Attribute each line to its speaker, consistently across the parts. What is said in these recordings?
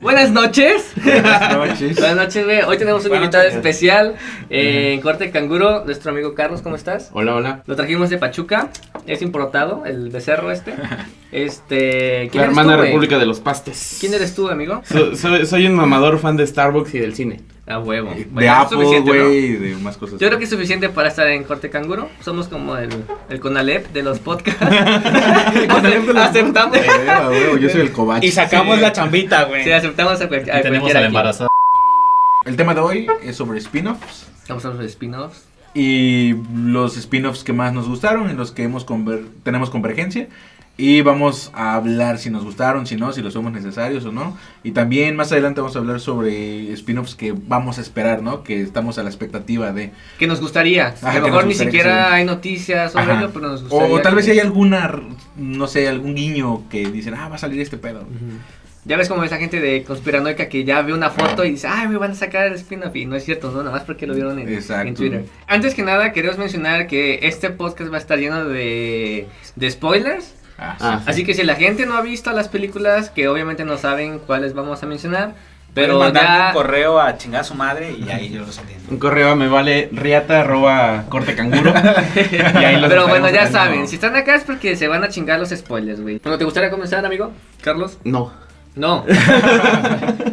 Speaker 1: Buenas noches.
Speaker 2: Buenas noches.
Speaker 1: Buenas noches, güey. Hoy tenemos un
Speaker 2: Buenas
Speaker 1: invitado
Speaker 2: noches.
Speaker 1: especial eh, en Corte Canguro, nuestro amigo Carlos, ¿cómo estás?
Speaker 2: Hola, hola.
Speaker 1: Lo trajimos de Pachuca, es importado, el becerro este. Este, ¿quién
Speaker 2: La
Speaker 1: eres
Speaker 2: hermana
Speaker 1: tú, güey?
Speaker 2: República de los Pastes.
Speaker 1: ¿Quién eres tú, amigo?
Speaker 2: So- soy, soy un mamador fan de Starbucks y del cine.
Speaker 1: A huevo.
Speaker 3: De
Speaker 1: Bueno, es
Speaker 3: Apple,
Speaker 1: suficiente, ¿no?
Speaker 3: güey, de más cosas.
Speaker 1: Yo creo que es suficiente para estar en Corte Canguro. Somos como el, el Conalep de los podcasts. aceptamos.
Speaker 3: A ver, Eh, a huevo, yo soy el cobacho.
Speaker 4: Y sacamos la chambita, güey.
Speaker 1: Sí, aceptamos a, cual- a
Speaker 5: Y tenemos
Speaker 1: cualquiera
Speaker 5: a la
Speaker 1: aquí.
Speaker 5: embarazada.
Speaker 3: El tema de hoy es sobre spin-offs
Speaker 1: Vamos a los spin-offs.
Speaker 3: y los spin-offs que más nos gustaron, en los que hemos conver- tenemos convergencia. Y vamos a hablar si nos gustaron, si no, si los somos necesarios o no. Y también más adelante vamos a hablar sobre spin-offs que vamos a esperar, ¿no? Que estamos a la expectativa de.
Speaker 1: Que nos gustaría.
Speaker 3: Ajá,
Speaker 1: a lo
Speaker 3: Ah, que
Speaker 1: mejor
Speaker 3: nos
Speaker 1: ni
Speaker 3: gustaría que
Speaker 1: siquiera
Speaker 3: se-
Speaker 1: hay noticias sobre
Speaker 3: Ajá.
Speaker 1: ello, pero nos gustaría.
Speaker 3: O tal
Speaker 1: que-
Speaker 3: vez si hay alguna, no sé, algún guiño que dicen, ah, va a salir este pedo.
Speaker 1: Ya ves como esa gente de conspiranoica que ya ve una foto y dice, ay, me van a sacar el spin-off. Y no es cierto, no, nada más porque lo vieron en,
Speaker 3: Exacto.
Speaker 1: en Twitter. Antes que nada, queremos mencionar que este podcast va a estar lleno de, de spoilers.
Speaker 3: Ah, sí.
Speaker 2: Ah,
Speaker 1: Así que si la gente no ha visto las películas, que obviamente no saben cuáles vamos a mencionar, pero
Speaker 4: Pueden mandarme
Speaker 1: ya.
Speaker 4: un correo a chingar a su madre y ahí yo los entiendo.
Speaker 2: Un correo a me vale riata arroba corte canguro. Y ahí los
Speaker 1: Pero bueno,
Speaker 2: estaremos
Speaker 1: ya
Speaker 2: esperando.
Speaker 1: saben, si están acá es porque se van a chingar los spoilers, güey. Bueno, ¿te gustaría comenzar, amigo? Carlos.
Speaker 2: No.
Speaker 1: No.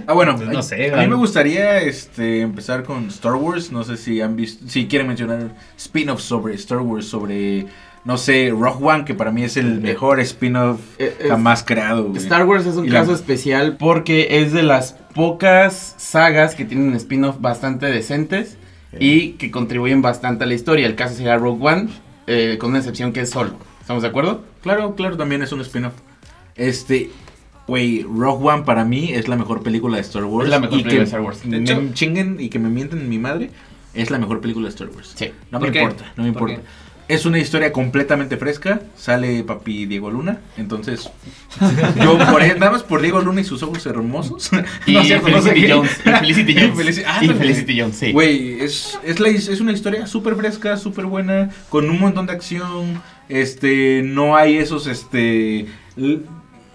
Speaker 3: Ah, bueno,
Speaker 5: Pues no
Speaker 3: a-
Speaker 5: sé,
Speaker 3: a mí
Speaker 5: Dan.
Speaker 3: me gustaría este, empezar con Star Wars. No sé si han visto, si quieren mencionar spin-offs sobre Star Wars, sobre, no sé, Rogue One, que para mí es el mejor spin-off
Speaker 2: Eh, eh,
Speaker 3: jamás creado. güey.
Speaker 2: Star Wars es un
Speaker 3: Y la-
Speaker 2: caso especial porque es de las pocas sagas que tienen spin-off bastante decentes y que contribuyen bastante a la historia. El caso sería Rogue One, eh, con una excepción que es solo. ¿Estamos de acuerdo?
Speaker 3: Claro, claro, también es un spin-off. Este, güey, Rogue One para mí es la mejor película de Star Wars.
Speaker 2: Es la mejor
Speaker 3: y
Speaker 2: película
Speaker 3: que
Speaker 2: de Star Wars.
Speaker 3: Me
Speaker 2: De hecho-
Speaker 3: chinguen y que me mienten mi madre, es la mejor película de Star Wars.
Speaker 2: Sí.
Speaker 3: No
Speaker 1: ¿Por
Speaker 3: me
Speaker 1: qué?
Speaker 3: importa, no me
Speaker 1: ¿Por
Speaker 3: importa. Es una historia completamente fresca. Sale papi Diego Luna. Entonces, yo por él, nada más por Diego Luna y sus ojos hermosos.
Speaker 2: Y
Speaker 3: es cierto, no sé
Speaker 2: Felicity
Speaker 3: qué.
Speaker 2: Jones. Y Felicity
Speaker 3: Y
Speaker 2: Jones.
Speaker 3: Felici- ah,
Speaker 2: y
Speaker 3: no,
Speaker 2: Felicity Jones, sí.
Speaker 3: Güey, es, es, la his- es una historia súper fresca, súper buena, con un montón de acción. Este, no hay esos, este, l-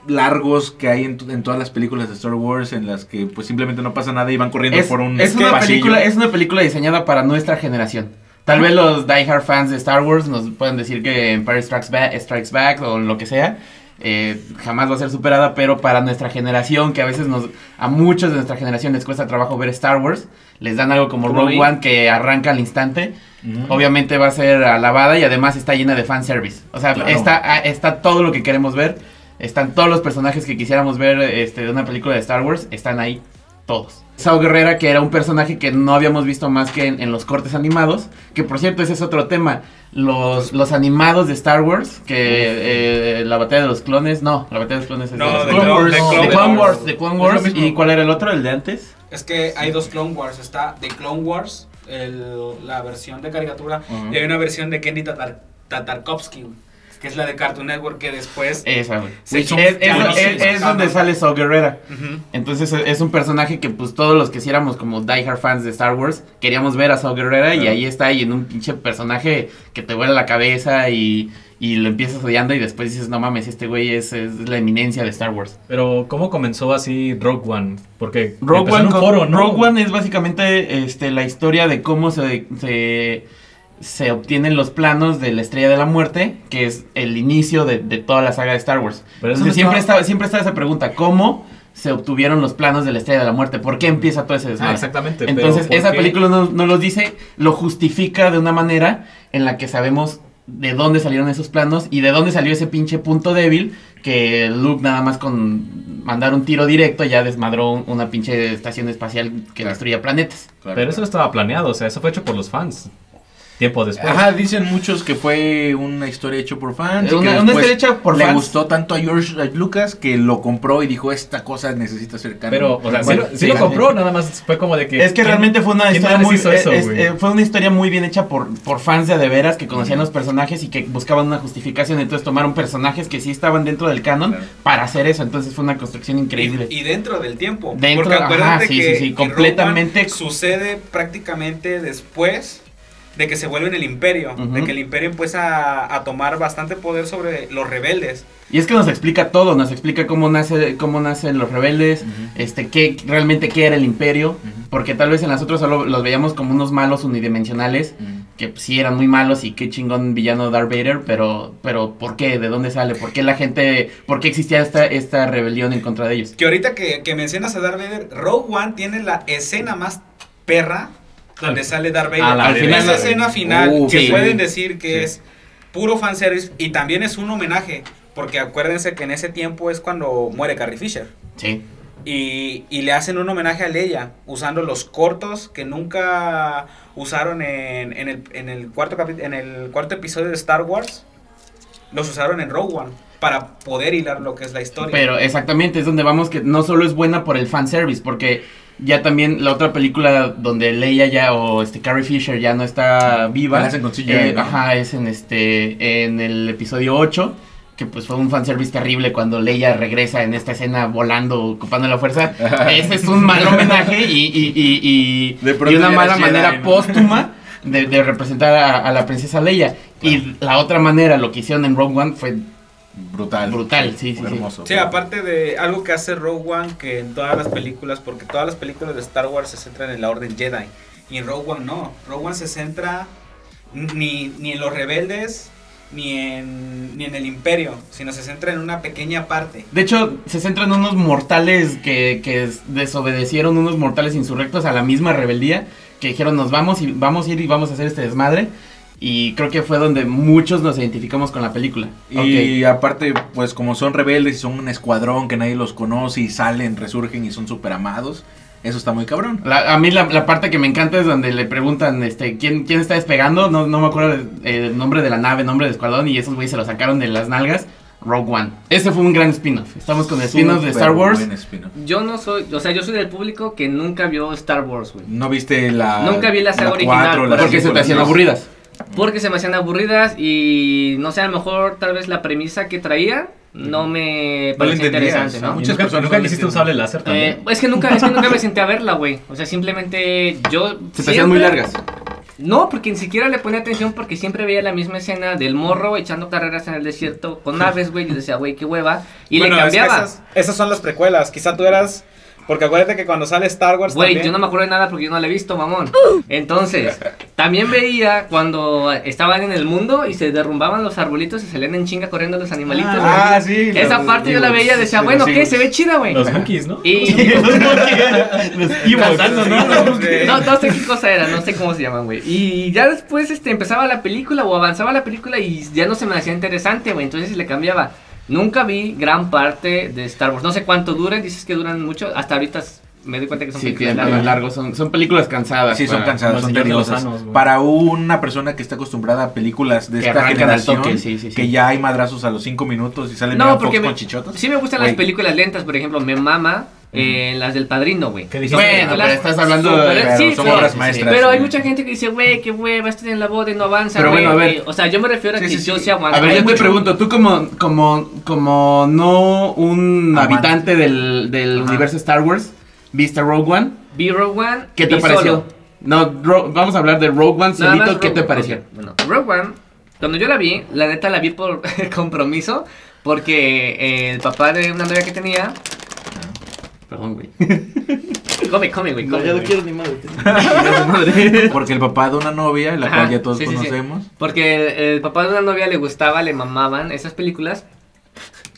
Speaker 3: largos que hay en, to- en todas las películas de Star Wars en las que pues simplemente no pasa nada y van corriendo
Speaker 2: Es,
Speaker 3: por un
Speaker 2: es una
Speaker 3: pasillo.
Speaker 2: película, es una película diseñada para nuestra generación. Tal vez los diehard fans de Star Wars nos puedan decir que Empire Strikes Back, Strikes Back o lo que sea eh, jamás va a ser superada, pero para nuestra generación, que a veces nos a muchos de nuestra generación les cuesta trabajo ver Star Wars, les dan algo como
Speaker 1: Como
Speaker 2: Rogue
Speaker 1: a mí.
Speaker 2: One que arranca al instante.
Speaker 3: Ujú.
Speaker 2: Obviamente va a ser alabada y además está llena de fanservice. O sea,
Speaker 3: Claro.
Speaker 2: está, ah, está todo lo que queremos ver. Están todos los personajes que quisiéramos ver este, de una película de Star Wars. Están ahí todos. Sao Guerrera, que era un personaje que no habíamos visto más que en, en los cortes animados. Que por cierto, ese es otro tema. Los, los animados de Star Wars, que eh, la batalla de los clones. No, la batalla de los clones es
Speaker 4: No,
Speaker 2: de los
Speaker 4: de
Speaker 2: clones.
Speaker 4: Clone Wars,
Speaker 2: No,
Speaker 4: de
Speaker 2: de
Speaker 4: Clone
Speaker 2: Clone
Speaker 4: Wars.
Speaker 2: Wars. de Clone
Speaker 3: Es lo
Speaker 2: Wars.
Speaker 3: mismo.
Speaker 2: ¿Y cuál era el otro? ¿El de antes?
Speaker 4: Es que hay dos Clone Wars. Está The Clone Wars, el- la versión de caricatura,
Speaker 3: Ujú.
Speaker 4: y
Speaker 5: Eh,
Speaker 4: hay una versión de Kenny Tatar, Tatarkovsky, güey, que es la de Cartoon Network, que después...
Speaker 2: Esa, güey.
Speaker 4: se-
Speaker 2: Es, es-
Speaker 4: ya no se
Speaker 2: es- es
Speaker 4: hizo
Speaker 2: donde
Speaker 4: canon.
Speaker 2: sale Sao Guerrera.
Speaker 4: Ujú.
Speaker 2: Entonces e, es- es un personaje que pues todos los que sí éramos como diehard fans de Star Wars queríamos ver a Saw Gerrera y
Speaker 3: Claro.
Speaker 2: ahí está y en un pinche personaje que te vuela la cabeza y, y lo empiezas odiando y después dices no mames este güey es, es la eminencia de Star Wars.
Speaker 5: Pero, ¿cómo comenzó así Rogue One? Porque empezó en
Speaker 2: One,
Speaker 5: un
Speaker 2: con-
Speaker 5: foro, ¿no?
Speaker 2: Rogue One es básicamente este, la historia de cómo se, se, se obtienen los planos de la Estrella de la Muerte, que es el inicio de, de toda la saga de Star Wars.
Speaker 5: Pero eso
Speaker 2: Entonces,
Speaker 5: no
Speaker 2: siempre,
Speaker 5: estaba-
Speaker 2: estaba, siempre estaba esa pregunta, ¿cómo se obtuvieron los planos de la Estrella de la Muerte? ¿Por qué empieza todo ese desmadre?
Speaker 5: Ah, exactamente. pero
Speaker 2: Entonces,
Speaker 5: ¿por
Speaker 2: esa
Speaker 5: qué?
Speaker 2: película no, no los dice, lo justifica de una manera en la que sabemos de dónde salieron esos planos y de dónde salió ese pinche punto débil que Luke nada más con mandar un tiro directo ya desmadró un- una pinche estación espacial que
Speaker 3: Claro.
Speaker 2: destruía planetas.
Speaker 3: Claro,
Speaker 5: Pero eso no
Speaker 3: claro.
Speaker 5: estaba planeado, o sea, eso fue hecho por los fans. Tiempo después.
Speaker 3: Ajá, dicen muchos que fue una historia hecha por fans. y que
Speaker 2: Una, una
Speaker 3: después
Speaker 2: historia hecha por
Speaker 3: le
Speaker 2: fans.
Speaker 3: gustó tanto a George Lucas que lo compró y dijo, esta cosa necesita ser canon".
Speaker 5: Pero, o sea, sí,
Speaker 2: Bueno,
Speaker 5: lo, sí
Speaker 2: sí,
Speaker 5: lo
Speaker 2: sí.
Speaker 5: compró, nada más fue como de que.
Speaker 2: Es que
Speaker 5: ¿quién-
Speaker 2: realmente fue una
Speaker 5: quién
Speaker 2: historia
Speaker 5: madres
Speaker 2: muy
Speaker 5: hizo eso,
Speaker 2: es-
Speaker 5: güey?
Speaker 2: eh, fue una historia muy bien hecha por, por fans de a de veras que conocían los personajes y que buscaban una justificación, entonces tomaron personajes que sí estaban dentro del canon
Speaker 3: Claro.
Speaker 2: para hacer eso, entonces fue una construcción increíble.
Speaker 4: Y, y dentro del tiempo.
Speaker 2: Dentro,
Speaker 4: porque
Speaker 2: ajá,
Speaker 4: acuérdate
Speaker 2: sí,
Speaker 4: que,
Speaker 2: sí, sí,
Speaker 4: que Rogue One
Speaker 2: completamente-
Speaker 4: sucede prácticamente después de que se vuelven el imperio,
Speaker 2: Ujú.
Speaker 4: de que el imperio empieza a, a tomar bastante poder sobre los rebeldes.
Speaker 2: Y es que nos explica todo, nos explica cómo nace, cómo nacen los rebeldes, este, qué realmente qué era el imperio, porque tal vez en las otras solo los veíamos como unos malos unidimensionales, que pues, sí eran muy malos y qué chingón villano Darth Vader, pero, pero ¿por qué? ¿De dónde sale? ¿Por qué la gente, por qué existía esta, esta rebelión en contra de ellos?
Speaker 4: Que ahorita que, que mencionas a Darth Vader, Rogue One tiene la escena más perra donde
Speaker 5: Al-
Speaker 4: sale Darth Vader.
Speaker 5: a la
Speaker 4: Al final, esa
Speaker 5: verga.
Speaker 4: escena final
Speaker 3: Uh,
Speaker 4: que
Speaker 2: sí.
Speaker 4: pueden decir que
Speaker 3: Sí.
Speaker 4: es puro fanservice y también es un homenaje, porque acuérdense que en ese tiempo es cuando muere Carrie Fisher.
Speaker 2: Sí.
Speaker 4: Y, y le hacen un homenaje a Leia usando los cortos que nunca usaron en, en el, en, el cuarto capi- en el cuarto episodio de Star Wars. Los usaron en Rogue One para poder hilar lo que es la historia.
Speaker 2: Pero exactamente es donde vamos que no solo es buena por el fanservice, porque ya también la otra película donde Leia ya o este Carrie Fisher ya no está viva.
Speaker 3: La hacen con CGI,
Speaker 2: eh,
Speaker 3: ¿no?
Speaker 2: Ajá, es en este en el episodio 8 que pues fue un fanservice terrible cuando Leia regresa en esta escena volando, ocupando la fuerza. Ese es un mal homenaje y, y- y- y-
Speaker 3: De pronto
Speaker 2: y una
Speaker 3: ya
Speaker 2: mala
Speaker 3: eres
Speaker 2: manera
Speaker 3: Jedi, ¿no?
Speaker 2: póstuma de, de representar a, a la princesa Leia. Y la otra manera, lo que hicieron en Rogue One fue
Speaker 3: Brutal.
Speaker 2: Brutal, sí, sí, sí.
Speaker 3: Hermoso.
Speaker 4: Sí, aparte de algo que hace Rogue One que en todas las películas, porque todas las películas de Star Wars se centran en la Orden Jedi. Y en Rogue One no. Rogue One se centra ni, ni en los rebeldes, ni en, ni en el imperio, sino se centra en una pequeña parte.
Speaker 2: De hecho, se centran unos mortales que, que s- desobedecieron, unos mortales insurrectos a la misma rebeldía, que dijeron nos vamos y vamos a ir y vamos a hacer este desmadre. Y creo que fue donde muchos nos identificamos con la película.
Speaker 3: Y aparte, pues como son rebeldes y son un escuadrón que nadie los conoce y salen, resurgen y son súper amados, eso está muy cabrón.
Speaker 2: La- a mí la, la parte que me encanta es donde le preguntan este quién, quién está despegando, no, no me acuerdo el, el nombre de la nave, nombre de escuadrón, y esos güeyes se lo sacaron de las nalgas. Rogue One. Ese fue un gran spin-off. Estamos con spin-off de
Speaker 3: Súper
Speaker 2: Star Wars.
Speaker 3: buen spin-off.
Speaker 1: Yo no soy, o sea, yo soy del público que nunca vio Star Wars, güey.
Speaker 3: No viste la.
Speaker 1: Nunca vi la saga original,
Speaker 3: cuatro, la
Speaker 2: Porque se
Speaker 3: cinco,
Speaker 2: te
Speaker 3: la
Speaker 2: hacían
Speaker 3: seis.
Speaker 2: aburridas.
Speaker 1: Porque se me hacían aburridas y no sé, a lo mejor tal vez la premisa que traía no me parecía
Speaker 3: entendías,
Speaker 1: interesante,
Speaker 3: ¿no?
Speaker 1: ¿no?
Speaker 3: Muchas
Speaker 5: nunca,
Speaker 3: personas
Speaker 5: nunca
Speaker 3: no
Speaker 5: quisiste
Speaker 3: entienden.
Speaker 5: un sable láser también.
Speaker 1: Eh, es que nunca, es que nunca me senté a verla, güey. O sea, simplemente yo.
Speaker 2: Se te hacían muy
Speaker 1: siempre-
Speaker 2: largas.
Speaker 1: No, porque ni siquiera le ponía atención porque siempre veía la misma escena del morro echando carreras en el desierto con naves, güey. Yo decía, güey, qué hueva. Y
Speaker 4: Bueno,
Speaker 1: le
Speaker 4: es que
Speaker 1: cambiaba.
Speaker 4: esas, esas son las precuelas. Quizá tú eras. Porque acuérdate que cuando sale Star Wars.
Speaker 1: Güey,
Speaker 4: también-
Speaker 1: yo no me acuerdo de nada porque yo no la he visto, mamón. Entonces, también veía cuando estaban en el mundo y se derrumbaban los arbolitos y salían en chinga corriendo los animalitos. güey.
Speaker 3: Ah, sí.
Speaker 1: Esa
Speaker 3: los-
Speaker 1: parte yo la
Speaker 3: los-
Speaker 1: veía, decía,
Speaker 3: los
Speaker 1: bueno, ¿qué?
Speaker 3: Ewoks.
Speaker 1: Se ve chida, güey.
Speaker 5: Los Wookiees, ¿no?
Speaker 1: Y
Speaker 2: Cantando, ¿no?
Speaker 4: Los de-
Speaker 1: no, no sé qué cosa era, no sé cómo se llaman, güey. Y ya después este, empezaba la película o avanzaba la película y ya no se me hacía interesante, güey. Entonces le cambiaba. Nunca vi gran parte de Star Wars. No sé cuánto duran, dices que duran mucho. Hasta ahorita s- me doy cuenta que son
Speaker 2: Sí,
Speaker 1: películas
Speaker 2: tienen
Speaker 1: largas.
Speaker 2: largos, largos, son, son películas cansadas.
Speaker 3: Sí, son
Speaker 2: para-
Speaker 3: cansadas,
Speaker 5: como
Speaker 3: son
Speaker 5: el Señor de los
Speaker 3: tediosas.
Speaker 5: Anos, güey.
Speaker 3: Para una persona que está acostumbrada a películas de
Speaker 2: Que
Speaker 3: esta
Speaker 2: arrancan al
Speaker 3: generación,
Speaker 2: toque, sí, sí, sí.
Speaker 3: que ya hay madrazos a los 5 minutos y salen
Speaker 1: No,
Speaker 3: Megan
Speaker 1: porque
Speaker 3: Fox
Speaker 1: me-
Speaker 3: con chichotas.
Speaker 1: Sí me gustan
Speaker 3: Güey.
Speaker 1: las películas lentas, por ejemplo, me mama eh, las del Padrino, güey.
Speaker 5: ¿Qué dijiste?
Speaker 1: Esas
Speaker 2: Bueno,
Speaker 1: películas
Speaker 2: pero estás hablando de.
Speaker 1: súper-
Speaker 3: pero
Speaker 1: sí,
Speaker 3: son
Speaker 1: pero-
Speaker 3: obras
Speaker 2: sí,
Speaker 3: maestras.
Speaker 1: Pero hay
Speaker 3: güey.
Speaker 1: mucha gente que dice, güey, qué hueva, esto en la boda y no avanza.
Speaker 2: Pero
Speaker 1: güey,
Speaker 2: bueno, a ver.
Speaker 1: que- O sea, yo me refiero a
Speaker 3: Sí,
Speaker 1: que
Speaker 3: sí, sí.
Speaker 1: yo sea
Speaker 2: A ver, yo te pregunto, tú como, como, como no un
Speaker 3: Amante.
Speaker 2: habitante del, del
Speaker 1: Ajá.
Speaker 2: universo Star Wars, ¿viste Rogue One?
Speaker 1: B-Rogue One.
Speaker 2: ¿Qué te
Speaker 1: vi
Speaker 2: pareció?
Speaker 1: solo.
Speaker 2: No, Ro- vamos a hablar de Rogue
Speaker 1: Nada
Speaker 2: One
Speaker 1: más
Speaker 2: solito, ¿qué
Speaker 1: Rogue
Speaker 2: te
Speaker 1: One.
Speaker 2: pareció?
Speaker 1: Ok, Bueno, Rogue One, cuando yo la vi, la neta la vi por compromiso. Porque eh, el papá de una novia que tenía.
Speaker 2: Perdón, güey.
Speaker 1: Come, come, güey. come, güey.
Speaker 2: ni madre.
Speaker 3: Porque el papá de una novia, la
Speaker 1: Ajá,
Speaker 3: cual ya todos
Speaker 1: sí, sí, sí.
Speaker 3: conocemos.
Speaker 1: Porque el, el papá de una novia le gustaba, le mamaban esas películas.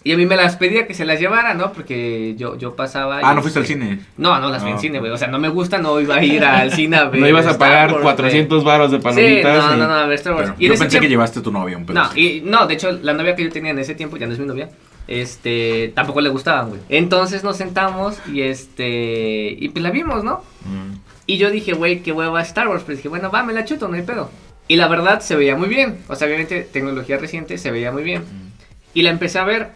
Speaker 1: Y a mí me las pedía que se las llevara, ¿no? Porque yo, yo pasaba.
Speaker 3: Ah,
Speaker 1: y,
Speaker 3: ¿no fuiste al
Speaker 1: este,
Speaker 3: cine?
Speaker 1: No, no las vi
Speaker 3: Ah,
Speaker 1: en
Speaker 3: ok.
Speaker 1: cine, güey. O sea, no me gusta, no iba a ir al cine a ver.
Speaker 2: No ibas a
Speaker 1: Star
Speaker 2: pagar
Speaker 1: Wars, güey.
Speaker 2: 400 varos de
Speaker 1: Sí,
Speaker 2: palomitas.
Speaker 1: no,
Speaker 2: y-
Speaker 1: no, no, a ver Star Wars.
Speaker 3: Pero
Speaker 1: Y en
Speaker 3: yo
Speaker 1: ese
Speaker 3: pensé que
Speaker 1: tiempo-
Speaker 3: llevaste a tu novia, un pedo
Speaker 1: No,
Speaker 3: así.
Speaker 1: y, no, de hecho, la novia que yo tenía en ese tiempo, ya no es mi novia, este, tampoco le gustaban, güey. Entonces nos sentamos y este, y pues la vimos, ¿no?
Speaker 3: Mm.
Speaker 1: Y yo dije, güey, qué hueva Star Wars, pero dije, bueno, va, me la chuto, no hay pedo. Y la verdad, se veía muy bien, o sea, obviamente, tecnología reciente, se veía muy bien. Y la empecé a ver,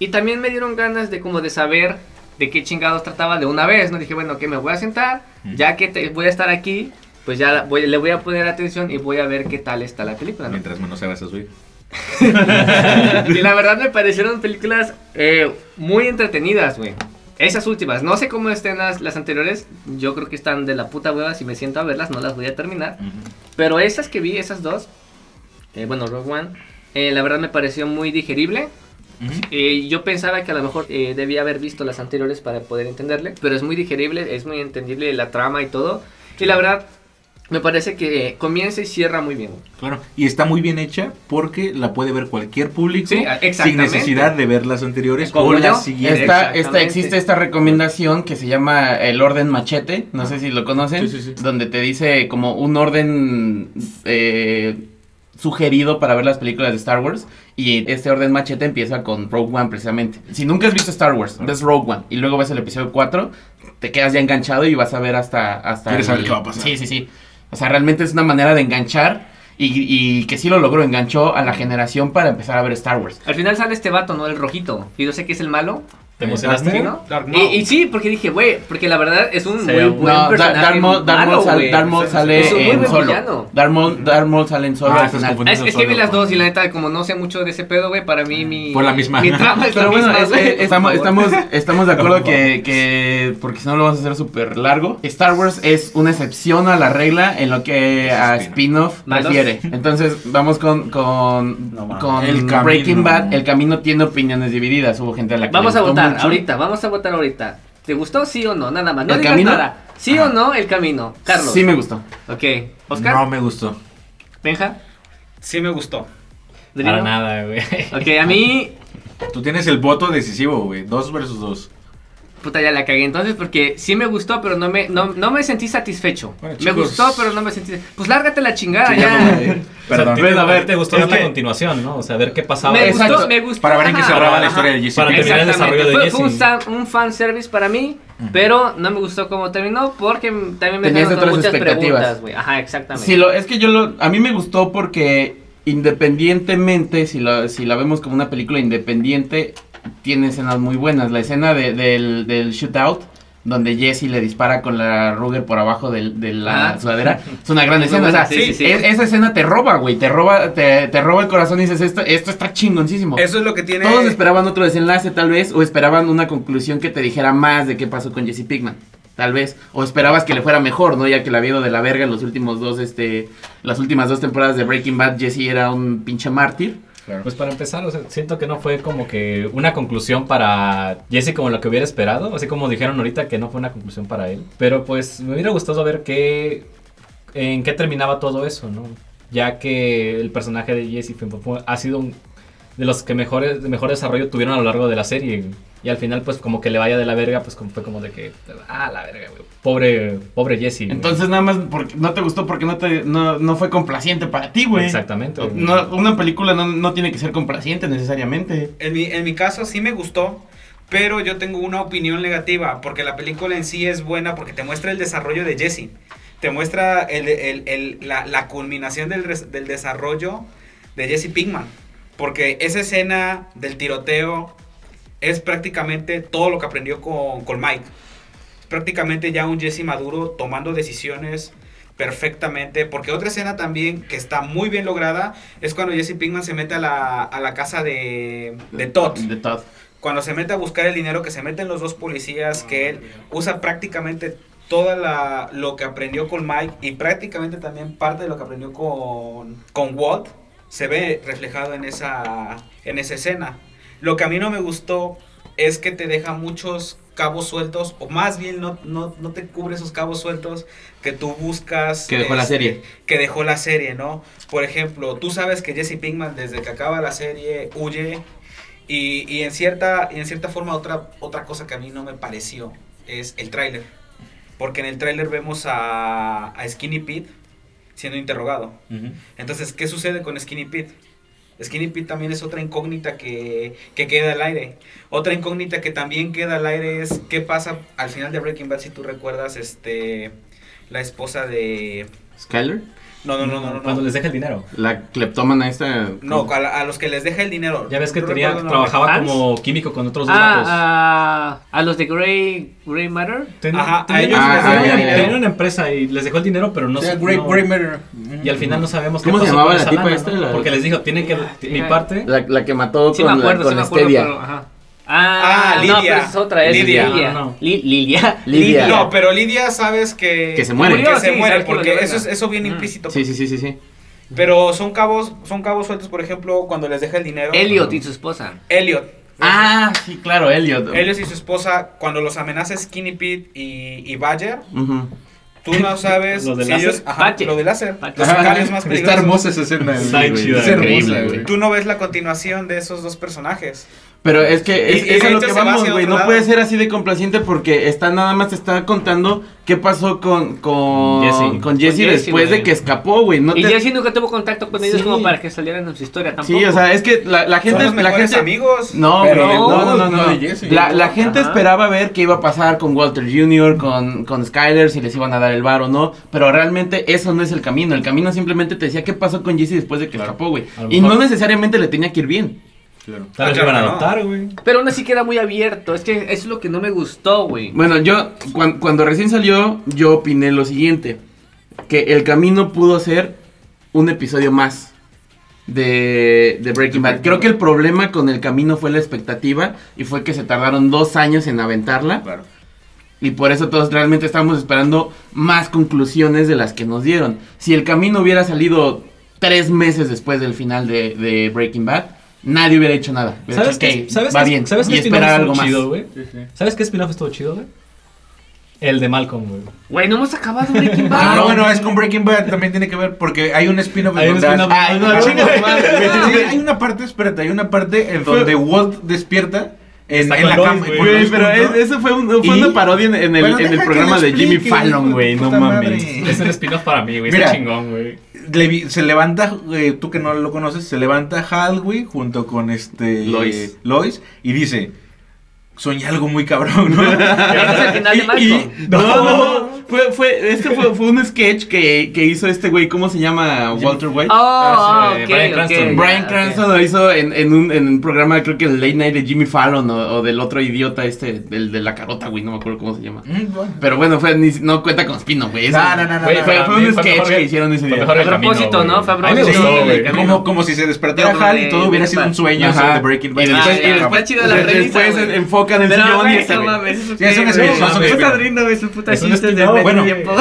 Speaker 1: y también me dieron ganas de como de saber de qué chingados trataba de una vez, ¿no? Dije, bueno, que me voy a sentar,
Speaker 3: Mm.
Speaker 1: ya que te- voy a estar aquí, pues ya la- voy- le voy a poner atención y voy a ver qué tal está la película, ¿no?
Speaker 3: Mientras menos hagas a subir.
Speaker 1: y la verdad me parecieron películas eh, muy entretenidas, güey. Esas últimas, no sé cómo estén las, las anteriores, yo creo que están de la puta hueva, si me siento a verlas no las voy a terminar, pero esas que vi, esas dos, eh, bueno, Rogue One, eh, la verdad me pareció muy digerible, Eh, yo pensaba que a lo mejor eh, debía haber visto las anteriores para poder entenderle, pero es muy digerible, es muy entendible la trama y todo. Y la verdad, me parece que eh, comienza y cierra muy bien.
Speaker 3: Claro, y está muy bien hecha porque la puede ver cualquier público
Speaker 1: Sí, a-
Speaker 3: sin
Speaker 1: exactamente.
Speaker 3: necesidad de ver las anteriores
Speaker 1: Como
Speaker 3: o
Speaker 1: yo. este,
Speaker 3: las siguientes.
Speaker 2: Esta,
Speaker 1: Exactamente.
Speaker 2: esta, existe esta recomendación que se llama el orden machete, no sé si lo conocen,
Speaker 3: Sí, sí, sí.
Speaker 2: donde te dice como un orden eh, sugerido para ver las películas de Star Wars y este orden machete empieza con Rogue One precisamente. Si nunca has visto Star Wars, ves Rogue One y luego ves el episodio 4, te quedas ya enganchado y vas a ver hasta... hasta
Speaker 3: Quieres
Speaker 2: el-
Speaker 3: saber qué va a pasar.
Speaker 2: Sí, sí, sí. O sea, realmente es una manera de enganchar y, y que sí lo logró, enganchó a la generación para empezar a ver Star Wars.
Speaker 1: Al final sale este vato, ¿no? El rojito. Y yo sé que es el malo,
Speaker 5: ¿Te emocionaste?
Speaker 1: ¿sí, ¿no?
Speaker 4: Darth
Speaker 1: Y,
Speaker 4: Maul.
Speaker 1: y sí, porque dije, güey, porque la verdad es un
Speaker 5: Sí,
Speaker 1: muy
Speaker 5: un-
Speaker 1: buen
Speaker 2: no, Da-
Speaker 1: personaje.
Speaker 2: Darth Maul- Darth Maul
Speaker 1: malo,
Speaker 2: sal-
Speaker 1: güey.
Speaker 2: Darth Maul
Speaker 4: Es un
Speaker 2: sale
Speaker 1: muy
Speaker 2: en
Speaker 1: buen
Speaker 2: solo.
Speaker 1: villano.
Speaker 2: Darth Maul, Darth Maul sale en solo
Speaker 3: Ah,
Speaker 2: al
Speaker 3: estás
Speaker 2: final.
Speaker 3: confundiendo.
Speaker 1: Ah, Es, es que
Speaker 3: Solo
Speaker 1: vi las
Speaker 3: con-
Speaker 1: dos y la neta, como no sé mucho de ese pedo, güey, para mí mi.
Speaker 3: Fue la misma.
Speaker 1: Mi trama es
Speaker 2: Pero
Speaker 1: la
Speaker 2: bueno,
Speaker 1: misma,
Speaker 2: es-
Speaker 1: güey.
Speaker 2: es- estamos,
Speaker 1: Por favor.
Speaker 2: estamos, estamos de acuerdo que, que- porque si no lo vamos a hacer súper largo. Star Wars es una excepción a la regla en lo que
Speaker 3: Es
Speaker 2: a
Speaker 3: spin-off.
Speaker 2: spin-off
Speaker 1: Malos.
Speaker 2: refiere. Entonces vamos con, con,
Speaker 4: No mames.
Speaker 2: con
Speaker 3: El camino.
Speaker 2: Breaking Bad. El camino tiene opiniones divididas. Hubo gente a la que
Speaker 1: Vamos
Speaker 2: le
Speaker 1: a
Speaker 2: gustó
Speaker 1: votar
Speaker 2: mucho.
Speaker 1: ahorita, vamos a votar ahorita. ¿Te gustó sí o no? Nada más, no
Speaker 2: ¿El
Speaker 1: digas
Speaker 2: camino?
Speaker 1: nada. ¿Sí o no el camino? Carlos.
Speaker 2: Sí me gustó.
Speaker 1: Ok. Oscar,
Speaker 3: No me gustó.
Speaker 1: Benja,
Speaker 4: Sí me gustó.
Speaker 5: Para
Speaker 1: Rodrigo.
Speaker 5: nada, güey.
Speaker 1: Ok, a mí,
Speaker 3: Tú tienes el voto decisivo, güey. Dos versus dos.
Speaker 1: puta, ya la cagué entonces porque sí me gustó, pero no me, no, no me sentí satisfecho.
Speaker 3: Bueno,
Speaker 1: me
Speaker 3: chicos.
Speaker 1: gustó, pero no me sentí... Pues lárgate la chingada
Speaker 3: Sí, ya no,
Speaker 1: ya.
Speaker 3: güey.
Speaker 5: O sea,
Speaker 3: Perdón.
Speaker 5: ¿te-
Speaker 2: Bueno, a
Speaker 5: a
Speaker 2: ver,
Speaker 5: ver, te gustó
Speaker 2: es
Speaker 5: ver
Speaker 2: que-
Speaker 5: la continuación, ¿no? O sea, ver qué pasaba.
Speaker 1: me
Speaker 5: después.
Speaker 1: gustó,
Speaker 2: exacto.
Speaker 1: me gustó.
Speaker 3: Para ver en qué
Speaker 1: ajá.
Speaker 3: cerraba la
Speaker 1: Ajá.
Speaker 3: historia de Jesse
Speaker 5: Para
Speaker 3: Pinkman.
Speaker 5: terminar el desarrollo
Speaker 1: Exactamente,
Speaker 5: de
Speaker 1: fue,
Speaker 5: Jesse.
Speaker 1: fue un, fan- un fanservice para mí, pero no me gustó cómo terminó porque también me
Speaker 2: Tenías
Speaker 1: dejaron
Speaker 2: otras
Speaker 1: con muchas
Speaker 2: expectativas.
Speaker 1: preguntas, güey. Ajá, exactamente.
Speaker 2: Sí, lo, es que yo lo, a mí me gustó porque independientemente, si, la- si la vemos como una película independiente, tiene escenas muy buenas. La escena de- del, del shootout, donde Jesse le dispara con la Ruger por abajo del- de, la
Speaker 1: Ah.
Speaker 2: sudadera, es una gran
Speaker 1: Es
Speaker 2: escena.
Speaker 1: muy
Speaker 2: o sea,
Speaker 1: buena, sí, sí, sí.
Speaker 2: es- esa escena te roba, güey, te roba, te, te roba el corazón y dices, esto, esto está chingoncísimo.
Speaker 4: Eso es lo que tiene.
Speaker 2: Todos esperaban otro desenlace, tal vez, o esperaban una conclusión que te dijera más de qué pasó con Jesse Pinkman, tal vez, o esperabas que le fuera mejor, ¿no? Ya que la había ido de la verga en los últimos dos, este, las últimas dos temporadas de Breaking Bad, Jesse era un pinche mártir.
Speaker 5: Pues para empezar, o sea, siento que no fue como que una conclusión para Jesse como lo que hubiera esperado, así como dijeron ahorita que no fue una conclusión para él, pero pues me hubiera gustado ver qué en qué terminaba todo eso, ¿no? Ya que el personaje de Jesse fue- fue- ha sido un- de los que mejores de mejor desarrollo tuvieron a lo largo de la serie y al final pues como que le vaya de la verga, pues como, fue como de que ah, la verga, güey. Pobre pobre Jesse. güey.
Speaker 2: Entonces, nada más, porque no te gustó porque no, te, no, no fue complaciente para ti, güey.
Speaker 5: Exactamente. güey.
Speaker 2: No, una película no, no tiene que ser complaciente necesariamente.
Speaker 4: En mi, en mi caso sí me gustó, pero yo tengo una opinión negativa, porque la película en sí es buena porque te muestra el desarrollo de Jesse, te muestra el- el- el- la, la culminación del, res- del desarrollo de Jesse Pinkman, porque esa escena del tiroteo es prácticamente todo lo que aprendió con, con Mike. Es prácticamente ya un Jesse maduro tomando decisiones perfectamente, porque otra escena también que está muy bien lograda es cuando Jesse Pinkman se mete a la, a la casa de, de Todd.
Speaker 2: De Todd.
Speaker 4: Cuando se mete a buscar el dinero que se meten los dos policías, que él usa prácticamente toda la, lo que aprendió con Mike y prácticamente también parte de lo que aprendió con, con Walt, se ve reflejado en esa, en esa escena. Lo que a mí no me gustó es que te deja muchos cabos sueltos, o más bien no, no, no te cubre esos cabos sueltos que tú buscas.
Speaker 2: Que dejó la
Speaker 4: este,
Speaker 2: serie.
Speaker 4: Que dejó la serie, ¿no? Por ejemplo, tú sabes que Jesse Pinkman desde que acaba la serie huye y, y en cierta y en cierta forma otra otra cosa que a mí no me pareció es el tráiler. Porque en el tráiler vemos a, a Skinny Pete siendo interrogado.
Speaker 3: Ujú.
Speaker 4: Entonces, ¿qué sucede con Skinny Pete? Skinny Pete también es otra incógnita que, que queda al aire. Otra incógnita que también queda al aire es qué pasa al final de Breaking Bad, si tú recuerdas, este, la esposa de...
Speaker 2: Skyler,
Speaker 4: No, no, no, no, no.
Speaker 5: Cuando
Speaker 4: No,
Speaker 5: les deja el dinero.
Speaker 2: la cleptómana esta.
Speaker 4: No, a, la- a los que les deja el dinero.
Speaker 5: Ya ves que
Speaker 4: No
Speaker 5: tenía,
Speaker 4: recuerdo el nombre.
Speaker 5: trabajaba
Speaker 1: ¿Hans?
Speaker 5: como químico con
Speaker 2: Ah,
Speaker 5: otros dos vatos.
Speaker 1: Ah, a, a los de Grey, Grey Matter.
Speaker 5: Ten-
Speaker 4: Ajá,
Speaker 5: tenía-
Speaker 4: a ellos
Speaker 5: ah,
Speaker 2: les
Speaker 5: tenía-
Speaker 2: dieron
Speaker 5: tenía
Speaker 2: dinero.
Speaker 5: una empresa y les dejó el dinero, pero no
Speaker 3: O sea,
Speaker 5: sé-
Speaker 3: Great-
Speaker 5: no-
Speaker 3: Great Mirror.
Speaker 5: Y al final no sabemos
Speaker 2: ¿Cómo
Speaker 5: qué
Speaker 2: se
Speaker 5: pasó
Speaker 2: llamaba
Speaker 5: con
Speaker 2: la
Speaker 5: esa
Speaker 2: tipa
Speaker 5: lana,
Speaker 2: esta?
Speaker 5: ¿no?
Speaker 2: La-
Speaker 5: Porque les dijo, tienen que mi parte
Speaker 3: Ah,
Speaker 2: La, la que mató
Speaker 1: Sí
Speaker 2: con,
Speaker 1: me acuerdo,
Speaker 2: con
Speaker 1: sí me
Speaker 2: la
Speaker 1: acuerdo,
Speaker 2: stevia.
Speaker 1: pero, ajá. Ah,
Speaker 4: Ah,
Speaker 1: no,
Speaker 4: Lidia.
Speaker 1: pero es otra, es
Speaker 4: Lidia.
Speaker 1: Lidia.
Speaker 5: Ah, No, no.
Speaker 1: Li- Lilia.
Speaker 2: Lidia.
Speaker 4: No, pero Lidia sabes que...
Speaker 2: Que se muere.
Speaker 4: Que
Speaker 1: Murió,
Speaker 4: se
Speaker 1: sí,
Speaker 4: muere,
Speaker 1: sabes que
Speaker 4: porque
Speaker 1: valió
Speaker 4: eso, es-
Speaker 1: verga.
Speaker 4: eso viene
Speaker 1: Mm.
Speaker 4: implícito.
Speaker 2: Sí, sí, sí, sí, sí.
Speaker 4: Pero son cabos, son cabos sueltos, por ejemplo, cuando les deja el dinero.
Speaker 1: Elliot y su esposa.
Speaker 4: Elliot.
Speaker 2: Ah, sí, claro, Elliot.
Speaker 4: Elliot y su esposa, cuando los amenaza Skinny Pete y, y Badger,
Speaker 2: Ujú.
Speaker 4: tú no sabes
Speaker 5: Los de
Speaker 4: si
Speaker 5: láser.
Speaker 4: ellos... Ajá,
Speaker 1: Badger.
Speaker 4: lo de láser.
Speaker 1: Badger.
Speaker 4: Los sicarios más
Speaker 3: Está
Speaker 4: peligrosos.
Speaker 3: hermosa esa escena. güey,
Speaker 5: Está
Speaker 3: güey.
Speaker 5: chida,
Speaker 3: Es hermosa,
Speaker 2: increíble,
Speaker 3: güey.
Speaker 4: Tú no ves la continuación de esos dos personajes.
Speaker 2: Pero es que es,
Speaker 4: Y- y
Speaker 2: es a
Speaker 4: de
Speaker 2: lo
Speaker 4: hecho
Speaker 2: que
Speaker 4: se va
Speaker 2: vamos,
Speaker 4: hacia
Speaker 2: güey.
Speaker 4: otro
Speaker 2: No
Speaker 4: lado.
Speaker 2: puede ser así de complaciente porque está nada más te está contando qué pasó con con
Speaker 5: Jesse.
Speaker 2: con Jesse
Speaker 1: Con Jesse,
Speaker 2: después
Speaker 1: güey.
Speaker 2: de que escapó, güey. No
Speaker 1: y
Speaker 2: te-
Speaker 1: Jesse nunca tuvo contacto con ellos
Speaker 2: Sí.
Speaker 1: como para que salieran en su historia tampoco.
Speaker 2: Sí, o sea, es que la, la gente
Speaker 4: Son los
Speaker 2: la
Speaker 4: mejores
Speaker 2: gente
Speaker 4: amigos.
Speaker 2: No,
Speaker 3: Pero
Speaker 2: güey,
Speaker 1: de
Speaker 2: no,
Speaker 1: Wood,
Speaker 2: no, no,
Speaker 3: no
Speaker 2: no.
Speaker 3: de Jesse.
Speaker 2: La, la gente
Speaker 1: Ajá.
Speaker 2: esperaba ver qué iba a pasar con Walter Jr., con, con Skyler, si les iban a dar el bar o no, pero realmente eso no es el camino. El camino simplemente te decía qué pasó con Jesse después de que
Speaker 3: Claro.
Speaker 2: escapó, güey.
Speaker 5: A lo
Speaker 2: Y no
Speaker 5: mejor-
Speaker 2: necesariamente le tenía que ir bien.
Speaker 3: Claro.
Speaker 5: Tal vez
Speaker 4: Ah,
Speaker 5: lo iban a
Speaker 4: claro,
Speaker 5: adoptar, güey.
Speaker 1: Pero aún así queda muy abierto. Es que eso es lo que no me gustó, güey.
Speaker 2: Bueno, yo, cuan- cuando recién salió, yo opiné lo siguiente, que el camino pudo ser un episodio más. De, de Breaking Bad. Creo que el problema con el camino fue la expectativa y fue que se tardaron dos años en aventarla.
Speaker 3: Claro.
Speaker 2: Y por eso todos realmente estamos esperando más conclusiones de las que nos dieron. Si el camino hubiera salido tres meses después del final de, de Breaking Bad, nadie hubiera hecho nada. Hubiera
Speaker 5: ¿Sabes
Speaker 2: dicho,
Speaker 5: qué?
Speaker 2: "Ok,
Speaker 5: ¿Sabes
Speaker 2: va
Speaker 5: qué-
Speaker 2: bien.
Speaker 5: ¿Sabes
Speaker 2: y
Speaker 5: qué spin-off
Speaker 2: esperar algo
Speaker 5: estuvo
Speaker 2: más.
Speaker 5: chido, güey?
Speaker 3: Sí, sí.
Speaker 5: ¿Sabes qué spin-off estuvo chido, güey? El de Malcolm, güey.
Speaker 1: Güey, no hemos acabado Breaking
Speaker 3: Ah,
Speaker 1: Bad.
Speaker 3: no, bueno, es con Breaking Bad, también tiene que ver, porque hay un spin-off en
Speaker 5: Hay un
Speaker 3: donde
Speaker 5: spin-off.
Speaker 3: hace-
Speaker 2: Ay, no,
Speaker 3: Ah,
Speaker 2: chinga tu madre, güey.
Speaker 3: Sí, hay una parte, espérate, hay una parte en donde Walt despierta en,
Speaker 5: Está
Speaker 3: en
Speaker 5: con
Speaker 3: la
Speaker 5: Lois,
Speaker 3: cama.
Speaker 5: güey.
Speaker 3: con
Speaker 2: Güey,
Speaker 3: Lois
Speaker 2: pero
Speaker 3: junto.
Speaker 2: es- eso fue, un- fue
Speaker 3: Y-
Speaker 2: una parodia en, en el,
Speaker 3: Pero
Speaker 2: en el
Speaker 3: deja que
Speaker 2: programa
Speaker 3: le
Speaker 2: de Jimmy
Speaker 3: explique, hijo
Speaker 2: Fallon,
Speaker 3: de
Speaker 2: güey. No
Speaker 3: puta madre.
Speaker 2: mames.
Speaker 5: Es el spin-off para mí, güey. Está
Speaker 3: Mira.
Speaker 5: chingón, güey.
Speaker 3: Levi- se levanta, eh, tú que no lo conoces, se levanta Hal, güey, junto con este
Speaker 2: Lois.
Speaker 3: Lois, y dice, soñé algo muy cabrón, ¿no?
Speaker 1: Pero es el final de Malcolm.
Speaker 2: No, no, Fue, fue, este fue, fue un sketch que, que hizo este güey, ¿cómo se llama? Walter White.
Speaker 1: Oh,
Speaker 5: Ah, sí,
Speaker 1: ok,
Speaker 5: Bryan
Speaker 1: ok,
Speaker 5: Cranston.
Speaker 1: ya,
Speaker 2: Brian
Speaker 1: ok.
Speaker 2: Cranston lo hizo en, en un, en un programa, creo que el late night de Jimmy Fallon o, o del otro idiota este, del de la carota, güey, no me acuerdo cómo se llama.
Speaker 3: Mm, bueno.
Speaker 2: Pero bueno, fue, ni- no cuenta con Spino, güey. eso-
Speaker 3: No, no, no, no,
Speaker 5: Güey,
Speaker 3: no.
Speaker 2: Fue,
Speaker 5: para
Speaker 2: fue
Speaker 5: mí
Speaker 2: un
Speaker 5: fue
Speaker 2: sketch
Speaker 5: mejor
Speaker 2: que
Speaker 5: el-
Speaker 2: hicieron ese
Speaker 5: fue
Speaker 2: día.
Speaker 5: mejor el
Speaker 1: A propósito,
Speaker 5: camino,
Speaker 1: ¿no?
Speaker 5: güey.
Speaker 1: Fue a
Speaker 5: A mí me
Speaker 1: propósito.
Speaker 5: gustó,
Speaker 1: Sí,
Speaker 5: güey.
Speaker 1: el camino.
Speaker 3: Como, como si se despertara
Speaker 1: Pero
Speaker 3: Hal
Speaker 1: de-
Speaker 3: y todo hubiera
Speaker 1: de-
Speaker 3: sido un sueño
Speaker 2: Ajá.
Speaker 3: eso de Breaking Bad.
Speaker 2: Y
Speaker 1: Ah,
Speaker 2: después,
Speaker 1: ya,
Speaker 2: y
Speaker 1: ya.
Speaker 2: después,
Speaker 1: Está chida la
Speaker 2: después
Speaker 1: premisa,
Speaker 2: en-
Speaker 1: güey.
Speaker 2: enfocan en
Speaker 1: Pero,
Speaker 2: John y
Speaker 1: güey,
Speaker 2: ese,
Speaker 1: no
Speaker 2: güey.
Speaker 1: mames, eso
Speaker 3: Sí, es
Speaker 1: qué,
Speaker 3: un
Speaker 1: güey.
Speaker 3: spin-off, es un
Speaker 1: Me está
Speaker 3: spin-off.
Speaker 1: riendo, güey, su puta
Speaker 5: Es un
Speaker 1: chiste de
Speaker 5: spin-off,
Speaker 1: medio
Speaker 3: bueno.
Speaker 1: tiempo.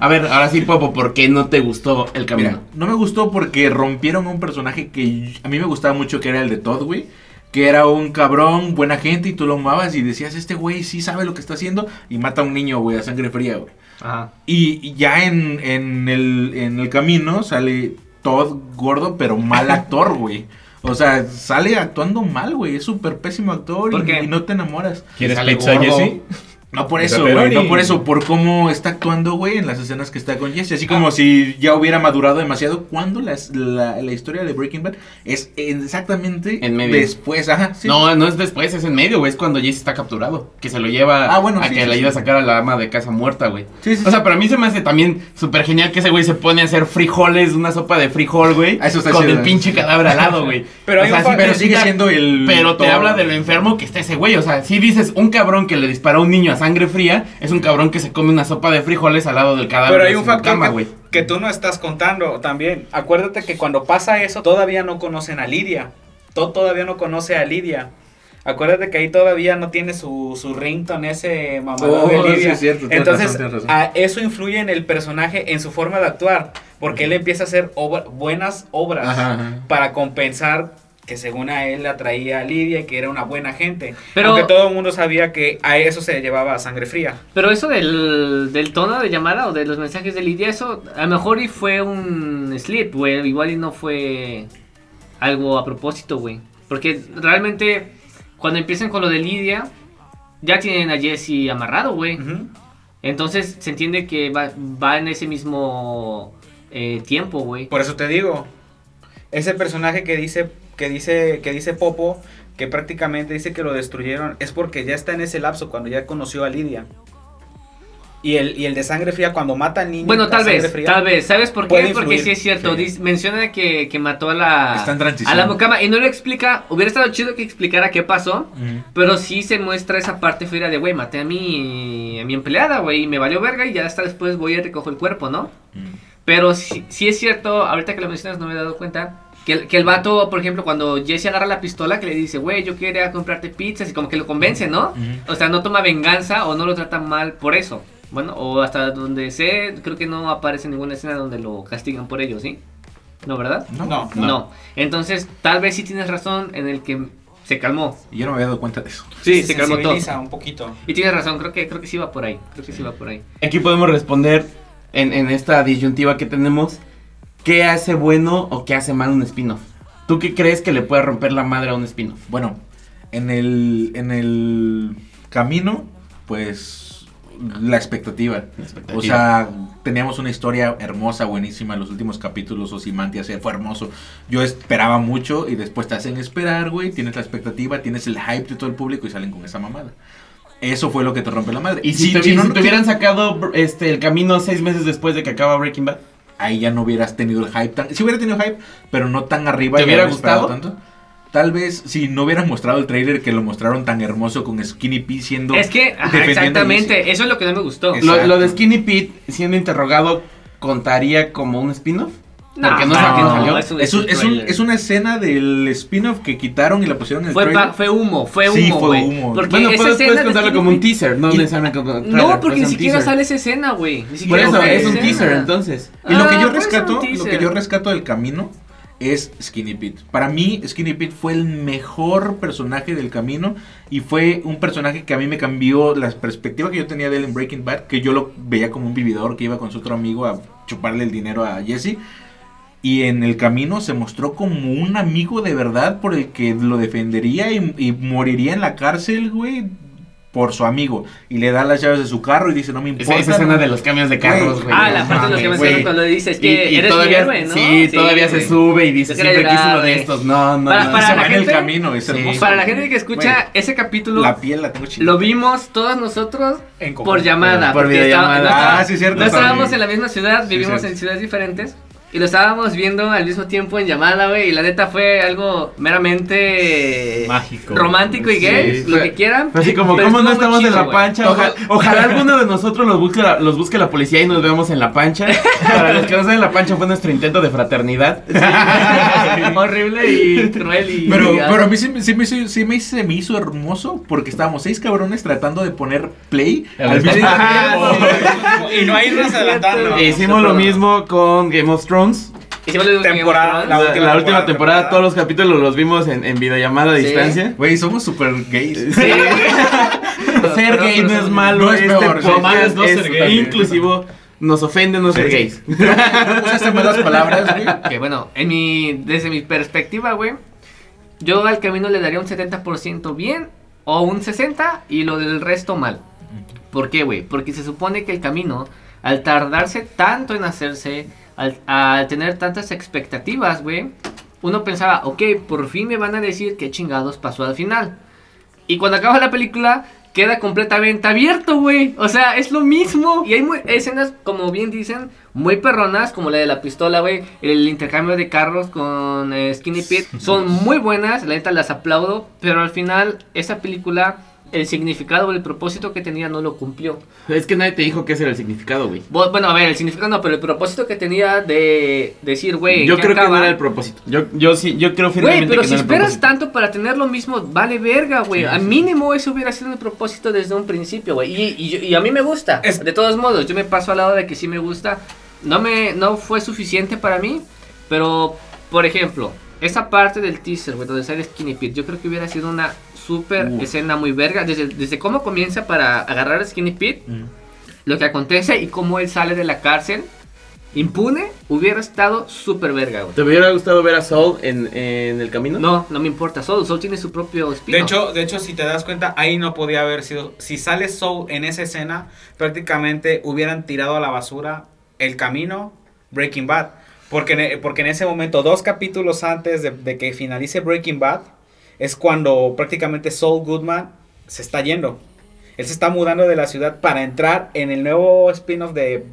Speaker 2: A ver, ahora sí, Popo, ¿por qué no te gustó el camino?
Speaker 3: Mira, no me gustó porque rompieron un personaje que yo- a mí me gustaba mucho, que era el de Todd, güey. Que era un cabrón, buena gente, y tú lo amabas y decías, este güey sí sabe lo que está haciendo y mata a un niño, güey, a sangre fría, güey.
Speaker 1: Ajá.
Speaker 3: Y y ya en, en el, en el camino sale Todd gordo, pero mal actor, güey. O sea, sale actuando mal, güey. Es súper pésimo actor
Speaker 1: ¿Por
Speaker 3: y,
Speaker 1: qué?
Speaker 3: y no te enamoras.
Speaker 5: ¿Quieres
Speaker 2: Sale
Speaker 5: pizza,
Speaker 2: gordo.
Speaker 5: Jesse?
Speaker 3: No por eso,
Speaker 5: Pepperoni.
Speaker 3: güey. No por eso, por cómo está actuando, güey, en las escenas que está con Jesse. Así
Speaker 2: Ah.
Speaker 3: como si ya hubiera madurado demasiado. Cuando las- la, la historia de Breaking Bad es exactamente
Speaker 2: En medio.
Speaker 3: después. Ajá, sí.
Speaker 2: No, no es después, es en medio, güey. Es cuando Jesse está capturado. Que se lo lleva
Speaker 3: Ah, bueno,
Speaker 2: a
Speaker 3: sí,
Speaker 2: que
Speaker 3: sí,
Speaker 2: le
Speaker 3: sí.
Speaker 2: ayude a sacar a la ama de casa muerta, güey.
Speaker 3: Sí, sí,
Speaker 2: O sea,
Speaker 3: sí.
Speaker 2: para mí se me hace también súper genial que ese güey se pone a hacer frijoles, una sopa de frijol, güey.
Speaker 3: Ah, eso está
Speaker 2: Con
Speaker 3: chido,
Speaker 2: el
Speaker 3: eh.
Speaker 2: pinche cadáver al lado, güey.
Speaker 4: Pero
Speaker 2: O
Speaker 4: hay
Speaker 2: sea,
Speaker 4: un
Speaker 2: sí,
Speaker 4: fa-
Speaker 3: pero
Speaker 2: te
Speaker 3: sigue
Speaker 2: quita-
Speaker 3: siendo el.
Speaker 2: Pero te
Speaker 3: todo.
Speaker 2: habla de lo enfermo que está ese güey. O sea, si dices un cabrón que le disparó a un niño a sangre fría, es un cabrón que se come una sopa de frijoles al lado del
Speaker 3: Ah,
Speaker 2: cadáver.
Speaker 4: Pero hay
Speaker 2: de
Speaker 3: pues,
Speaker 4: un
Speaker 2: su
Speaker 4: factor
Speaker 2: cama,
Speaker 4: que-
Speaker 2: güey.
Speaker 4: que, tú no estás contando también. Acuérdate que cuando pasa eso, todavía no conocen a Lidia. Todd todavía no conoce a Lidia. Acuérdate que ahí todavía no tiene su, su ringtone ese mamador
Speaker 3: Oh,
Speaker 4: de
Speaker 3: sí,
Speaker 4: Lidia.
Speaker 3: es cierto, tienes
Speaker 4: Entonces,
Speaker 3: razón, tienes razón.
Speaker 4: a- eso influye en el personaje, en su forma de actuar. Porque él empieza a hacer obra- buenas obras
Speaker 3: Ajá, ajá.
Speaker 4: para compensar que según a él le atraía a Lidia y que era una buena gente.
Speaker 1: Pero-
Speaker 4: Pero Aunque todo el mundo sabía que a eso se llevaba a sangre fría.
Speaker 1: Pero eso del, del tono de llamada o de los mensajes de Lidia, eso a lo mejor y fue un slip, güey. Igual y no fue algo a propósito, güey. Porque realmente cuando empiezan con lo de Lidia, ya tienen a Jesse amarrado, güey.
Speaker 4: Ujú.
Speaker 1: Entonces se entiende que va, va en ese mismo eh, tiempo, güey.
Speaker 4: Por eso te digo, ese personaje que dice, que dice, que dice Popo, que prácticamente dice que lo destruyeron, es porque ya está en ese lapso cuando ya conoció a Lidia. Y el, y el de sangre fría, cuando mata al niño.
Speaker 1: Bueno,
Speaker 4: a
Speaker 1: tal
Speaker 4: sangre
Speaker 1: vez,
Speaker 4: fría,
Speaker 1: tal vez. ¿Sabes por
Speaker 4: Puede
Speaker 1: qué? Porque
Speaker 4: influir.
Speaker 1: sí es cierto.
Speaker 3: Sí.
Speaker 1: dis- menciona que, que mató a la,
Speaker 3: Está en transición.
Speaker 1: a la mucama y no lo explica. Hubiera estado chido que explicara qué pasó.
Speaker 3: Ujú.
Speaker 1: Pero sí se muestra esa parte fría de, güey, maté a mi, a mi empleada, güey, y me valió verga y ya hasta después voy y recojo el cuerpo, ¿no?
Speaker 3: Ujú.
Speaker 1: Pero sí, sí es cierto, ahorita que lo mencionas no me he dado cuenta, Que el, que el vato, por ejemplo, cuando Jesse agarra la pistola, que le dice, güey, yo quería comprarte pizzas, y como que lo convence, ¿no?
Speaker 3: Ujú.
Speaker 1: O sea, no toma venganza o no lo trata mal por eso. Bueno, o hasta donde sé, creo que no aparece ninguna escena donde lo castigan por ello, ¿sí? ¿No, verdad?
Speaker 3: No.
Speaker 4: No.
Speaker 1: No. Entonces, tal vez sí tienes razón en el que se calmó.
Speaker 3: Y yo no me había dado cuenta de eso.
Speaker 1: Sí,
Speaker 4: se sensibiliza un poquito.
Speaker 1: Y tienes razón, creo que, creo que sí va por ahí. Creo que sí va por ahí.
Speaker 2: Aquí podemos responder en, en esta disyuntiva que tenemos, ¿qué hace bueno o qué hace mal un spin-off? ¿Tú qué crees que le puede romper la madre a un spin-off?
Speaker 3: Bueno, en el, en el camino, pues la expectativa. O sea, teníamos una historia hermosa, buenísima. Los últimos capítulos, Osimantia fue hermoso. Yo esperaba mucho y después te hacen esperar, güey. Tienes la expectativa, tienes el hype de todo el público y salen con esa mamada. Eso fue lo que te rompe la madre.
Speaker 2: y si, te, si te hubieran sacado br- este, el camino seis meses después de que acaba Breaking Bad,
Speaker 3: ahí ya no hubieras tenido el hype tan. Si hubiera tenido hype, pero no tan arriba.
Speaker 2: ¿Te
Speaker 3: y
Speaker 2: hubiera
Speaker 3: haber esperado
Speaker 2: gustado?
Speaker 3: Tanto. Tal vez si no hubieran mostrado el trailer que lo mostraron tan hermoso con Skinny P siendo.
Speaker 1: es que, ajá,
Speaker 3: defendiendo a
Speaker 1: exactamente, eso es lo que no me gustó.
Speaker 3: Es-
Speaker 2: lo,
Speaker 3: Exacto.
Speaker 2: lo de Skinny Pete siendo interrogado contaría como un spin-off. porque no
Speaker 3: saben quién
Speaker 2: salió.
Speaker 1: un-
Speaker 3: Es, un- Ah, es un-
Speaker 1: trailer.
Speaker 3: es una escena del spin-off que quitaron y la pusieron en el
Speaker 1: Fue,
Speaker 3: trailer.
Speaker 1: pa- fue humo, fue humo,
Speaker 3: Sí, fue
Speaker 1: güey.
Speaker 3: humo.
Speaker 1: Porque
Speaker 2: Bueno,
Speaker 1: esa
Speaker 2: puedes,
Speaker 1: escena
Speaker 2: puedes
Speaker 1: de
Speaker 2: contarlo
Speaker 1: Skinny
Speaker 2: como un
Speaker 1: Pete-
Speaker 2: teaser, no
Speaker 3: Y-
Speaker 2: necesariamente como un trailer,
Speaker 1: No, porque
Speaker 2: es
Speaker 1: ni
Speaker 2: un
Speaker 1: siquiera
Speaker 2: teaser.
Speaker 1: sale esa escena, güey. Ni
Speaker 2: Por
Speaker 1: siquiera
Speaker 2: eso,
Speaker 1: sale
Speaker 2: es
Speaker 1: esa
Speaker 2: un
Speaker 1: escena.
Speaker 2: teaser, entonces.
Speaker 3: Y lo que
Speaker 1: Ah,
Speaker 3: yo
Speaker 1: pues,
Speaker 3: rescato,
Speaker 1: un
Speaker 3: lo que
Speaker 1: teaser.
Speaker 3: yo rescato del camino es Skinny Pete. Para mí, Skinny Pete fue el mejor personaje del camino y fue un personaje que a mí me cambió la perspectiva que yo tenía de él en Breaking Bad, que yo lo veía como un vividor que iba con su otro amigo a chuparle el dinero a Jesse. Y en el camino se mostró como un amigo de verdad por el que lo defendería y, y moriría en la cárcel, güey, por su amigo. Y le da las llaves de su carro y dice, no me
Speaker 2: Esa,
Speaker 3: importa.
Speaker 2: esa escena de los cambios de
Speaker 3: Güey.
Speaker 2: carros, güey.
Speaker 1: Ah,
Speaker 2: no
Speaker 1: la parte de lo que
Speaker 2: mames,
Speaker 1: me
Speaker 2: güey.
Speaker 1: hicieron cuando le dices que
Speaker 2: Y- y
Speaker 1: eres
Speaker 2: todavía,
Speaker 1: mi héroe, ¿no?
Speaker 2: Sí, todavía se
Speaker 1: güey.
Speaker 2: sube y dice,
Speaker 1: Yo quería
Speaker 2: siempre quise
Speaker 1: llorar,
Speaker 2: uno de
Speaker 1: güey.
Speaker 2: estos. No, no,
Speaker 1: Para-
Speaker 2: no.
Speaker 1: para
Speaker 3: se
Speaker 1: la
Speaker 3: va en
Speaker 1: gente-
Speaker 3: el camino, es
Speaker 2: Sí.
Speaker 3: hermoso.
Speaker 1: Para la gente que
Speaker 3: Güey.
Speaker 1: escucha ese capítulo,
Speaker 3: La piel la tengo chida.
Speaker 1: lo vimos todos nosotros
Speaker 4: En conjunto.
Speaker 1: por llamada.
Speaker 2: Por
Speaker 1: porque
Speaker 2: videollamada.
Speaker 1: estaba- no estaba-
Speaker 3: Ah, sí, cierto.
Speaker 1: No
Speaker 3: también.
Speaker 1: estábamos en la misma ciudad, vivimos
Speaker 3: cierto.
Speaker 1: en ciudades diferentes. Y lo estábamos viendo al mismo tiempo en llamada, güey. Y la neta fue algo meramente.
Speaker 5: Mágico.
Speaker 1: Romántico y
Speaker 5: Sí,
Speaker 1: gay,
Speaker 2: fue-
Speaker 1: lo que quieran.
Speaker 2: Así como,
Speaker 1: pero
Speaker 2: ¿cómo no
Speaker 1: estuvo muy
Speaker 2: estamos en
Speaker 1: chido,
Speaker 2: la
Speaker 1: güey.
Speaker 2: pancha? Oja- ojalá alguno de nosotros los busque, la, los busque la policía y nos veamos en la pancha. Para los que no saben, la pancha fue nuestro intento de fraternidad.
Speaker 1: Horrible y cruel y.
Speaker 3: Pero,
Speaker 1: y-
Speaker 3: pero a mí sí, me- sí me, hizo- sí me, hizo- se me hizo hermoso porque estábamos seis cabrones tratando de poner play
Speaker 5: Al
Speaker 3: al
Speaker 5: mismo
Speaker 3: mismo
Speaker 2: tiempo.
Speaker 3: tiempo.
Speaker 4: Y no hay irnos adelantando.
Speaker 1: Sí,
Speaker 2: Hicimos lo mismo con Game of Thrones.
Speaker 1: Hicimos lo mismo que
Speaker 4: Temporada,
Speaker 1: Game
Speaker 2: La,
Speaker 1: of
Speaker 4: La
Speaker 1: Thrones.
Speaker 2: la última, temporada,
Speaker 4: última temporada.
Speaker 2: todos los capítulos los vimos en, en videollamada a
Speaker 1: Sí.
Speaker 2: distancia.
Speaker 3: Güey, somos super gays.
Speaker 1: Sí.
Speaker 2: Ser gay no es malo,
Speaker 3: No es
Speaker 2: este
Speaker 3: peor, sí.
Speaker 2: podcast
Speaker 5: Lo malo es no ser
Speaker 2: es
Speaker 5: gay.
Speaker 2: inclusive nos ofende no ser
Speaker 3: Sí.
Speaker 2: gays.
Speaker 3: Usaste malas palabras, güey.
Speaker 1: Que bueno, en mi, desde mi perspectiva, güey, yo al camino le daría un 70% bien o un 60% y lo del resto mal. ¿Por qué, güey? Porque se supone que el camino, al tardarse tanto en hacerse, al, al tener tantas expectativas, güey, uno pensaba, ok, por fin me van a decir qué chingados pasó al final. Y cuando acaba la película, queda completamente abierto, güey. O sea, es lo mismo. Y hay mu- escenas, como bien dicen, muy perronas, como la de la pistola, güey. El intercambio de carros con eh, Skinny Pete. Son muy buenas, la neta las aplaudo. Pero al final, esa película, el significado o el propósito que tenía no lo cumplió.
Speaker 2: Es que nadie te dijo qué era el significado, güey.
Speaker 1: Bu- Bueno, a ver, el significado no, pero el propósito que tenía de decir, güey.
Speaker 2: yo
Speaker 1: ya
Speaker 2: creo que no
Speaker 1: acaba.
Speaker 2: era el propósito. Yo, yo sí, yo creo
Speaker 1: Güey,
Speaker 2: firmemente
Speaker 1: pero
Speaker 2: que
Speaker 1: si
Speaker 2: no era el
Speaker 1: esperas
Speaker 2: propósito.
Speaker 1: tanto para tener lo mismo, vale verga, güey.
Speaker 2: Sí,
Speaker 1: a
Speaker 2: sí,
Speaker 1: mínimo eso hubiera sido el propósito desde un principio, güey. Y, y yo- y a mí me gusta.
Speaker 4: Es-
Speaker 1: De todos modos, yo me paso al lado de que sí me gusta. No me no fue suficiente para mí, pero por ejemplo, esa parte del teaser, güey, donde sale Skinny Pete, yo creo que hubiera sido una super
Speaker 3: Uh.
Speaker 1: escena muy verga desde desde cómo comienza para agarrar a Skinny Pete lo que acontece y cómo él sale de la cárcel impune, hubiera estado super verga, güey.
Speaker 2: ¿Te hubiera gustado ver a Saul en, en el camino?
Speaker 1: No, no me importa. Soul, Soul tiene su propio spin
Speaker 4: De hecho, de hecho, si te das cuenta, ahí no podía haber sido. Si sale Soul en esa escena, prácticamente hubieran tirado a la basura el camino Breaking Bad. Porque en, e, porque en ese momento, dos capítulos antes de, de que finalice Breaking Bad, es cuando prácticamente Saul Goodman se está yendo. Él se está mudando de la ciudad para entrar en el nuevo spin-off de,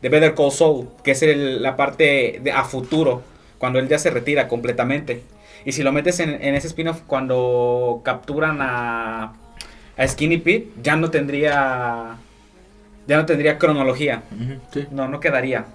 Speaker 4: de Better Call Saul, que es el- la parte de, a futuro, cuando él ya se retira completamente. Y si lo metes en, en ese spin-off cuando capturan a, a Skinny Pete, ya no tendría ya no tendría cronología.
Speaker 3: Ujú, sí.
Speaker 4: No, no quedaría.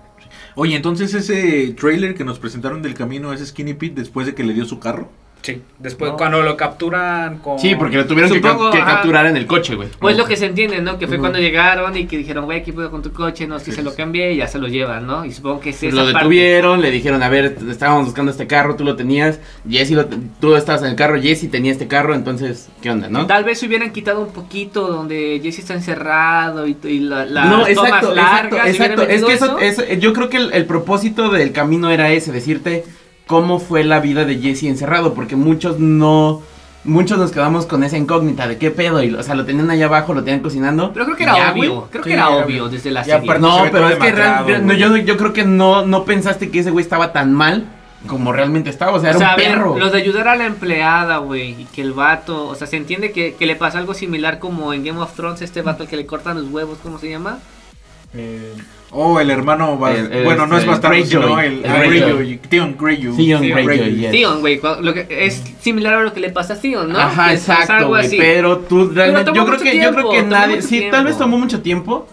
Speaker 3: Oye, entonces ese trailer que nos presentaron del camino es Skinny Pete después de que le dio su carro.
Speaker 4: Sí, después cuando lo capturan con...
Speaker 2: Sí, porque lo tuvieron que,
Speaker 1: Supongo,
Speaker 2: ca- que
Speaker 1: ajá.
Speaker 2: capturar en el coche, güey.
Speaker 1: Pues lo que se entiende, ¿no? Que fue
Speaker 3: Ujú.
Speaker 1: cuando llegaron y que dijeron, güey, ¿qué puedo con tu coche? No, es que
Speaker 3: Sí,
Speaker 1: se lo
Speaker 3: sí.
Speaker 1: cambié y ya se lo llevan, ¿no? Y supongo que es esa
Speaker 2: Lo
Speaker 1: parte.
Speaker 2: detuvieron, le dijeron, a ver, te estábamos buscando este carro, tú lo tenías, Jesse lo, te- tú estabas en el carro, Jesse tenía este carro, entonces, ¿qué onda, no?
Speaker 1: Tal vez hubieran quitado un poquito donde Jesse está encerrado y, y la, las
Speaker 2: no,
Speaker 1: tomas
Speaker 2: exacto,
Speaker 1: largas. y hubieran
Speaker 2: exacto, exacto. Es
Speaker 1: metido
Speaker 2: que eso, es- yo creo que el, el propósito del camino era ese, decirte cómo fue la vida de Jesse encerrado, porque muchos no, muchos nos quedamos con esa incógnita de qué pedo, y, lo- o sea, lo tenían allá abajo, lo tenían cocinando.
Speaker 1: Pero creo que era
Speaker 2: Ya,
Speaker 1: obvio,
Speaker 2: güey.
Speaker 1: creo
Speaker 3: Sí,
Speaker 1: que era
Speaker 3: ya,
Speaker 1: obvio
Speaker 3: güey.
Speaker 1: desde la
Speaker 3: Ya,
Speaker 1: serie.
Speaker 3: aparte-
Speaker 2: No,
Speaker 3: se ve
Speaker 2: pero
Speaker 3: todo
Speaker 2: es que
Speaker 3: demacrado,
Speaker 2: real- no,
Speaker 3: güey.
Speaker 2: yo, yo creo que no, no pensaste que ese güey estaba tan mal como realmente estaba, o sea, era
Speaker 1: o sea, a
Speaker 2: un
Speaker 1: ver,
Speaker 2: perro.
Speaker 1: lo de ayudar a la empleada, güey, y que el vato, o sea, se entiende que, que le pasa algo similar como en Game of Thrones, este vato al que le cortan los huevos, ¿cómo se llama?
Speaker 5: Eh,
Speaker 3: Oh, el hermano. Bas-
Speaker 2: El- el-
Speaker 3: bueno, no es
Speaker 2: el
Speaker 3: bastardo,
Speaker 2: Greyjoy.
Speaker 3: sino el,
Speaker 2: El
Speaker 3: ah,
Speaker 2: Greyjoy.
Speaker 3: Greyjoy. Theon Greyjoy.
Speaker 2: Theon Greyjoy, yes.
Speaker 1: Tion, güey, cua- lo que- es similar a lo que le pasa a Tion, ¿no?
Speaker 2: Ajá,
Speaker 1: Que es- es
Speaker 2: exacto,
Speaker 1: algo
Speaker 2: güey,
Speaker 1: así.
Speaker 2: pero tú realmente
Speaker 1: tomó
Speaker 2: yo creo
Speaker 1: mucho
Speaker 2: que yo creo
Speaker 1: tiempo,
Speaker 2: que
Speaker 1: tomó
Speaker 2: nadie
Speaker 1: mucho
Speaker 2: sí, tal vez
Speaker 1: tiempo.
Speaker 2: tomó mucho tiempo.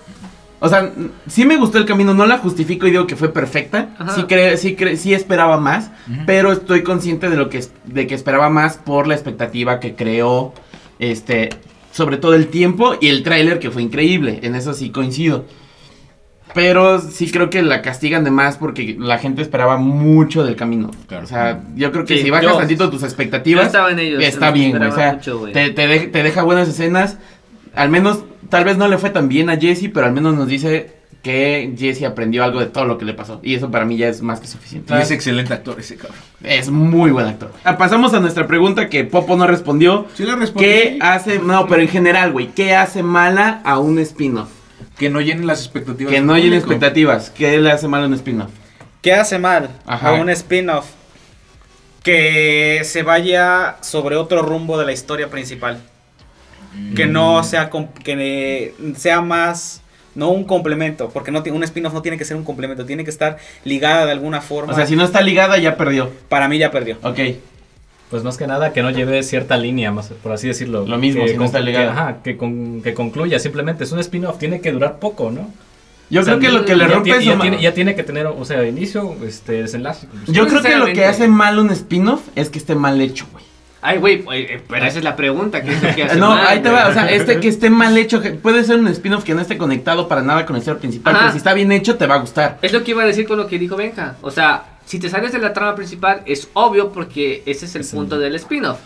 Speaker 2: O sea, n- sí me gustó el camino, no la justifico y digo que fue perfecta.
Speaker 1: Ajá.
Speaker 2: Sí cre- sí cre- sí esperaba más,
Speaker 3: Ujú.
Speaker 2: pero estoy consciente de lo que es- de que esperaba más por la expectativa que creó este sobre todo el tiempo y el tráiler que fue increíble, en eso sí coincido. Pero sí creo que la castigan de más porque la gente esperaba mucho del camino.
Speaker 3: Claro.
Speaker 2: O sea, yo creo que
Speaker 1: Sí,
Speaker 2: si bajas
Speaker 1: yo-
Speaker 2: tantito tus
Speaker 1: Yo
Speaker 2: expectativas,
Speaker 1: estaba en ellos.
Speaker 2: Está
Speaker 1: los
Speaker 2: bien, güey, o
Speaker 1: esperaba
Speaker 2: sea,
Speaker 1: mucho, güey.
Speaker 2: te, te de- te deja buenas escenas. Al menos, tal vez no le fue tan bien a Jesse, pero al menos nos dice que Jesse aprendió algo de todo lo que le pasó. Y eso para mí ya es más que suficiente.
Speaker 3: Y es
Speaker 2: Es,
Speaker 3: excelente actor ese cabrón.
Speaker 2: es muy buen actor. Ah, pasamos a nuestra pregunta que Popo no respondió.
Speaker 3: Sí le respondí.
Speaker 2: ¿Qué hace, no, pero en general, güey, qué hace mala a un spin-off?
Speaker 3: Que no llenen las expectativas.
Speaker 2: Que
Speaker 3: del
Speaker 2: no llene
Speaker 3: público.
Speaker 2: expectativas. ¿Qué le hace mal a un spin-off?
Speaker 4: ¿Qué hace mal
Speaker 2: Ajá.
Speaker 4: a un spin-off? Que se vaya sobre otro rumbo de la historia principal. Que
Speaker 2: Mm.
Speaker 4: no sea, com- que sea más, no un complemento, porque no ti- un spin-off no tiene que ser un complemento, tiene que estar ligada de alguna forma.
Speaker 2: O sea, si no está ligada, ya perdió.
Speaker 4: Para mí ya perdió.
Speaker 2: Ok.
Speaker 5: Pues más que nada que no lleve cierta línea, más, por así decirlo.
Speaker 2: Lo mismo,
Speaker 5: que
Speaker 2: si no está ligado.
Speaker 5: Que, ajá, que, con- que concluya, simplemente es un spin-off, tiene que durar poco, ¿no?
Speaker 2: Yo
Speaker 5: O sea,
Speaker 2: creo que lo que le
Speaker 5: ya
Speaker 2: rompe
Speaker 5: tiene-
Speaker 2: es
Speaker 5: ya
Speaker 2: su ma-
Speaker 5: tiene, ya tiene que tener, o sea, inicio, este, desenlace. conclusión.
Speaker 2: Yo creo que lo que
Speaker 1: Sinceramente.
Speaker 2: hace mal un spin-off es que esté mal hecho, güey.
Speaker 1: Ay, güey, eh, eh, pero esa es la pregunta, ¿qué es lo que hace
Speaker 2: Eh, No,
Speaker 1: mal,
Speaker 2: ahí te
Speaker 1: güey?
Speaker 2: va, o sea, este que esté mal hecho, que puede ser un spin-off que no esté conectado para nada con el ser principal,
Speaker 1: Ajá.
Speaker 2: pero si está bien hecho te va a gustar.
Speaker 1: Es lo que iba a decir con lo que dijo Benja. O sea, si te sales de la trama principal, es obvio porque ese es el
Speaker 5: Es el-
Speaker 1: punto del spin-off.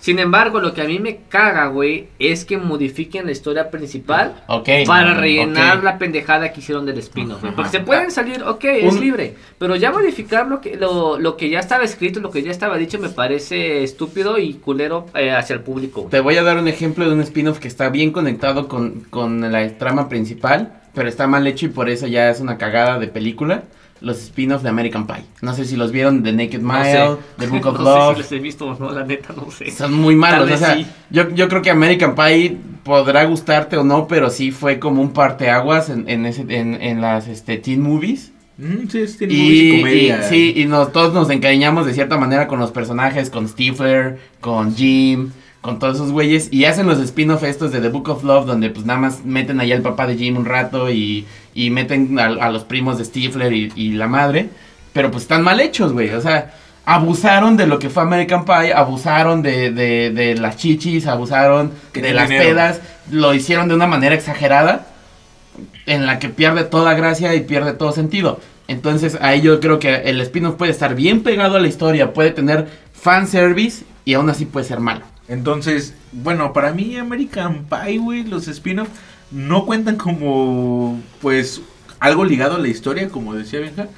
Speaker 1: Sin embargo, lo que a mí me caga, güey, es que modifiquen la historia principal
Speaker 2: Ok.
Speaker 1: para rellenar
Speaker 2: ok.
Speaker 1: la pendejada que hicieron del spin-off. güey. Porque se pueden salir, ok, es
Speaker 2: Un-
Speaker 1: libre. Pero ya modificar lo que, lo, lo que ya estaba escrito, lo que ya estaba dicho, me parece estúpido y culero eh, hacia el público. güey.
Speaker 2: Te voy a dar un ejemplo de un spin-off que está bien conectado con, con la trama principal, pero está mal hecho y por eso ya es una cagada de película. Los spin-offs de American Pie. No sé si los vieron, The Naked
Speaker 1: No
Speaker 2: Mile,
Speaker 1: sé.
Speaker 2: The Book of
Speaker 1: No sé
Speaker 2: Love.
Speaker 1: si les he visto o no, la neta, no sé.
Speaker 2: Son muy malos.
Speaker 1: Tal vez
Speaker 2: o sea,
Speaker 1: sí.
Speaker 2: yo, yo creo que American Pie podrá gustarte o no, pero sí fue como un parteaguas en, en, ese, en, en las este, teen movies.
Speaker 3: Mm, sí, es tiene
Speaker 2: Y,
Speaker 3: y comedia.
Speaker 2: y- sí, y nos, todos nos encariñamos de cierta manera con los personajes, con Stifler, con Jim, con todos esos güeyes. Y hacen los spin-off estos de The Book of Love, donde pues nada más meten allá al papá de Jim un rato y, y meten a, a los primos de Stifler y, y la madre. Pero pues están mal hechos, güey. O sea, abusaron de lo que fue American Pie, abusaron de, de, de las chichis, abusaron de
Speaker 3: Querían
Speaker 2: las
Speaker 3: dinero.
Speaker 2: pedas. Lo hicieron de una manera exagerada en la que pierde toda gracia y pierde todo sentido. Entonces ahí yo creo que el spin-off puede estar bien pegado a la historia, puede tener fanservice y aún así puede ser malo.
Speaker 3: Entonces, bueno, para mí American Pie, güey, los spin-off no cuentan como, pues, algo ligado a la historia, como decía Benja.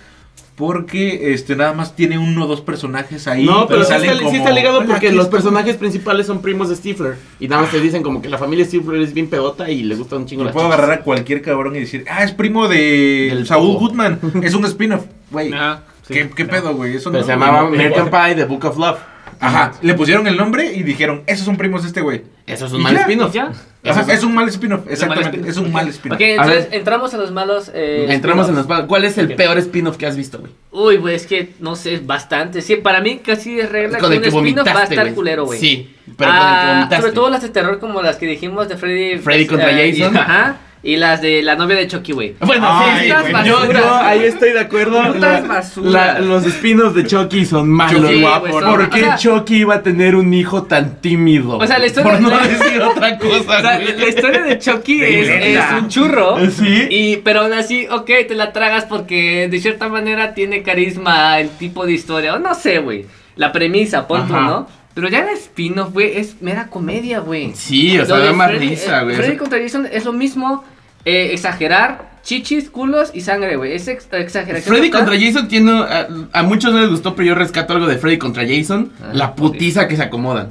Speaker 3: Porque este nada más tiene uno o dos personajes ahí. pues
Speaker 2: sí
Speaker 3: salen
Speaker 2: está- sí
Speaker 3: como,
Speaker 2: está ligado
Speaker 3: "Hola,
Speaker 2: porque
Speaker 3: aquí
Speaker 2: los
Speaker 3: estoy".
Speaker 2: personajes principales son primos de Stifler. Y nada más te dicen como que la familia Stifler es bien pedota y le gusta un chingo
Speaker 3: Le
Speaker 2: las
Speaker 3: puedo
Speaker 2: chichis.
Speaker 3: agarrar a cualquier cabrón y decir, ah, es primo de
Speaker 2: Del
Speaker 3: Saúl
Speaker 2: Topo".
Speaker 3: Goodman. Es un spin-off, güey.
Speaker 1: Ajá, sí.
Speaker 3: ¿Qué, qué pedo, güey? Eso
Speaker 1: Pues
Speaker 2: Pero
Speaker 3: no,
Speaker 2: Pues
Speaker 3: güey.
Speaker 2: se llamaba American Pie, The Book of Love.
Speaker 3: Ajá, le pusieron el nombre y dijeron, esos son primos de este güey.
Speaker 2: Eso es un
Speaker 3: ¿Y
Speaker 2: mal
Speaker 3: ya?
Speaker 2: spin-off.
Speaker 1: ¿Ya?
Speaker 2: Eso
Speaker 3: Ajá,
Speaker 2: es-
Speaker 3: Es un mal spin-off, exactamente.
Speaker 1: spin-off.
Speaker 3: Es un mal spin-off.
Speaker 1: Ok, entonces
Speaker 2: ver.
Speaker 1: entramos a los malos. eh,
Speaker 2: Entramos en
Speaker 1: spin-offs.
Speaker 2: los... pa- ¿Cuál es el
Speaker 1: Ok.
Speaker 2: peor spin-off que has visto, güey?
Speaker 1: Uy, güey, es que no sé, es bastante. Sí, para mí casi es regla
Speaker 2: Con
Speaker 1: que
Speaker 2: el
Speaker 1: un
Speaker 2: que
Speaker 1: spin-off va a
Speaker 2: vomitaste,
Speaker 1: estar
Speaker 2: güey.
Speaker 1: culero, güey.
Speaker 2: Sí, pero con el
Speaker 1: Ah,
Speaker 2: que vomitaste.
Speaker 1: Sobre todo las de terror como las que dijimos de Freddy.
Speaker 2: Freddy contra
Speaker 1: eh,
Speaker 2: Jason. Ah,
Speaker 1: Ajá. Y las de la novia de Chucky, güey.
Speaker 2: Bueno,
Speaker 3: Ay,
Speaker 2: sí, sí,
Speaker 1: güey.
Speaker 2: yo, yo ahí estoy de acuerdo.
Speaker 1: Putas
Speaker 2: La-
Speaker 1: basuras.
Speaker 2: la- los espinos de Chucky son malos.
Speaker 1: Chucky,
Speaker 2: guapo.
Speaker 1: güey, son-
Speaker 2: ¿Por qué
Speaker 1: o sea-
Speaker 2: Chucky iba a tener un hijo tan tímido?
Speaker 1: O sea, la historia-
Speaker 2: Por no
Speaker 1: la-
Speaker 2: decir otra cosa,
Speaker 1: O sea,
Speaker 2: güey.
Speaker 1: la historia de Chucky
Speaker 4: De
Speaker 1: es,
Speaker 4: Irlanda.
Speaker 1: es un churro.
Speaker 2: Eh, Sí.
Speaker 1: Y, pero aún así, ok, te la tragas porque de cierta manera tiene carisma el tipo de historia. O no sé, güey. La premisa, pon tú,
Speaker 2: Ajá.
Speaker 1: ¿no? Pero ya el spin-off, güey, es mera comedia, güey.
Speaker 2: Sí, o sea,
Speaker 1: Lo de
Speaker 2: da más
Speaker 1: Freddy-
Speaker 2: risa,
Speaker 1: eh,
Speaker 2: güey.
Speaker 1: Freddy contra Jason es lo mismo. eh, exagerar chichis, culos y sangre, güey. Es ex- exageración.
Speaker 2: Freddy
Speaker 1: total.
Speaker 2: contra Jason tiene. A, a muchos no les gustó, pero yo rescato algo de Freddy contra Jason.
Speaker 1: Ah,
Speaker 2: la putiza que se acomodan.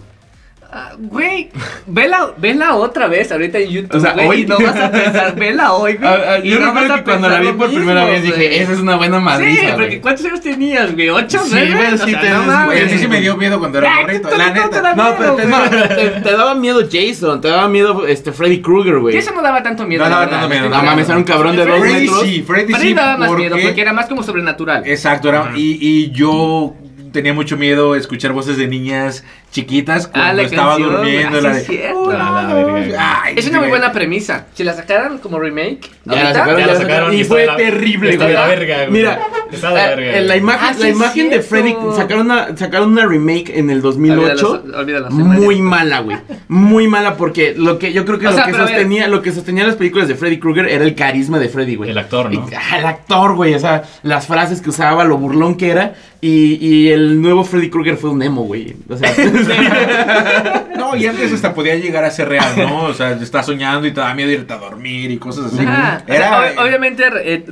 Speaker 1: Ah, Güey, vela, vela otra vez ahorita en YouTube.
Speaker 2: O sea,
Speaker 1: güey,
Speaker 2: hoy-
Speaker 1: y no vas a pensar, vela hoy, güey.
Speaker 2: Ah, ah,
Speaker 1: y
Speaker 2: yo
Speaker 1: no
Speaker 2: recuerdo
Speaker 1: vas a
Speaker 2: que cuando la vi
Speaker 1: pensar
Speaker 2: por
Speaker 1: lo
Speaker 2: primera
Speaker 1: mismo,
Speaker 2: vez
Speaker 1: güey.
Speaker 2: dije, esa es una buena
Speaker 1: Sí,
Speaker 2: madriza,
Speaker 1: porque
Speaker 2: güey".
Speaker 1: ¿cuántos años tenías, güey? ¿Ocho,
Speaker 2: Sí,
Speaker 1: nueve?
Speaker 2: güey,
Speaker 1: O
Speaker 2: sí
Speaker 1: sea,
Speaker 2: tenés,
Speaker 1: no mames.
Speaker 2: güey.
Speaker 3: Güey, a mí sí me dio miedo cuando era
Speaker 1: Ay,
Speaker 3: morrito,
Speaker 1: tú
Speaker 3: la
Speaker 1: también te
Speaker 3: neta.
Speaker 1: la-
Speaker 2: No, pero te,
Speaker 1: miedo, güey.
Speaker 2: no, te- te daba miedo Jason, te daba miedo este Freddy Krueger,
Speaker 1: Y
Speaker 2: güey.
Speaker 1: eso no daba tanto miedo.
Speaker 3: No
Speaker 1: la
Speaker 3: daba
Speaker 1: verdad,
Speaker 3: tanto miedo,
Speaker 1: estoy
Speaker 3: no.
Speaker 2: No
Speaker 1: de
Speaker 2: mames, era un
Speaker 1: acuerdo.
Speaker 2: cabrón de dos
Speaker 1: Freddy
Speaker 3: Freddy
Speaker 2: metros.
Speaker 3: sí, Freddy
Speaker 1: Freddy
Speaker 3: sí.
Speaker 1: daba más
Speaker 3: porque-
Speaker 1: miedo porque era más como sobrenatural.
Speaker 3: Exacto, era, y, y yo tenía mucho miedo escuchar voces de niñas chiquitas cuando
Speaker 1: Ah, la
Speaker 3: estaba
Speaker 1: canción,
Speaker 3: durmiendo.
Speaker 1: güey,
Speaker 3: la
Speaker 1: sí
Speaker 3: de,
Speaker 1: es cierto.
Speaker 3: "Hola,
Speaker 2: Ah,
Speaker 5: A Ah, la verga, güey.
Speaker 3: ay,
Speaker 1: Es una muy
Speaker 3: güey.
Speaker 1: buena premisa. Si la sacaran como remake,
Speaker 2: Ya la
Speaker 1: ahorita,
Speaker 2: sacaron,
Speaker 5: Ya la sacaron.
Speaker 2: Y
Speaker 5: está
Speaker 2: fue
Speaker 5: de la-
Speaker 2: terrible,
Speaker 5: está
Speaker 2: güey.
Speaker 5: de la verga, güey.
Speaker 2: Mira,
Speaker 5: Está de la
Speaker 2: eh,
Speaker 5: verga,
Speaker 2: eh, la
Speaker 5: güey.
Speaker 2: imagen,
Speaker 1: Ah, sí
Speaker 2: la
Speaker 1: es
Speaker 2: imagen de
Speaker 1: cierto.
Speaker 2: Freddy sacaron una, sacaron una remake en el
Speaker 1: olvídalo,
Speaker 2: 2008.
Speaker 1: olvídalo, se
Speaker 2: Muy
Speaker 1: merece.
Speaker 2: mala, güey. Muy mala porque lo que yo creo que
Speaker 1: O
Speaker 2: lo
Speaker 1: sea,
Speaker 2: que
Speaker 1: pero a ver.
Speaker 2: sostenía, lo que sostenía las películas de Freddy Krueger era el carisma de Freddy, güey.
Speaker 5: El actor, ¿no?
Speaker 2: Y- ah, el actor, güey, o sea, las frases que usaba, lo burlón que era y, y el nuevo Freddy Krueger fue un emo, güey. O sea,
Speaker 3: No, y antes hasta podía llegar a ser real, ¿no? O sea, estás soñando y te da miedo irte a dormir y cosas así.
Speaker 1: Ajá. O
Speaker 3: Era,
Speaker 1: sea, ob- obviamente re- eh,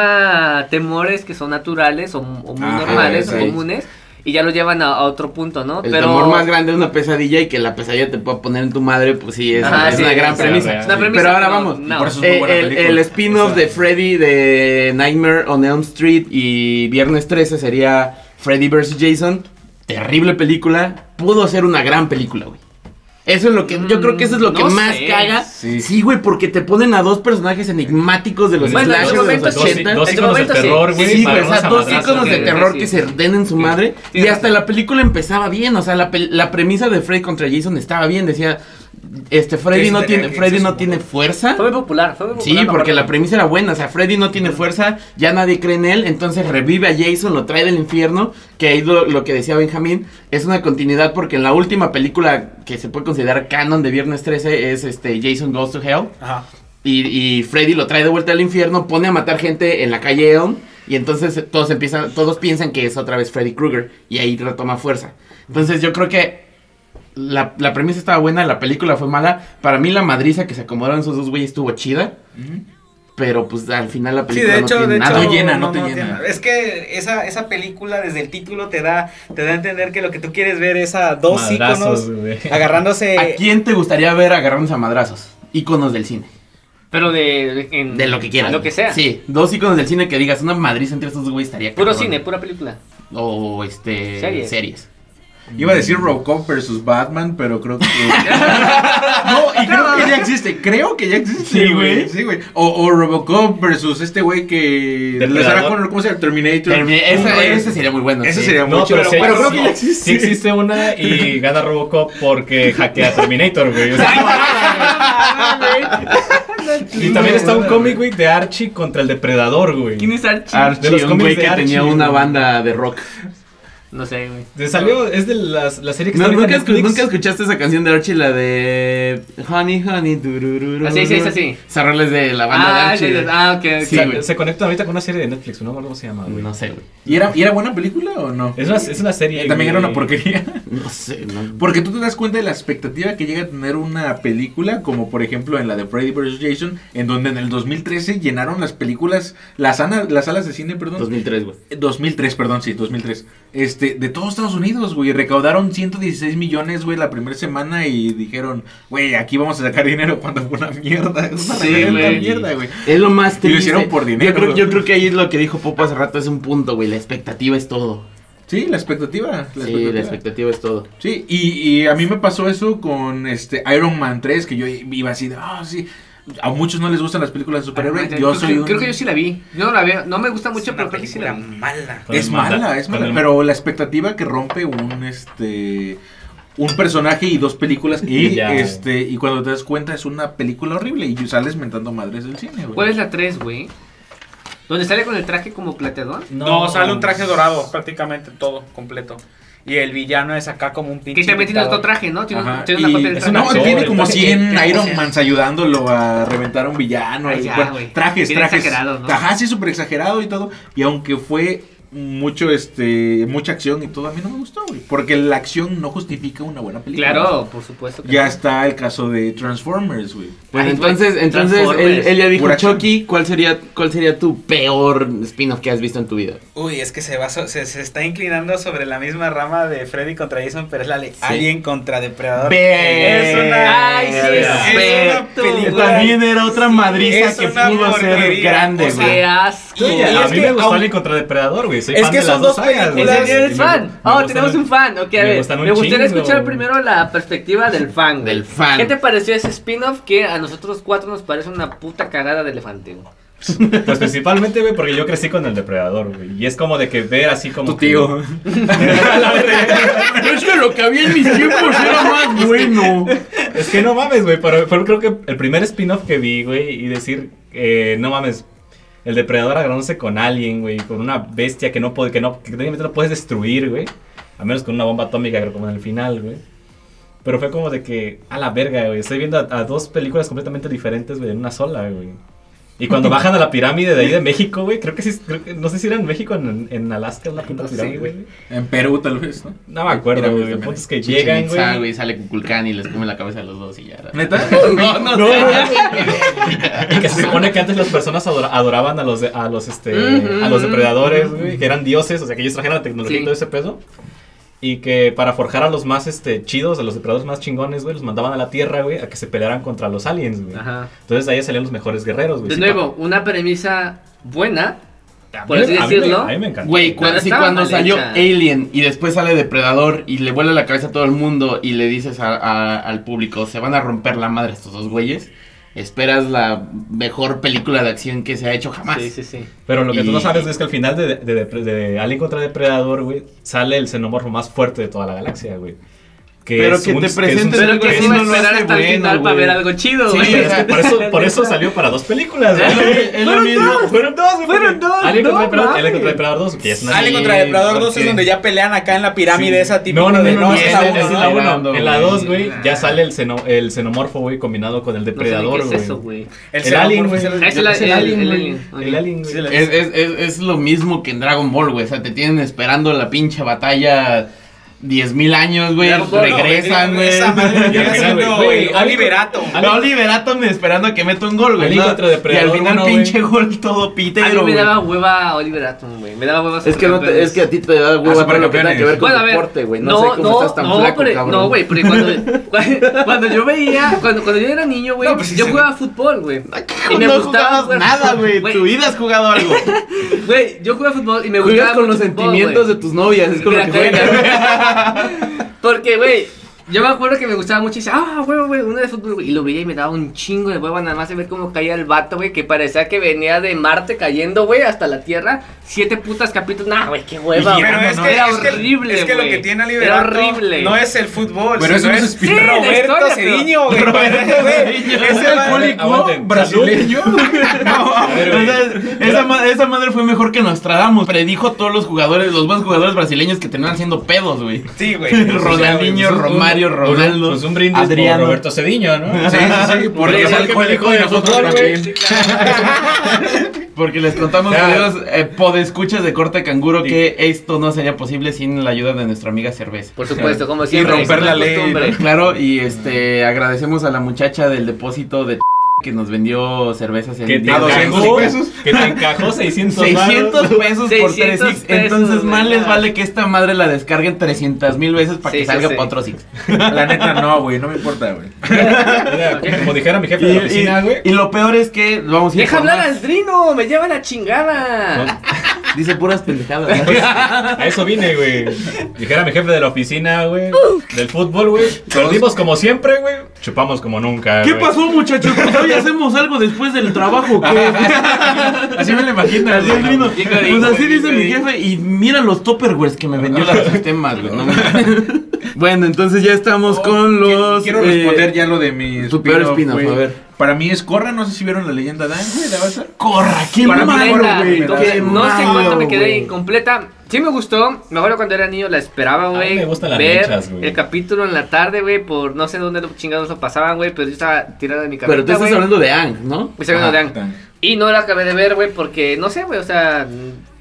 Speaker 1: retoma temores que son naturales o, o muy
Speaker 3: Ajá,
Speaker 1: normales o
Speaker 3: sí.
Speaker 1: comunes y ya lo llevan a, a otro punto, ¿no?
Speaker 2: el temor más grande es una pesadilla y que la pesadilla te pueda poner en tu madre, pues sí, es,
Speaker 1: Ajá,
Speaker 2: es
Speaker 1: sí,
Speaker 2: una gran
Speaker 5: sí,
Speaker 2: premisa.
Speaker 5: sí.
Speaker 1: es una premisa,
Speaker 2: Pero ahora vamos.
Speaker 1: no.
Speaker 3: Por eso-
Speaker 2: Eh,
Speaker 3: muy buena
Speaker 2: el,
Speaker 3: película.
Speaker 2: el spin-off de Freddy de Nightmare on Elm Street y Viernes 13 sería Freddy vs. Jason. Terrible película. Pudo ser una gran película, güey. Eso es lo que. Yo creo que eso es lo
Speaker 1: Mm,
Speaker 2: que
Speaker 1: no
Speaker 2: más
Speaker 1: sé.
Speaker 2: caga.
Speaker 3: Sí.
Speaker 2: Sí, güey, porque te ponen a dos personajes enigmáticos de los
Speaker 1: Bueno, en
Speaker 2: slashers
Speaker 1: su
Speaker 2: de
Speaker 1: momento
Speaker 2: los
Speaker 1: sí.
Speaker 2: 80.
Speaker 5: Dos
Speaker 1: En su
Speaker 5: iconos de
Speaker 1: momento sí.
Speaker 5: terror, güey.
Speaker 2: Sí, güey, o
Speaker 5: agarrarnos
Speaker 2: sea,
Speaker 5: a
Speaker 2: dos
Speaker 5: madrazos,
Speaker 2: íconos de
Speaker 5: güey.
Speaker 2: terror
Speaker 1: sí.
Speaker 2: que se den en su madre.
Speaker 1: Sí,
Speaker 2: y hasta
Speaker 1: sí.
Speaker 2: la película empezaba bien, o sea, la, pel- la premisa de Freddy contra Jason estaba bien. Decía, este, Freddy
Speaker 4: sí
Speaker 2: no
Speaker 4: tenía
Speaker 2: tiene,
Speaker 4: que
Speaker 2: Freddy
Speaker 4: ser
Speaker 2: no
Speaker 4: su
Speaker 2: tiene fuerza.
Speaker 1: Fue muy popular, fue muy popular.
Speaker 2: Sí,
Speaker 1: me
Speaker 2: porque
Speaker 1: acuerdo.
Speaker 2: la premisa era buena, o sea, Freddy no tiene fuerza, ya nadie cree en él, entonces revive a Jason, lo trae del infierno, que ahí lo, lo que decía Benjamín, es una continuidad porque en la última película que se puede considerar canon de Viernes 13 es este Jason Goes to Hell,
Speaker 4: Ajá.
Speaker 2: y, y Freddy lo trae de vuelta al infierno, pone a matar gente en la calle Elm. Y entonces todos empiezan, todos piensan que es otra vez Freddy Krueger. Y ahí retoma fuerza. Entonces yo creo que la, la premisa estaba buena, la película fue mala. Para mí la madriza que se acomodaron esos dos güeyes estuvo chida. Pero pues al final la
Speaker 4: Sí,
Speaker 2: película
Speaker 4: de
Speaker 2: no
Speaker 4: hecho,
Speaker 2: tiene
Speaker 4: de hecho,
Speaker 2: nada.
Speaker 3: No llena, no te llena.
Speaker 4: Es que esa, esa película desde el título te da, te da a entender que lo que tú quieres ver es a dos
Speaker 5: Madrazos,
Speaker 4: íconos
Speaker 5: güey.
Speaker 1: eh,
Speaker 4: agarrándose.
Speaker 2: ¿A quién te gustaría ver agarrándose a madrazos? Íconos del cine.
Speaker 1: Pero de, de- en-
Speaker 2: De lo que quieras.
Speaker 1: Lo que sea.
Speaker 2: Sí, dos íconos del cine que digas, una madriza entre estos dos güeyes estaría
Speaker 1: Puro
Speaker 2: cabrón.
Speaker 1: cine, pura película.
Speaker 2: O este.
Speaker 1: Series.
Speaker 2: series.
Speaker 3: Iba a decir Robocop versus Batman, pero creo que. no, y creo que ya existe. Creo que ya existe.
Speaker 2: Sí, güey.
Speaker 3: Sí, güey. O, o Robocop versus este güey que.
Speaker 5: Depredador.
Speaker 3: Les hará con. ¿Cómo se llama? Terminator.
Speaker 2: Terminé- esa-
Speaker 3: Güey,
Speaker 2: ese sería muy bueno.
Speaker 3: Ese
Speaker 2: sí.
Speaker 3: sería
Speaker 5: No,
Speaker 3: mucho.
Speaker 5: pero, sí,
Speaker 3: pero creo que
Speaker 5: sí-
Speaker 3: ya existe.
Speaker 5: sí existe una y gana Robocop porque hackea Terminator, güey. O sea, y también está un cómic, güey, de Archie contra el depredador, güey.
Speaker 1: ¿Quién es Archie?
Speaker 5: De
Speaker 2: Archie,
Speaker 5: los
Speaker 2: un
Speaker 5: cómics
Speaker 2: güey
Speaker 5: de
Speaker 2: que
Speaker 5: Archie,
Speaker 2: tenía
Speaker 5: güey.
Speaker 2: una banda de rock.
Speaker 1: No sé, güey.
Speaker 5: Se salió, es de las, la serie que
Speaker 2: No,
Speaker 5: está
Speaker 2: ¿nunca,
Speaker 5: ahorita en
Speaker 2: escu-
Speaker 5: Netflix.
Speaker 2: nunca escuchaste esa canción de Archie? La de Honey, Honey, durururu.
Speaker 1: Así, Ah, sí, sí, sí.
Speaker 2: Esa rola es de la banda de
Speaker 1: ah,
Speaker 2: Archie.
Speaker 1: sí,
Speaker 2: güey.
Speaker 1: ah, ok, ok.
Speaker 5: O sea,
Speaker 2: Sí, güey.
Speaker 5: se conecta ahorita con una serie de Netflix, no me acuerdo cómo se llama, güey.
Speaker 2: No sé, güey.
Speaker 3: ¿Y era, ¿Y era buena película o no? Eh,
Speaker 5: Es una, es una serie.
Speaker 3: También era
Speaker 5: güey.
Speaker 3: una porquería.
Speaker 2: No sé, no.
Speaker 3: Porque tú te das cuenta de la expectativa que llega a tener una película, como por ejemplo en la de Freddy vs. Jason, en donde en el 2013 llenaron las películas, las, ana- las salas de cine, perdón.
Speaker 2: 2003, güey.
Speaker 3: Eh, 2003, perdón, sí, 2003. Este, de todos Estados Unidos, güey. Recaudaron 116 millones, güey, la primera semana y dijeron, güey, aquí vamos a sacar dinero cuando fue una mierda. Una
Speaker 1: Sí,
Speaker 3: reverenda
Speaker 1: güey.
Speaker 3: mierda, güey.
Speaker 2: Es lo más
Speaker 3: Y
Speaker 2: triste.
Speaker 3: lo hicieron por dinero,
Speaker 2: Yo creo, yo
Speaker 3: güey.
Speaker 2: creo que ahí es lo que dijo Popo hace rato. Es un punto, güey. La expectativa es todo.
Speaker 3: Sí, la expectativa. La
Speaker 2: sí,
Speaker 3: expectativa.
Speaker 2: la expectativa es todo.
Speaker 3: Sí, y, y a mí me pasó eso con este Iron Man 3, que yo iba así de, ah, sí. A muchos no les gustan las películas de superhéroes.
Speaker 1: Creo
Speaker 3: Yo
Speaker 1: que-
Speaker 3: soy un-
Speaker 1: Creo que yo sí la vi. Yo no la veo. No me gusta mucho,
Speaker 4: una
Speaker 1: pero creo que sí la
Speaker 4: película
Speaker 1: vi.
Speaker 4: mala.
Speaker 5: Con el
Speaker 3: Es
Speaker 5: manda-
Speaker 3: mala, es
Speaker 5: con
Speaker 3: mala.
Speaker 5: el-
Speaker 3: Pero la expectativa que rompe un este un personaje y dos películas. Y,
Speaker 5: Y ya.
Speaker 3: este y cuando te das cuenta es una película horrible y sales mentando madres del cine,
Speaker 1: ¿Cuál
Speaker 3: güey.
Speaker 1: es la 3, güey? ¿Donde sale con el traje como plateador?
Speaker 4: No, sale un traje dorado, prácticamente todo, completo. Y el villano es acá como un pinche.
Speaker 1: Que también tiene otro
Speaker 4: dictador.
Speaker 1: traje, ¿no? Tiene, un-
Speaker 3: Ajá,
Speaker 1: tiene una
Speaker 3: y-
Speaker 1: parte del
Speaker 5: es
Speaker 1: traje.
Speaker 5: un
Speaker 3: No,
Speaker 5: actor,
Speaker 3: tiene
Speaker 5: el
Speaker 3: como
Speaker 5: traje-
Speaker 3: 100
Speaker 1: tiene como
Speaker 3: Iron
Speaker 1: 100.
Speaker 3: Mans ayudándolo a reventar a un villano.
Speaker 1: Ay,
Speaker 3: y,
Speaker 1: ya,
Speaker 3: bueno,
Speaker 1: güey.
Speaker 3: trajes,
Speaker 1: Bien
Speaker 3: trajes.
Speaker 1: exagerado, ¿no?
Speaker 3: Ajá, sí, súper exagerado y todo. Y aunque fue mucho, este, mucha acción y todo, a mí no me gustó, güey. Porque la acción no justifica una buena película.
Speaker 1: Claro, por supuesto. que
Speaker 3: Ya
Speaker 1: no.
Speaker 3: está el caso de Transformers, güey.
Speaker 2: Bueno,
Speaker 1: Ay,
Speaker 2: entonces,
Speaker 1: güey,
Speaker 2: entonces él,
Speaker 1: Transformers.
Speaker 2: él ya dijo,
Speaker 3: Pura acción.
Speaker 2: Chucky, ¿cuál sería, ¿cuál sería tu peor spin-off que has visto en tu vida?
Speaker 4: Uy, es que se, va so- se, se está inclinando sobre la misma rama de Freddy contra Jason, pero es la de Alien contra Depredador.
Speaker 2: Ve-
Speaker 4: Es una.
Speaker 1: Ay, sí,
Speaker 4: es una
Speaker 1: perfecto.
Speaker 4: película.
Speaker 2: También era otra madriza
Speaker 4: es
Speaker 2: que
Speaker 4: una
Speaker 2: pudo ser
Speaker 4: porquería,
Speaker 2: grande,
Speaker 4: o sea,
Speaker 2: güey.
Speaker 1: ¡Qué asco!
Speaker 4: Yo ya-
Speaker 1: Y
Speaker 5: a
Speaker 4: es
Speaker 5: mí
Speaker 4: que
Speaker 5: me gustó
Speaker 4: aún-
Speaker 5: Alien contra Depredador, güey. Soy
Speaker 4: Es
Speaker 5: fan
Speaker 4: que
Speaker 5: de
Speaker 4: son
Speaker 5: las
Speaker 4: dos
Speaker 5: dos sagas, güey.
Speaker 1: ¿En
Speaker 4: películas.
Speaker 1: serio
Speaker 5: Y
Speaker 1: eres
Speaker 5: me-
Speaker 1: fan?
Speaker 5: me
Speaker 1: Oh,
Speaker 5: gustan
Speaker 1: tenemos
Speaker 5: un-
Speaker 1: un fan. Ok, a
Speaker 5: me
Speaker 1: ver.
Speaker 5: gustan un
Speaker 1: Me gustaría
Speaker 5: chingo.
Speaker 1: escuchar primero la perspectiva del fan. güey.
Speaker 2: Del fan.
Speaker 1: ¿Qué te pareció ese spin-off que a nosotros cuatro nos parece una puta cagada de elefante? güey?
Speaker 5: Pues principalmente, güey, porque yo crecí con el depredador, güey. Y es como de que ver así como.
Speaker 3: Tu
Speaker 5: que-
Speaker 3: tío.
Speaker 2: Es que lo que había en mis tiempos era más bueno.
Speaker 5: Es que no mames, güey. Pero fue creo que el primer spin-off que vi, güey. Y decir, eh, no mames. El depredador agarrándose con alguien, güey. Con una bestia que no puede, que no, que técnicamente no puedes destruir, güey. A menos con una bomba atómica, creo, como en el final, güey. Pero fue como de que, a la verga, güey. Estoy viendo a, a dos películas completamente diferentes, güey, en una sola, güey. Y cuando bajan a la pirámide de ahí de México, güey, creo que sí, creo que- no sé si era en México, en, en Alaska, una puta pirámide, güey.
Speaker 3: En Perú, tal vez, ¿no?
Speaker 5: No me acuerdo,
Speaker 3: Pirámides
Speaker 5: güey. El
Speaker 3: también.
Speaker 5: punto es que llegan,
Speaker 2: Itza,
Speaker 5: güey.
Speaker 2: Sale Kukulkan y les come la cabeza a los dos y ya.
Speaker 3: ¿Neta?
Speaker 2: No, no,
Speaker 5: No,
Speaker 2: sé.
Speaker 5: no, Y que se supone que antes las personas adora- adoraban a los, de- a los, este,
Speaker 1: Ujú.
Speaker 5: a los depredadores, güey, que eran dioses, o sea, que ellos trajeron la tecnología
Speaker 1: Sí.
Speaker 5: y todo ese pedo. Y que para forjar a los más este, chidos, a los depredadores más chingones, güey, los mandaban a la Tierra, güey, a que se pelearan contra los aliens, güey.
Speaker 1: Ajá.
Speaker 5: Entonces de ahí salían los mejores guerreros, güey.
Speaker 1: De
Speaker 5: Sí,
Speaker 1: nuevo, una premisa buena.
Speaker 5: pa- a mí
Speaker 1: por
Speaker 5: me-
Speaker 1: así
Speaker 5: a mí me-
Speaker 1: decirlo,
Speaker 5: A mí me encanta.
Speaker 2: Güey, cuando,
Speaker 1: Pero
Speaker 2: sí,
Speaker 1: estaba
Speaker 2: cuando
Speaker 1: mal
Speaker 2: salió
Speaker 1: hecha.
Speaker 2: Alien y después sale Depredador y le vuela la cabeza a todo el mundo y le dices a- a- al público, se van a romper la madre estos dos güeyes, esperas la mejor película de acción que se ha hecho jamás.
Speaker 1: Sí, sí, sí.
Speaker 5: Pero lo que tú no
Speaker 2: Y-
Speaker 5: sabes es que al final de, de, de- de Alien contra Depredador, güey, sale el xenomorfo más fuerte de toda la galaxia, güey. Que
Speaker 2: Pero que te presenten
Speaker 5: ser-
Speaker 1: Pero
Speaker 2: algo
Speaker 1: que sí
Speaker 2: que no
Speaker 1: va a
Speaker 2: lo
Speaker 1: esperar
Speaker 2: hace
Speaker 1: hasta el
Speaker 2: bueno,
Speaker 1: final para
Speaker 2: güey.
Speaker 1: ver algo chido,
Speaker 2: Sí,
Speaker 1: güey.
Speaker 5: Pero es que por eso, por eso salió para dos películas,
Speaker 2: Es lo-
Speaker 5: güey.
Speaker 2: es lo mismo.
Speaker 5: Fueron dos, güey.
Speaker 1: Fueron dos,
Speaker 5: Alien
Speaker 1: no
Speaker 5: contra Depredador, Alien
Speaker 1: mames.
Speaker 5: contra Depredador 2, que ya es una
Speaker 4: Alien
Speaker 2: Sí,
Speaker 4: contra Depredador 2 es
Speaker 2: porque-
Speaker 4: donde ya pelean acá en la pirámide esa típica.
Speaker 5: No, no, no,
Speaker 4: de-
Speaker 5: no,
Speaker 2: no,
Speaker 5: es
Speaker 4: es
Speaker 2: ese-
Speaker 5: la
Speaker 4: la
Speaker 5: uno,
Speaker 4: uno,
Speaker 5: es
Speaker 2: ese
Speaker 4: ¿no?
Speaker 5: la uno.
Speaker 2: Tirando,
Speaker 5: En la
Speaker 2: güey.
Speaker 5: 2, güey, ya sale el, xeno- el xenomorfo, güey, combinado con el
Speaker 1: No sé ni
Speaker 5: depredador,
Speaker 1: qué es
Speaker 5: güey.
Speaker 1: eso, güey.
Speaker 5: El alien, güey.
Speaker 1: Ah, es el-
Speaker 5: Es el
Speaker 1: el-
Speaker 5: alien,
Speaker 1: el
Speaker 5: güey.
Speaker 1: alien,
Speaker 5: El
Speaker 1: ok.
Speaker 5: alien,
Speaker 4: Sí,
Speaker 5: güey.
Speaker 4: la-
Speaker 2: Es, es- es- es lo mismo que en Dragon Ball, güey. O sea, te tienen esperando la pinche batalla 10.000 años, güey.
Speaker 1: Dragon Ball, no,
Speaker 2: Regresan, güey.
Speaker 4: Esa madre
Speaker 5: Y al
Speaker 4: viene
Speaker 5: final,
Speaker 4: siendo
Speaker 5: güey,
Speaker 4: el
Speaker 5: güey,
Speaker 4: Oliverato.
Speaker 5: Alien-
Speaker 2: No, liberátame esperando a que meta un gol, güey.
Speaker 5: Alien
Speaker 2: ¿no?
Speaker 5: contra
Speaker 2: y al
Speaker 5: Depredador
Speaker 2: final
Speaker 5: uno,
Speaker 2: pinche gol todo
Speaker 1: A mí
Speaker 2: pitero,
Speaker 1: me
Speaker 2: güey.
Speaker 1: daba hueva Oliver Atom, güey. Me daba hueva
Speaker 6: Es que, no te- es que a ti te da
Speaker 3: Ah,
Speaker 6: hueva todo lo que tenga
Speaker 3: supercampeones.
Speaker 6: que ver con
Speaker 1: Bueno, a ver,
Speaker 6: deporte, güey. No, sé cómo estás tan
Speaker 1: no,
Speaker 6: flaco,
Speaker 1: pero-
Speaker 6: cabrón.
Speaker 1: No, güey, pero cuando, cuando, cuando yo veía, cuando, cuando yo era niño, güey,
Speaker 3: No, pues sí
Speaker 1: yo
Speaker 3: se
Speaker 1: jugaba fútbol, güey.
Speaker 2: Y me no jugabas
Speaker 1: jugar-
Speaker 2: nada, güey. Tu vida has jugado algo.
Speaker 1: Güey, yo jugaba fútbol y me
Speaker 6: Juegas
Speaker 1: gustaba
Speaker 6: con los
Speaker 1: mucho fútbol,
Speaker 6: sentimientos
Speaker 1: güey.
Speaker 6: de tus novias, es con lo
Speaker 1: Mira,
Speaker 6: que juegas.
Speaker 1: güey. Porque, güey, yo me acuerdo que me gustaba mucho y decía, ah, güey, güey, uno de fútbol, güey. Y lo veía y me daba un chingo de hueva nada más de ver cómo caía el vato, güey, que parecía que venía de Marte cayendo, güey, hasta la Tierra. Siete putas capítulos. Nah, güey, qué hueva,
Speaker 3: Y
Speaker 1: güey.
Speaker 3: girando,
Speaker 4: Pero es
Speaker 3: no,
Speaker 4: que,
Speaker 1: era
Speaker 4: es que-
Speaker 1: horrible,
Speaker 4: es que lo
Speaker 1: güey.
Speaker 4: que tiene
Speaker 1: Era
Speaker 4: Oliverato
Speaker 1: horrible.
Speaker 4: no es el fútbol,
Speaker 3: Pero eso
Speaker 4: sino
Speaker 3: no es
Speaker 4: es
Speaker 1: Sí, la
Speaker 4: Roberto
Speaker 1: historia,
Speaker 4: Cediño, güey.
Speaker 2: Es
Speaker 4: Ese
Speaker 2: el
Speaker 4: va-
Speaker 5: Aguanten,
Speaker 2: alcohólico
Speaker 5: salud.
Speaker 2: brasileño. No,
Speaker 5: ver,
Speaker 2: o sea, esa, ma- esa madre fue mejor que Nostradamus. Predijo todos los jugadores, los buenos jugadores brasileños que terminan siendo pedos, güey.
Speaker 4: Sí, güey.
Speaker 2: Ronaldinho,
Speaker 5: Pues un-
Speaker 2: Romario,
Speaker 5: un-
Speaker 2: Ronaldo,
Speaker 5: Pues un brindis
Speaker 2: Adriano.
Speaker 5: por Roberto Cediño, ¿no?
Speaker 3: Sí, sí, sí, porque
Speaker 1: es
Speaker 3: es
Speaker 1: el
Speaker 3: alcohólico y nosotros
Speaker 5: fútbol, güey.
Speaker 3: también.
Speaker 2: Porque les contamos
Speaker 5: Ya.
Speaker 2: videos eh, podescuchas de corte canguro
Speaker 5: Sí.
Speaker 2: que esto no sería posible sin la ayuda de nuestra amiga cerveza.
Speaker 1: Por supuesto, como siempre.
Speaker 3: romper
Speaker 1: como
Speaker 3: la ley,
Speaker 1: costumbre.
Speaker 2: Claro, y este agradecemos a la muchacha del depósito de que nos vendió cervezas en
Speaker 5: Que te
Speaker 3: A 200
Speaker 5: encajó,
Speaker 3: pesos.
Speaker 5: que te encajó 600
Speaker 2: 600 pesos por 3
Speaker 1: 600
Speaker 2: six. Entonces,
Speaker 1: pesos,
Speaker 2: más
Speaker 1: güey.
Speaker 2: les vale que esta madre la descarguen 300 mil veces para
Speaker 1: Sí,
Speaker 2: que
Speaker 1: sí,
Speaker 2: salga
Speaker 1: sí.
Speaker 2: para otro six.
Speaker 3: La neta, no, güey, no me importa, güey.
Speaker 5: Mira, Como dijera mi
Speaker 2: Y,
Speaker 5: jefe de la
Speaker 2: y-
Speaker 5: oficina, güey.
Speaker 2: y lo peor es que vamos a ir
Speaker 1: Deja
Speaker 2: por
Speaker 1: hablar
Speaker 2: más.
Speaker 1: al Drino, me lleva la chingada.
Speaker 6: Dice puras pendejadas. ¿no?
Speaker 5: A eso vine, güey. Dijera mi jefe de la oficina, güey. Del fútbol, güey. Perdimos como siempre, güey. Chupamos como nunca. güey.
Speaker 2: muchachos? Pues hoy hacemos algo después del trabajo.
Speaker 3: Así me lo imagino.
Speaker 2: Así es, Lino.
Speaker 1: Digo, digo,
Speaker 2: Pues así dice
Speaker 1: digo,
Speaker 2: mi
Speaker 1: digo.
Speaker 2: jefe. Y mira los topperwares que me vendió los sistemas, güey. no mames. Bueno, entonces ya estamos
Speaker 3: Oh,
Speaker 2: con
Speaker 3: que-
Speaker 2: los.
Speaker 3: Quiero
Speaker 2: eh,
Speaker 3: responder ya lo de mi.
Speaker 6: tu peor
Speaker 3: spin-off,
Speaker 6: spin-off,
Speaker 3: güey.
Speaker 6: a ver.
Speaker 3: Para mí es Corra, no sé si vieron la leyenda Dan, güey, de Avatar.
Speaker 2: Corra, qué
Speaker 3: Para mí
Speaker 2: malo,
Speaker 3: Corra,
Speaker 2: güey.
Speaker 3: me da
Speaker 1: que
Speaker 2: Qué
Speaker 1: no sé
Speaker 2: malo,
Speaker 1: cuánto me quedé
Speaker 2: güey.
Speaker 1: incompleta. Sí me gustó, me acuerdo cuando era niño la esperaba,
Speaker 5: mí
Speaker 1: güey.
Speaker 5: me gustan las
Speaker 1: ver
Speaker 5: mechas, güey.
Speaker 1: El capítulo en la tarde, güey, por no sé dónde los chingados lo pasaban, güey, pero yo estaba tirada de mi cabeza.
Speaker 6: Pero tú estás hablando de Ang, ¿no?
Speaker 3: Ajá,
Speaker 1: de Ang. Y no la acabé de ver, güey, porque no sé, güey, o sea,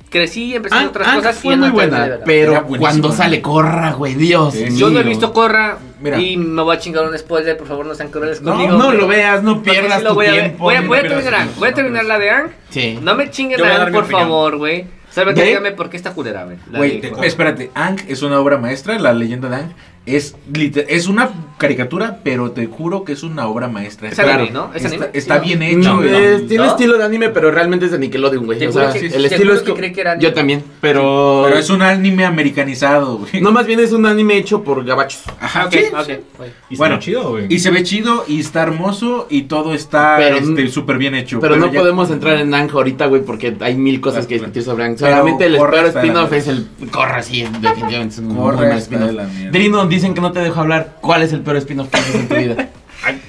Speaker 1: crecí y empecé a
Speaker 2: Ang-
Speaker 1: hacer pues, otras
Speaker 2: Ang
Speaker 1: cosas y
Speaker 2: fue
Speaker 1: ya no
Speaker 2: muy
Speaker 1: acabé de
Speaker 2: buena,
Speaker 1: verla.
Speaker 3: Era
Speaker 2: pero
Speaker 3: buenísima.
Speaker 2: cuando sale Corra, güey, Dios
Speaker 3: Sí.
Speaker 1: Yo no he
Speaker 2: mío.
Speaker 1: visto Corra
Speaker 3: Mira.
Speaker 1: y me voy a chingar un spoiler, por favor, no sean crueles
Speaker 2: No,
Speaker 1: conmigo.
Speaker 2: no
Speaker 1: güey.
Speaker 2: lo veas, no
Speaker 1: Porque sí
Speaker 2: pierdas
Speaker 1: lo
Speaker 2: tu
Speaker 1: voy a ver.
Speaker 2: tiempo.
Speaker 1: Voy a,
Speaker 3: no
Speaker 1: voy a
Speaker 3: pierdas tu
Speaker 1: terminar, Ang,
Speaker 3: tiempo,
Speaker 1: voy a
Speaker 3: no
Speaker 1: terminar
Speaker 3: pierdas.
Speaker 1: la de Ang.
Speaker 2: Sí.
Speaker 1: No me chinguen
Speaker 4: Yo voy a
Speaker 1: a Ang,
Speaker 4: dar mi
Speaker 1: por
Speaker 4: opinión.
Speaker 1: favor, güey. Sálvate,
Speaker 2: ¿Ve?
Speaker 1: dígame por qué está culera, güey. la
Speaker 3: Güey,
Speaker 1: de
Speaker 3: te-
Speaker 1: Corra.
Speaker 3: espérate, Ang es una obra maestra, la leyenda de Ang. Es, liter- es una caricatura, pero te juro que es una obra maestra.
Speaker 1: Es
Speaker 3: Está-
Speaker 1: anime, ¿no? ¿Es
Speaker 3: está,
Speaker 1: anime?
Speaker 3: está
Speaker 1: Sí, ¿no?
Speaker 3: bien hecho,
Speaker 2: No,
Speaker 3: güey.
Speaker 2: es- tiene
Speaker 1: ¿No?
Speaker 6: estilo de anime, pero realmente es de Nickelodeon, güey.
Speaker 1: Te
Speaker 6: O
Speaker 1: juro
Speaker 6: sea,
Speaker 1: que-
Speaker 6: el
Speaker 1: te
Speaker 6: estilo
Speaker 1: juro
Speaker 6: es
Speaker 1: que
Speaker 6: co-
Speaker 1: creí que era anime.
Speaker 6: Yo también, pero...
Speaker 3: Pero es un anime americanizado, güey.
Speaker 6: No, más bien es un anime hecho por gabachos.
Speaker 3: Ajá,
Speaker 1: Ok,
Speaker 3: sí,
Speaker 1: ok,
Speaker 3: sí.
Speaker 1: güey.
Speaker 3: Bueno,
Speaker 5: Y bueno, chido, güey.
Speaker 3: Y se ve chido y está hermoso y todo está
Speaker 6: Pero-
Speaker 3: este, súper bien hecho.
Speaker 6: Pero, no
Speaker 3: ya-
Speaker 6: podemos entrar en Ang ahorita, güey, porque hay mil cosas que discutir sobre Ang.
Speaker 3: Pero
Speaker 6: Solamente el
Speaker 3: corre
Speaker 6: peor
Speaker 3: hasta
Speaker 6: spin-off
Speaker 3: la-
Speaker 6: es el... Corra, sí, definitivamente es un muy
Speaker 3: Corre
Speaker 6: mal
Speaker 3: hasta
Speaker 6: spin-off.
Speaker 3: la mierda.
Speaker 6: Drino, dicen que no te dejo hablar. ¿Cuál es el peor spin-off que haces en tu vida?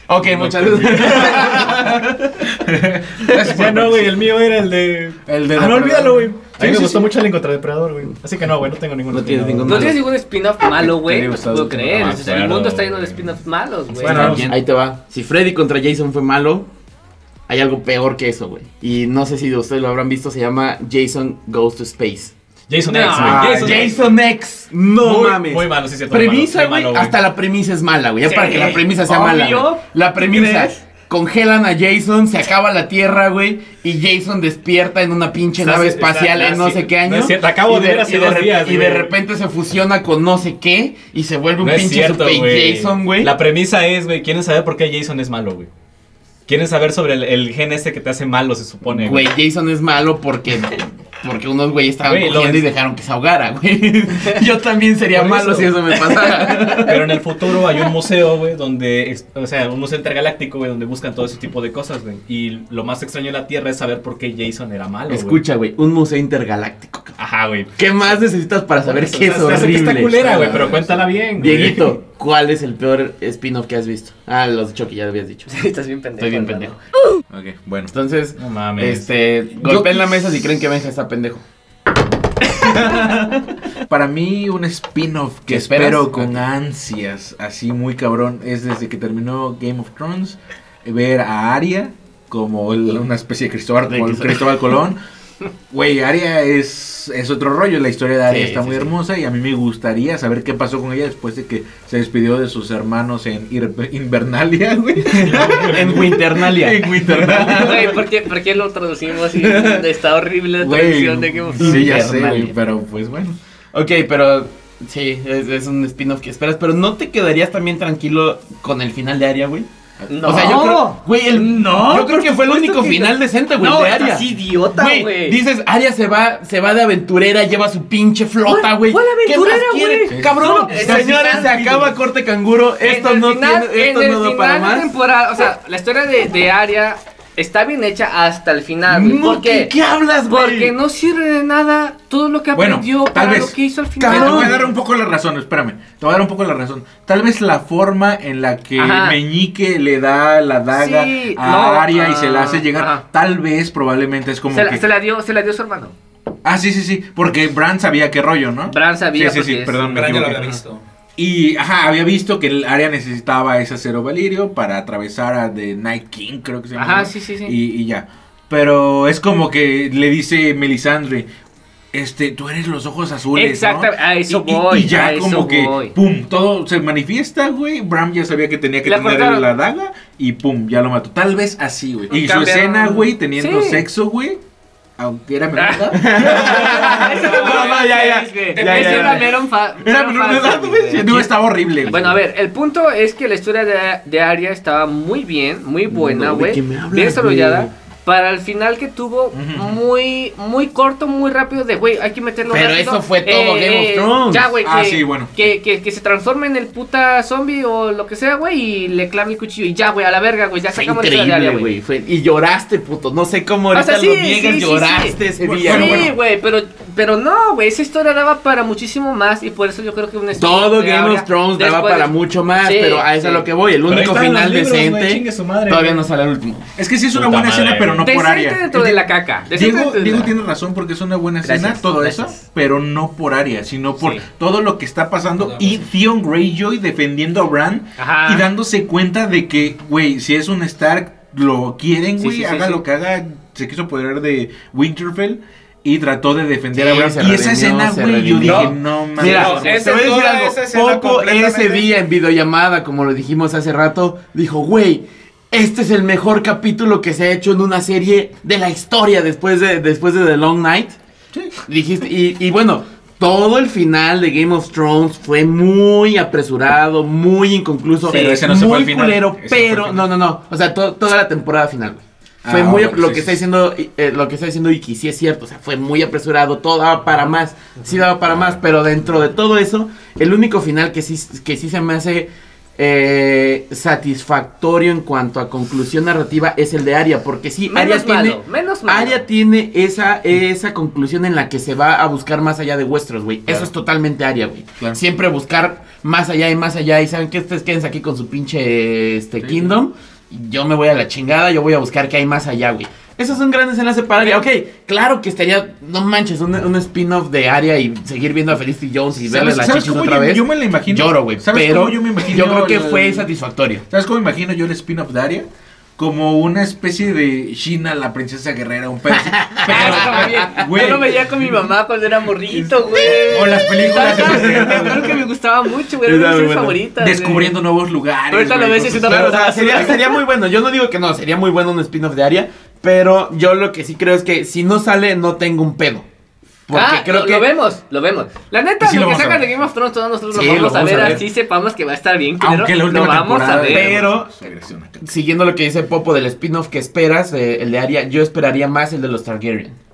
Speaker 6: ok,
Speaker 3: no
Speaker 6: muchas
Speaker 3: te
Speaker 6: gracias.
Speaker 3: Gracias por
Speaker 5: Ya no, güey, el mío era el de.
Speaker 3: El de
Speaker 5: Ah, no,
Speaker 3: Depredador.
Speaker 5: olvídalo, güey. a
Speaker 3: Sí,
Speaker 5: mí me
Speaker 3: sí,
Speaker 5: gustó
Speaker 3: sí.
Speaker 5: mucho el Encontradepredador, güey. Así que no, güey, no tengo ningún
Speaker 6: No tienes
Speaker 5: opinión.
Speaker 6: ningún-
Speaker 1: No tienes ningún spin-off
Speaker 6: Ah,
Speaker 1: malo,
Speaker 3: Te
Speaker 1: güey.
Speaker 3: digo,
Speaker 1: No
Speaker 3: está
Speaker 1: te puedo
Speaker 3: dulce,
Speaker 1: creer.
Speaker 5: no,
Speaker 1: O sea, el
Speaker 5: claro,
Speaker 1: mundo está lleno de
Speaker 5: güey.
Speaker 1: spin-offs malos, güey.
Speaker 5: Bueno,
Speaker 1: Sí,
Speaker 5: bien.
Speaker 6: Pues, Ahí te va. Si Freddy contra Jason fue malo, hay algo peor que eso, güey. Y no sé si ustedes lo habrán visto, se llama Jason Goes to Space.
Speaker 5: Jason
Speaker 1: No.
Speaker 5: X,
Speaker 3: Ah,
Speaker 5: güey. Jason X.
Speaker 2: Jason X, no
Speaker 5: Muy-
Speaker 2: mames.
Speaker 5: Muy malo, sí, es cierto. muy
Speaker 2: premisa,
Speaker 5: malo, muy
Speaker 2: güey.
Speaker 5: malo,
Speaker 2: Hasta la premisa es mala, güey. Ya
Speaker 1: Sí,
Speaker 2: para que la premisa sea
Speaker 1: obvio.
Speaker 2: mala. güey. La premisa.
Speaker 1: crees?
Speaker 2: Congelan a Jason, se acaba la Tierra, güey, y Jason despierta en una pinche
Speaker 5: Está-
Speaker 2: nave
Speaker 5: está-
Speaker 2: espacial
Speaker 5: está-
Speaker 2: en no
Speaker 5: sí,
Speaker 2: sé qué
Speaker 5: no
Speaker 2: año.
Speaker 5: es cierto, acabo
Speaker 2: y
Speaker 5: de ver hace
Speaker 2: y de
Speaker 5: dos
Speaker 2: re-
Speaker 5: días,
Speaker 2: Y de
Speaker 5: güey.
Speaker 2: repente se fusiona con no sé qué y se vuelve un
Speaker 5: No es
Speaker 2: pinche
Speaker 5: cierto,
Speaker 2: super
Speaker 5: güey.
Speaker 2: Jason, güey.
Speaker 5: La premisa es, güey, quieren saber por qué Jason es malo, güey. Quieren saber sobre el, el gen ese que te hace malo, se supone.
Speaker 2: Güey, Jason es malo porque porque unos güeyes estaban
Speaker 5: Güey, lo
Speaker 2: cogiendo y
Speaker 5: es-
Speaker 2: dejaron que se ahogara, güey. Yo también sería
Speaker 5: Por
Speaker 2: malo
Speaker 5: eso.
Speaker 2: si eso me pasara.
Speaker 5: Pero en el futuro hay un museo, güey, donde, ex- o sea, un museo intergaláctico, güey, donde buscan todo ese tipo de cosas, güey. Y lo más extraño de la Tierra es saber por qué Jason era malo, Ah, güey.
Speaker 6: Escucha, güey, un museo intergaláctico.
Speaker 5: Ajá, güey.
Speaker 6: ¿Qué más necesitas para saber
Speaker 5: Eso,
Speaker 6: qué
Speaker 5: o
Speaker 6: es
Speaker 5: sea, se hace que Está
Speaker 6: horrible?
Speaker 5: culera, güey, pero cuéntala bien, güey.
Speaker 6: Dieguito, ¿cuál es el peor spin-off que has visto? Ah, los de Chucky, ya lo habías dicho.
Speaker 1: Estás bien pendejo.
Speaker 6: Estoy bien
Speaker 1: hermano.
Speaker 6: pendejo.
Speaker 3: Ok, bueno.
Speaker 6: Entonces,
Speaker 5: No mames.
Speaker 6: este, golpeen la mesa si creen que Benja está pendejo.
Speaker 3: Para mí, un spin-off que
Speaker 6: ¿Qué esperas?
Speaker 3: espero con ansias, así muy cabrón, es desde que terminó Game of Thrones, ver a Aria como el- una especie de Cristóbal,
Speaker 6: De
Speaker 3: Col-
Speaker 6: Cristóbal.
Speaker 3: Cristóbal Colón. Güey, Aria es, es otro rollo, la historia de Aria
Speaker 6: Sí,
Speaker 3: está
Speaker 6: sí,
Speaker 3: muy
Speaker 6: sí.
Speaker 3: hermosa y a mí me gustaría saber qué pasó con ella después de que se despidió de sus hermanos en Ir- Invernalia, güey.
Speaker 6: en Winternalia.
Speaker 3: en Winternalia.
Speaker 1: Güey, ¿por qué, por qué lo traducimos y está horrible la
Speaker 3: Güey,
Speaker 1: traducción de Game of Thrones?
Speaker 3: sí, ya sé,
Speaker 6: Invernalia.
Speaker 3: güey, pero pues bueno.
Speaker 6: Ok, pero sí, es, es un spin-off que esperas, pero ¿no te quedarías también tranquilo con el final de Aria, güey?
Speaker 1: No.
Speaker 6: O sea, yo creo, güey, el, no, yo creo que fue el único final decente, güey,
Speaker 1: No,
Speaker 6: de Aria.
Speaker 1: estás idiota, güey.
Speaker 6: dices, Aria se va, se va de aventurera, lleva su pinche flota,
Speaker 1: ¿Cuál-
Speaker 6: güey.
Speaker 1: cuál
Speaker 6: ¿Qué
Speaker 1: aventurera,
Speaker 6: más quiere?
Speaker 2: Este,
Speaker 1: güey?
Speaker 6: Cabrón,
Speaker 1: No, es el
Speaker 6: señores,
Speaker 1: final,
Speaker 6: se acaba corte canguro, esto no tiene, esto
Speaker 1: en el
Speaker 6: no da
Speaker 1: final
Speaker 6: para
Speaker 1: de
Speaker 6: más.
Speaker 1: temporada, o sea, la historia de, de Aria está bien hecha hasta el final, güey.
Speaker 6: No,
Speaker 1: ¿Por qué?
Speaker 6: ¿qué, qué hablas, güey?
Speaker 1: Porque no sirve de nada todo lo que
Speaker 3: Bueno,
Speaker 1: aprendió
Speaker 3: tal
Speaker 1: para lo
Speaker 3: vez.
Speaker 1: que hizo al final.
Speaker 3: Mira, Te voy a
Speaker 6: Cabrón.
Speaker 3: dar un poco la razón, espérame. Te voy a dar un poco la razón. Tal vez la forma en la que
Speaker 1: Ajá.
Speaker 3: Meñique le da la daga
Speaker 1: Sí,
Speaker 3: a
Speaker 1: no,
Speaker 3: Aria y se la
Speaker 1: ah,
Speaker 3: hace llegar,
Speaker 1: ajá.
Speaker 3: tal vez probablemente es como
Speaker 1: Se, la-
Speaker 3: que...
Speaker 1: se la dio, se la dio su hermano.
Speaker 3: Ah, sí, sí, sí, porque Bran sabía qué rollo, ¿no?
Speaker 1: Bran sabía
Speaker 3: Sí, sí, sí,
Speaker 1: porque es-
Speaker 3: perdón, me
Speaker 4: Gran ya lo
Speaker 3: equivoqué.
Speaker 4: había visto.
Speaker 3: Y, ajá, había visto que el Aria necesitaba ese acero valirio para atravesar a The Night King, creo que se llama.
Speaker 1: Ajá,
Speaker 3: ¿no?
Speaker 1: sí, sí, sí.
Speaker 3: Y, y ya. Pero es como que le dice Melisandre, este, tú eres los ojos azules, ¿no?
Speaker 1: Exacto, a eso
Speaker 3: Y- y-
Speaker 1: voy,
Speaker 3: Y, ya
Speaker 1: a eso
Speaker 3: como que,
Speaker 1: voy.
Speaker 3: pum, todo se manifiesta, güey. Bram ya sabía que tenía que
Speaker 1: La
Speaker 3: tener
Speaker 1: cortaron.
Speaker 3: la daga y pum, ya lo mató. Tal vez así, güey. Y su
Speaker 1: Cambiaron.
Speaker 3: escena, güey, teniendo
Speaker 1: Sí.
Speaker 3: sexo, güey, aunque era menor.
Speaker 1: no,
Speaker 2: no, ya, ya, ya, ya, ya.
Speaker 1: Era mero fa-
Speaker 3: Era
Speaker 1: mero
Speaker 3: menor de
Speaker 1: falso,
Speaker 3: edad, güey. No, estaba horrible, güey.
Speaker 1: Bueno, a ver, el punto es que la historia de, de Aria estaba muy bien, muy buena,
Speaker 6: No, ¿de
Speaker 1: güey.
Speaker 6: qué me hablas,
Speaker 1: bien desarrollada.
Speaker 6: güey?
Speaker 1: Para el final que tuvo
Speaker 3: Ujú.
Speaker 1: muy muy corto, muy rápido de, güey, hay que meterlo
Speaker 6: Pero
Speaker 1: rápido. Eh,
Speaker 6: eso fue todo Game of Thrones.
Speaker 1: Ya, güey, que,
Speaker 3: Ah, sí, bueno.
Speaker 1: que, que, que se transforme en el puta zombie o lo que sea, güey, y le clave el cuchillo. Y ya, güey, a la verga, güey, ya
Speaker 6: Fue
Speaker 1: sacamos la historia de Aria,
Speaker 6: increíble,
Speaker 1: güey.
Speaker 6: güey. fue- Y lloraste, puto. No sé cómo ahorita
Speaker 1: O sea, sí,
Speaker 6: lo niegas,
Speaker 1: sí, sí,
Speaker 6: lloraste
Speaker 1: sí.
Speaker 6: ese
Speaker 1: Bueno,
Speaker 6: día,
Speaker 1: Sí,
Speaker 6: güey.
Speaker 1: güey, pero Pero no, güey, esa historia daba para muchísimo más y por eso yo creo que un spin-off
Speaker 2: Todo
Speaker 1: de
Speaker 2: Game
Speaker 1: ahora,
Speaker 2: of Thrones daba
Speaker 1: después-
Speaker 2: para mucho más,
Speaker 1: Sí,
Speaker 2: pero a eso
Speaker 1: sí.
Speaker 2: es a lo que voy. El único final decente. Todavía no
Speaker 5: se
Speaker 2: sale el último.
Speaker 3: Es que sí es una
Speaker 5: Puta
Speaker 3: buena
Speaker 5: madre,
Speaker 3: escena, pero no por
Speaker 1: Decente
Speaker 3: área.
Speaker 1: dentro de la caca. decente
Speaker 3: Diego,
Speaker 1: dentro de
Speaker 3: Diego
Speaker 1: la-
Speaker 3: tiene razón porque es una buena escena,
Speaker 1: Gracias,
Speaker 3: todo
Speaker 1: gracias.
Speaker 3: eso, pero no por área, sino por
Speaker 1: Sí.
Speaker 3: todo lo que está pasando
Speaker 4: Toda
Speaker 3: y Theon Greyjoy defendiendo a Bran
Speaker 1: Ajá.
Speaker 2: Ah.
Speaker 3: y dándose cuenta de que, güey, si es un Stark, lo quieren,
Speaker 1: Sí,
Speaker 3: güey,
Speaker 1: sí, sí,
Speaker 3: haga
Speaker 1: sí.
Speaker 3: lo que haga, se quiso poder de Winterfell y trató de defender
Speaker 2: Sí,
Speaker 3: a Bran.
Speaker 2: se
Speaker 3: Y esa
Speaker 2: redimió,
Speaker 3: escena,
Speaker 2: se
Speaker 3: güey, yo
Speaker 2: redimió.
Speaker 3: dije, no mames.
Speaker 2: Mira,
Speaker 4: no,
Speaker 2: te
Speaker 4: esa
Speaker 2: voy a
Speaker 4: es
Speaker 2: decir
Speaker 4: toda
Speaker 2: algo.
Speaker 4: esa escena
Speaker 2: Poco ese
Speaker 4: completamente-
Speaker 2: día en videollamada, como lo dijimos hace rato, dijo, güey, este es el mejor capítulo que se ha hecho en una serie de la historia después de, después de The Long Night. Dijiste, y, y bueno, todo el final de Game of Thrones fue muy apresurado, muy inconcluso.
Speaker 3: Pero ese no se
Speaker 2: muy
Speaker 3: fue el final.
Speaker 2: culero,
Speaker 3: Ese no fue el
Speaker 2: pero
Speaker 3: final.
Speaker 2: no, no, no. O sea, to- toda la temporada final, güey.
Speaker 3: Ah,
Speaker 2: Fue muy
Speaker 3: bueno,
Speaker 2: ap- lo
Speaker 3: sí,
Speaker 2: que
Speaker 3: sí,
Speaker 2: está
Speaker 3: sí.
Speaker 2: diciendo eh, lo que está diciendo Iki, sí es cierto, o sea, fue muy apresurado, todo daba para más, sí daba para más, pero dentro de todo eso, el único final que sí, que sí se me hace eh, satisfactorio en cuanto a conclusión narrativa es el de Aria, porque sí, Aria
Speaker 1: Menos
Speaker 2: tiene,
Speaker 1: malo, menos malo.
Speaker 2: Aria tiene esa, esa conclusión en la que se va a buscar más allá de Westeros, güey. Eso es totalmente Aria, güey.
Speaker 3: Claro.
Speaker 2: Siempre buscar más allá y más allá. Y saben que ustedes quédense aquí con su pinche este, Kingdom. Yo me voy a la chingada, yo voy a buscar qué hay más allá, güey. Esos son grandes enlaces para Aria. Ok, claro que estaría, no manches, un, un spin-off de Aria y seguir viendo a Felicity Jones y verle
Speaker 3: ¿Sabes-
Speaker 2: las
Speaker 3: sabes
Speaker 2: chichis
Speaker 3: cómo
Speaker 2: otra
Speaker 3: yo-
Speaker 2: vez.
Speaker 3: yo me la imagino?
Speaker 2: Lloro, güey.
Speaker 3: ¿Sabes
Speaker 2: Pero
Speaker 3: cómo yo me imagino
Speaker 2: yo creo que
Speaker 3: la-
Speaker 2: fue satisfactorio.
Speaker 3: ¿Sabes cómo imagino yo el spin-off de Arya? Como una especie de China, la princesa guerrera, un pedo así.
Speaker 1: Ah, no, está bien.
Speaker 3: Güey.
Speaker 1: Yo lo veía con mi mamá cuando era morrito, güey.
Speaker 3: O las películas de
Speaker 1: Estaba-
Speaker 3: Western.
Speaker 1: Creo que me gustaba mucho, güey. Era
Speaker 2: Era
Speaker 1: una de mis
Speaker 2: bueno.
Speaker 1: favoritas. güey.
Speaker 3: descubriendo nuevos lugares.
Speaker 1: Ahorita lo
Speaker 3: güey,
Speaker 1: ves y se
Speaker 3: cosas
Speaker 1: te-
Speaker 2: Claro, o sea, sería, sería muy bueno. Yo no digo que no, sería muy bueno un spin-off de Aria. Pero yo lo que sí creo es que si no sale, no tengo un pedo. Porque
Speaker 1: Ah,
Speaker 2: creo
Speaker 1: lo,
Speaker 2: que.
Speaker 1: lo vemos, lo vemos. La neta,
Speaker 3: Sí, lo
Speaker 1: lo, que
Speaker 3: vamos a
Speaker 1: sacan de
Speaker 3: ver.
Speaker 1: Game of Thrones todos nosotros
Speaker 2: Sí,
Speaker 1: lo vamos, a, ver,
Speaker 2: ver.
Speaker 1: así sepamos que va a estar bien.
Speaker 3: así.
Speaker 1: culero,
Speaker 3: Aunque la última
Speaker 1: lo vamos
Speaker 3: temporada
Speaker 1: a ver.
Speaker 2: Pero-
Speaker 3: Pero
Speaker 2: Siguiendo lo que dice Popo del spin-off que esperas, eh, el de Aria, yo esperaría más el de los Targaryen.